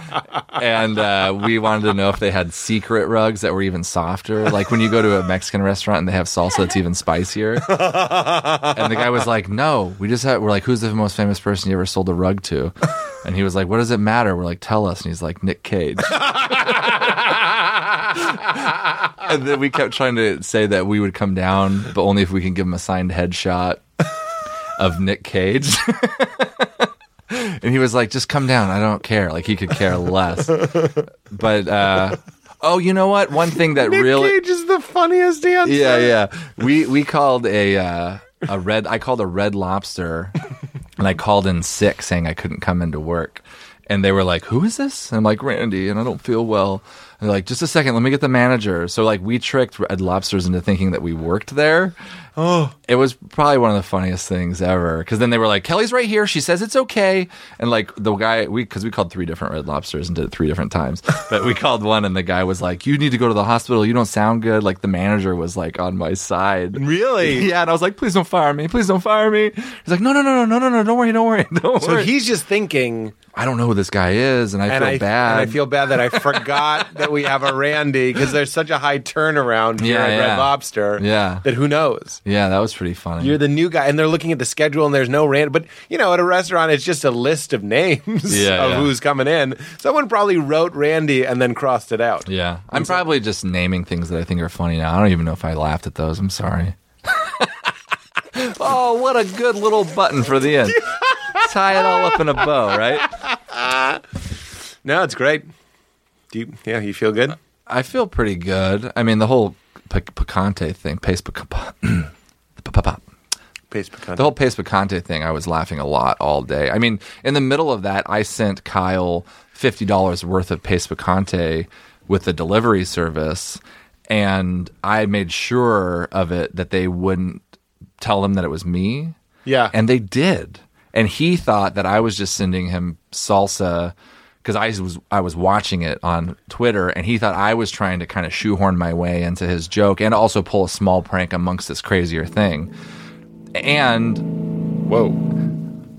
and uh, we wanted to know if they had secret rugs that were even softer like when you go to a mexican restaurant and they have salsa that's even spicier and the guy was like no we just had we're like who's the most famous person you ever sold a rug to and he was like what does it matter we're like tell us and he's like nick cage and then we kept trying to say that we would come down, but only if we can give him a signed headshot of Nick Cage. and he was like, "Just come down. I don't care. Like he could care less." But uh, Oh, you know what? One thing that really Nick Cage is the funniest answer. yeah, yeah. We we called a uh, a red. I called a red lobster, and I called in sick, saying I couldn't come into work. And they were like, "Who is this?" And I'm like, "Randy," and I don't feel well. And they're like, "Just a second, let me get the manager." So like, we tricked red lobsters into thinking that we worked there. Oh, it was probably one of the funniest things ever. Because then they were like, "Kelly's right here. She says it's okay." And like the guy, we because we called three different red lobsters and did it three different times. But we called one, and the guy was like, "You need to go to the hospital. You don't sound good." Like the manager was like on my side. Really? Yeah, and I was like, "Please don't fire me. Please don't fire me." He's like, "No, no, no, no, no, no, no. Don't worry. Don't worry. Don't So worry." he's just thinking, I don't know who this guy is, and I and feel I bad. and I feel bad that I forgot that we have a Randy because there's such a high turnaround here Yeah, at yeah. Red Lobster. Yeah. that who knows? yeah, that was pretty funny. You're the new guy, and they're looking at the schedule, and there's no Randy. But you know, at a restaurant, it's just a list of names Yeah, of yeah. who's coming in. Someone probably wrote Randy and then crossed it out. yeah, I'm probably just naming things that I think are funny now. I don't even know if I laughed at those. I'm sorry. oh, what a good little button for the end. Tie it all up in a bow, right? No, it's great. Do you, yeah, you feel good? I feel pretty good. I mean, the whole pic- picante thing, pace picante. Pace pecan. The whole Pace Picante thing, I was laughing a lot all day. I mean, in the middle of that, I sent Kyle $50 worth of Pace Picante with the delivery service, and I made sure of it that they wouldn't tell them that it was me. yeah, And they did. And he thought that I was just sending him salsa because I was I was watching it on Twitter, and he thought I was trying to kind of shoehorn my way into his joke and also pull a small prank amongst this crazier thing. And whoa.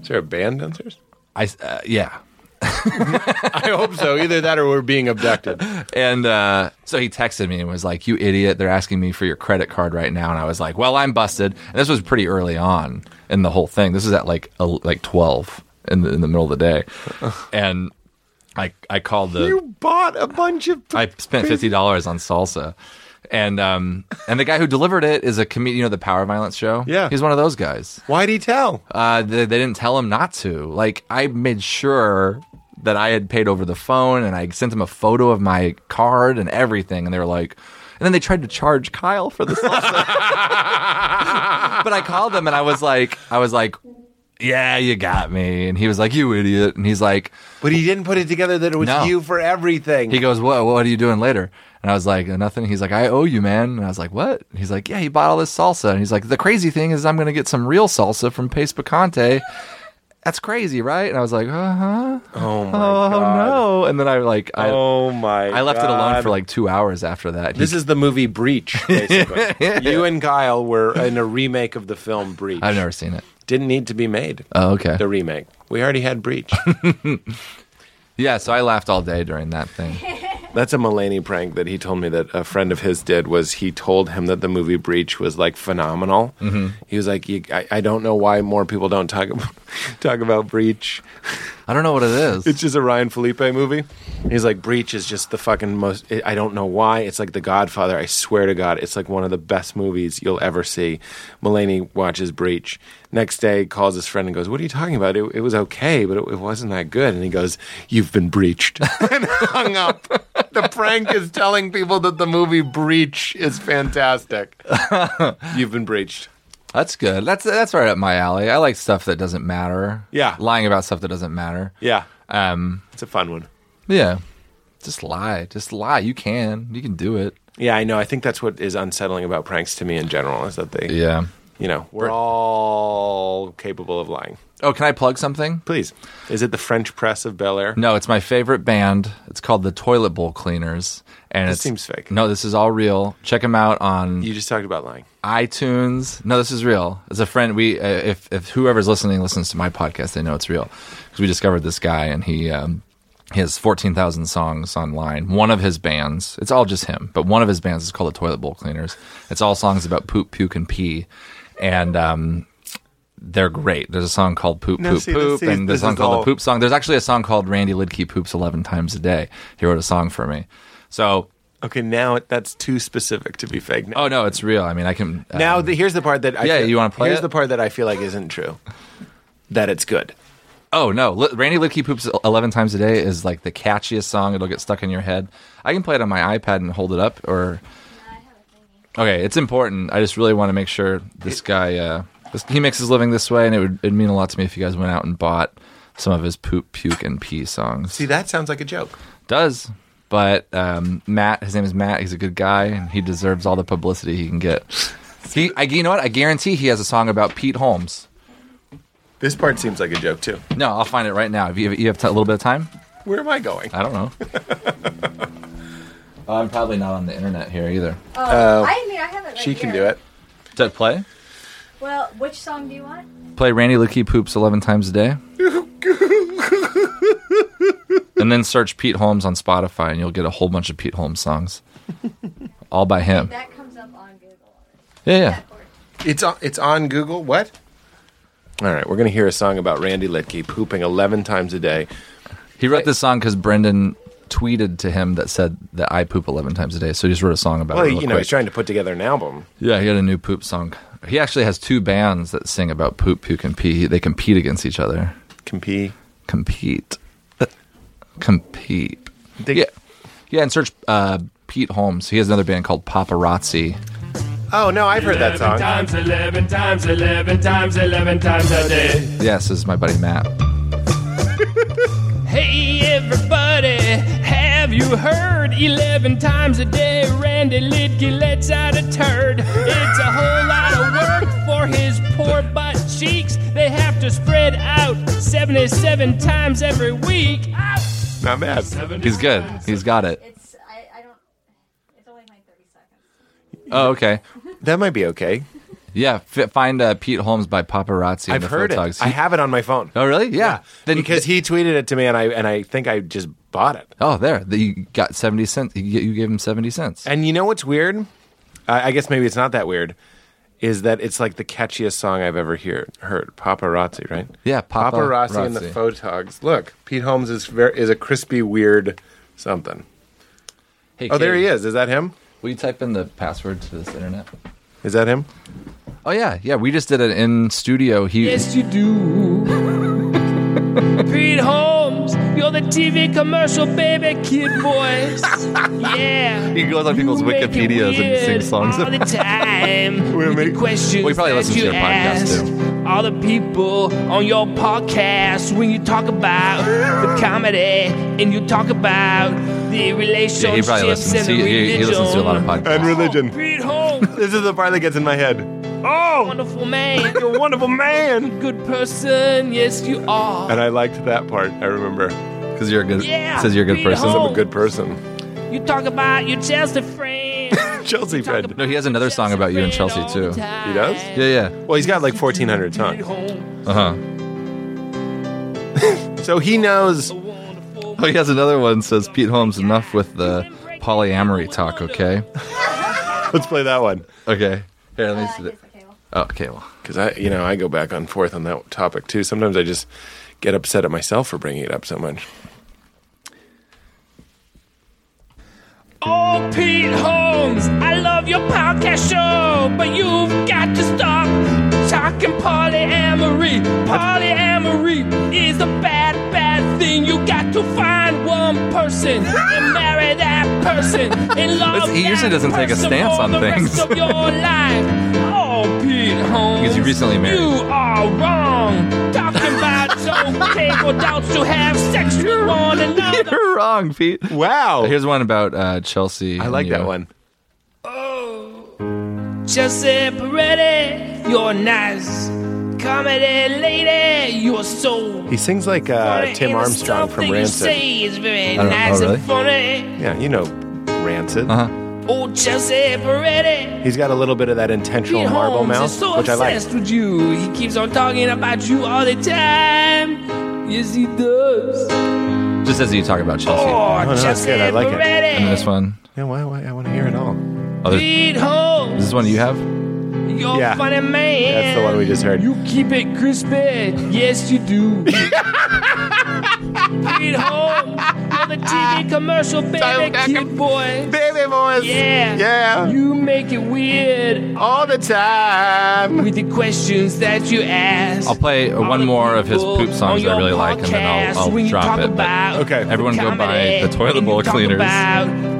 Is there a band downstairs? I uh, yeah, I hope so. Either that or we're being abducted. and uh, so he texted me and was like, "You idiot! They're asking me for your credit card right now." And I was like, "Well, I'm busted." And this was pretty early on in the whole thing. This was at like el- like twelve in the, in the middle of the day, and I I called the You bought a bunch of. I spent fifty dollars on salsa, and um and the guy who delivered it is a comedian. You know the Power Violence show. Yeah. he's one of those guys. Why'd he tell? Uh, they, they didn't tell him not to. Like I made sure that I had paid over the phone, and I sent them a photo of my card and everything, and they were like. And then they tried to charge Kyle for the salsa. but I called them and I was like, I was like, yeah, you got me. And he was like, you idiot. And he's like, But he didn't put it together that it was No. you for everything. He goes, "What? What are you doing later?" And I was like, "Nothing." He's like, "I owe you, man." And I was like, "What?" And he's like, "Yeah, he bought all this salsa." And he's like, "The crazy thing is, I'm going to get some real salsa from Pace Picante." That's crazy, right? And I was like, "Uh huh." oh my Oh no! And then I like, I, Oh my! I left it alone God. for like two hours after that. He- This is the movie Breach. Basically, you and Kyle were in a remake of the film Breach. I've never seen it. Didn't need to be made. Oh, okay. The remake. We already had Breach. Yeah, so I laughed all day during that thing. That's a Mulaney prank that he told me that a friend of his did. Was he told him that the movie Breach was like phenomenal? Mm-hmm. He was like, you, I, I don't know why more people don't talk about, talk about Breach. I don't know what it is. It's just a Ryan Felipe movie. He's like, Breach is just the fucking most. I I don't know why. It's like The Godfather. I swear to God, it's like one of the best movies you'll ever see. Mulaney watches Breach. Next day, calls his friend and goes, "What are you talking about? It, it was okay, but it, it wasn't that good." And he goes, "You've been breached," and hung up. The prank is telling people that the movie Breach is fantastic. You've been breached. That's good. That's that's right up my alley. I like stuff that doesn't matter. Yeah. lying about stuff that doesn't matter. Yeah, Um, it's a fun one. Yeah. Just lie. Just lie. You can. You can do it. Yeah, I know. I think that's what is unsettling about pranks to me in general is that they Yeah. you know, we're all capable of lying. Oh, can I plug something? Please. Is it the French press of Bel Air? No, it's my favorite band. It's called the Toilet Bowl Cleaners. And This it's, seems fake. No, this is all real. Check them out on You just talked about lying. iTunes. No, this is real. As a friend, we uh, if if whoever's listening listens to my podcast, they know it's real because we discovered this guy and he um, he has fourteen thousand songs online. One of his bands, it's all just him, but one of his bands is called the Toilet Bowl Cleaners. It's all songs about poop, puke, and pee, and um, they're great. There's a song called Poop, No, Poop, see, this Poop, is- and there's a this song is called all- The Poop Song. There's actually a song called Randy Lidkey Poops Eleven Times a Day. He wrote a song for me. So, Okay, now it- that's too specific to be fake. Now, oh no, it's real. I mean, I can now um, the, here's the part that I Yeah, feel- you wanna play Here's it? the part that I feel like isn't true. That it's good. Oh no, Li- Randy Lidke poops eleven times a day is like the catchiest song. It'll get stuck in your head. I can play it on my iPad and hold it up, or okay, it's important. I just really want to make sure this guy uh, this, he makes his living this way, and it would it'd mean a lot to me if you guys went out and bought some of his poop, puke, and pee songs. See, that sounds like a joke. Does but um, Matt, his name is Matt. He's a good guy, and he deserves all the publicity he can get. He, I, you know what? I guarantee he has a song about Pete Holmes. This part seems like a joke too. No, I'll find it right now. If you, you have t- a little bit of time, Where am I going? I don't know. I'm probably not on the internet here either. Oh, I mean, I have it right Uh, She can here. do it. Does play? Well, which song do you want? Play Randy Lickey poops eleven times a day, and then search Pete Holmes on Spotify, and you'll get a whole bunch of Pete Holmes songs, all by him. That comes up on Google. Yeah, yeah. It's on, it's on Google. What? All right, we're gonna hear a song about Randy Litke pooping eleven times a day. He wrote this song because Brendan tweeted to him that said that I poop 11 times a day. So he just wrote a song about Well, it. real you know, quick. he's trying to put together an album. yeah, he had a new poop song. He actually has two bands that sing about poop, puke, and pee. They compete against each other. Compete. Compete. Uh, compete. They- yeah. Yeah, and search uh, Pete Holmes. He has another band called Paparazzi. Oh no, I've heard that song. Times 11 times 11 times 11 times a day. Yes, this is my buddy Matt. Hey, everybody, have you heard? 11 times a day, Randy Lidke lets out a turd. It's a whole lot of work for his poor butt cheeks. They have to spread out 77 times every week. Not bad. He's good. He's got it. It's I, I don't. It's only like 30 seconds. Oh, okay. That might be okay. Yeah, fi- find uh, Pete Holmes by Paparazzi. and I've the heard it. Photog's. I have it on my phone. oh, really? Yeah. Then because he tweeted it to me, and I and I think I just bought it. Oh, there. The, you got 70 cents. You, you gave him 70 cents. And you know what's weird? I, I guess maybe it's not that weird. Is that it's like the catchiest song I've ever hear, heard? Paparazzi, right? Yeah, paparazzi, and the Paparazzi. photogs. Look, Pete Holmes is very, is a crispy, weird something. Hey, Oh, there he is. Is that him? Will you type in the password to this internet? Is that him? Oh, yeah. Yeah, we just did it in studio. He, Yes, you do. Pete Holmes, you're the TV commercial baby kid voice. Yeah. he goes on people's You make it weird all the time. We'll with the make- questions We probably that listen to you your podcast, ask. All the people on your podcast when you talk about the comedy and you talk about the relationships yeah, he probably listens. and He, the he, he listens to a lot of religion. podcasts. religion. Pete Holmes, This is the part that gets in my head. wonderful man, You're a wonderful man. good person. Yes, you are. And I liked that part. I remember. Because you're a good, Yeah, says you're a good Pete person. Holmes. I'm a good person. You talk about your Chelsea friend. Chelsea friend. No, he has another song about you and Chelsea, too. He does? Yeah, yeah. Well, he's got like 1,400 songs. Uh huh. So he knows. Oh, he has another one says Pete Holmes enough with the polyamory talk, okay? Let's play that one. Okay. Here, let me Uh, see here's that. the cable. Oh, okay, well. Because I, you know, I go back and forth on that topic too. Sometimes I just get upset at myself for bringing it up so much. Oh, Pete Holmes, I love your podcast show, but you've got to stop talking polyamory. Polyamory is a bad, bad thing. You got to find one person and marry that person and love He usually that doesn't take a person stance for on the things. Rest of your life. Oh, Pete Holmes, Because you recently married. You are wrong. Talking about it's okay for adults to have sex with one another. You're wrong, Pete. Wow, Here's one about uh, Chelsea. I like and you. that one. Chelsea Peretti, you're nice. Comedy lady, you're so. He sings like uh, funny. Tim And the Armstrong stuff from that You Rancid. say is very I don't- nice oh, really? and funny. Yeah, you know Rancid. Oh, Chelsea Peretti. He's got a little bit of that intentional Pete marble Holmes mouth, is so which I like. obsessed with you. He keeps on talking about you all the time. Yes, he does. Just as you talk about Chelsea. Oh, no, that's Chelsea good. I like it. Peretti. And this one. Yeah, why, why, I want to hear it all. Oh, there's- Pete Holmes, Is this one you have? you're Yeah. a funny man. That's the one we just heard. You keep it crispy. Yes, you do. Pete Holmes, you're the a TV commercial, baby, back cute boy. Baby voice. Yeah. Yeah. You make it weird All the time. with the questions that you ask. I'll play one more of his poop songs that I really like, and then I'll, I'll drop it. but- Okay. Everyone go buy the toilet bowl cleaners.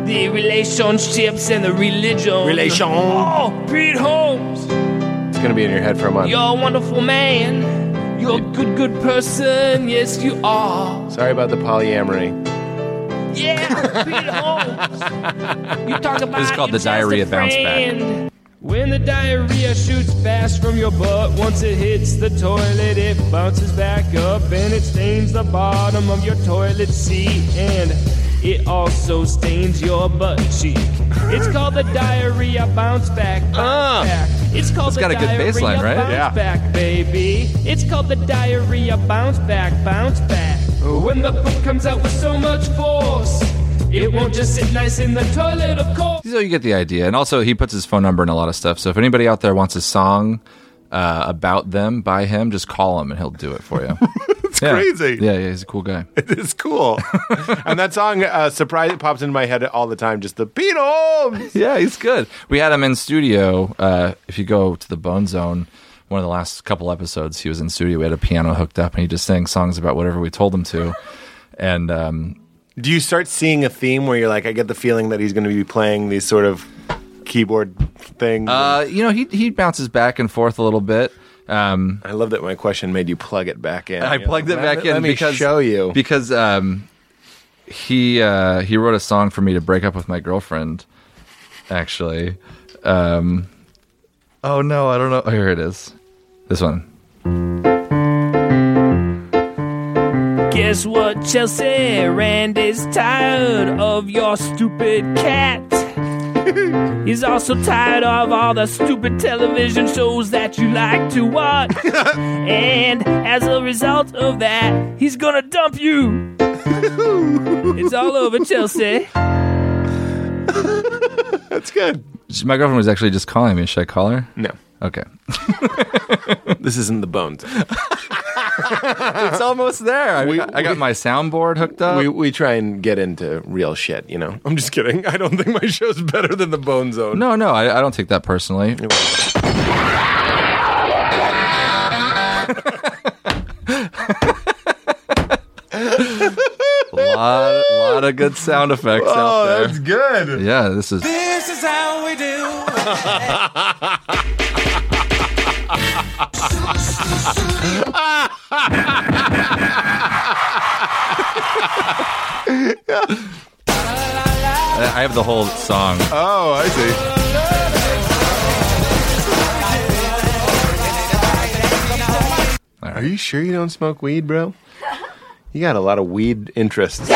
the relationships and the religion. Relation. Oh, Pete Holmes, It's going to be in your head for a month. you're a wonderful man. You're a good, good person. Yes, you are. Sorry about the polyamory. Yeah, Pete Holmes. You talk about This is called you're the diarrhea just a bounce back. friend. When the diarrhea shoots fast from your butt, once it hits the toilet, it bounces back up and it stains the bottom of your toilet seat and it also stains your butt cheek. It's called the diarrhea bounce back. Bounce back. It's called the Ah. got a good diarrhea bass line, right? bounce Yeah. back, baby. It's called the diarrhea bounce back, bounce back. When the poop comes out with so much force, it won't just sit nice in the toilet, of course. So you get the idea. And also, he puts his phone number in a lot of stuff. So if anybody out there wants a song uh, about them by him, just call him and he'll do it for you. it's crazy. Yeah, yeah, he's a cool guy. It's cool. and that song, uh, surprise, it pops into my head all the time. Just the Pete Holmes. yeah, he's good. We had him in studio. Uh, if you go to the Bone Zone, one of the last couple episodes, he was in studio. We had a piano hooked up, and he just sang songs about whatever we told him to. And um, Do you start seeing a theme where you're like, I get the feeling that he's going to be playing these sort of keyboard things? uh, you know, he he bounces back and forth a little bit. Um, I love that my question made you plug it back in. I You're plugged it like, back let, in Let me because show you. because um, he uh, he wrote a song for me to break up with my girlfriend. Actually, um, oh no, I don't know. Oh, here it is. This one. Guess what, Chelsea? Randy's tired of your stupid cat. He's also tired of all the stupid television shows that you like to watch. and as a result of that, he's gonna dump you. it's all over, Chelsea. That's good. She- My girlfriend was actually just calling me. Should I call her? No, Okay. this isn't the bones. it's almost there. I, We- I got my soundboard hooked up. we we try and get into real shit, you know. I'm just kidding. I don't think my show's better than the Bone Zone. no, no, I, I don't take that personally. lot, lot of good sound effects out Oh, there. that's good. Yeah, this is. This is how we do. I have the whole song. Oh, I see. Are you sure you don't smoke weed, bro? You got a lot of weed interests.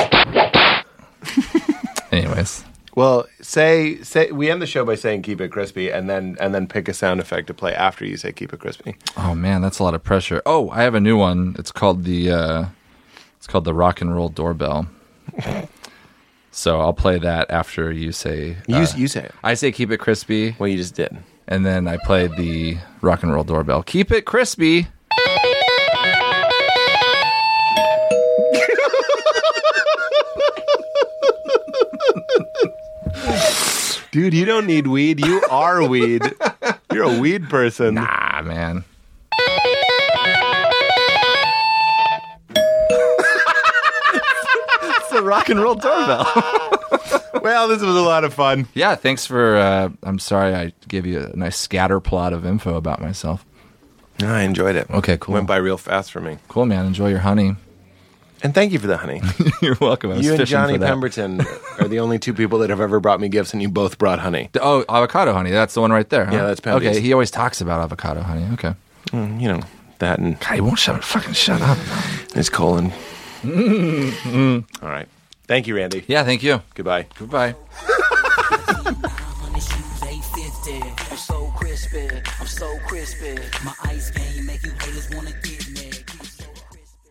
Anyways, Well, say say we end the show by saying keep it crispy and then and then pick a sound effect to play after you say keep it crispy. oh man, that's a lot of pressure. Oh, I have a new one. It's called the. Uh, it's called the rock and roll doorbell. so I'll play that after you say. You uh, you say it. I say keep it crispy, Well, you just did. and then I play the rock and roll doorbell. Keep it crispy. Dude, you don't need weed. You are weed. You're a weed person. Ah man. it's the rock and roll doorbell. Well, this was a lot of fun. Yeah, thanks for. Uh, I'm sorry I gave you a nice scatter plot of info about myself. I enjoyed it. Okay, cool. Went by real fast for me. Cool, man. Enjoy your honey. And thank you for the honey. You're welcome. I was you and fishing Johnny for that. Pemberton are the only two people that have ever brought me gifts, and you both brought honey. Oh, avocado honey. That's the one right there. huh? Yeah, that's Pemby's. Okay, he always talks about avocado honey. Okay. You know that, and God, he won't shut fucking shut up. his colon. All right. Thank you, Randy. Yeah, thank you. Goodbye. Goodbye. on the shoes 850. I'm so crispy, I'm so crispy. My ice game make you haters wanna get me. Keep it so crispy.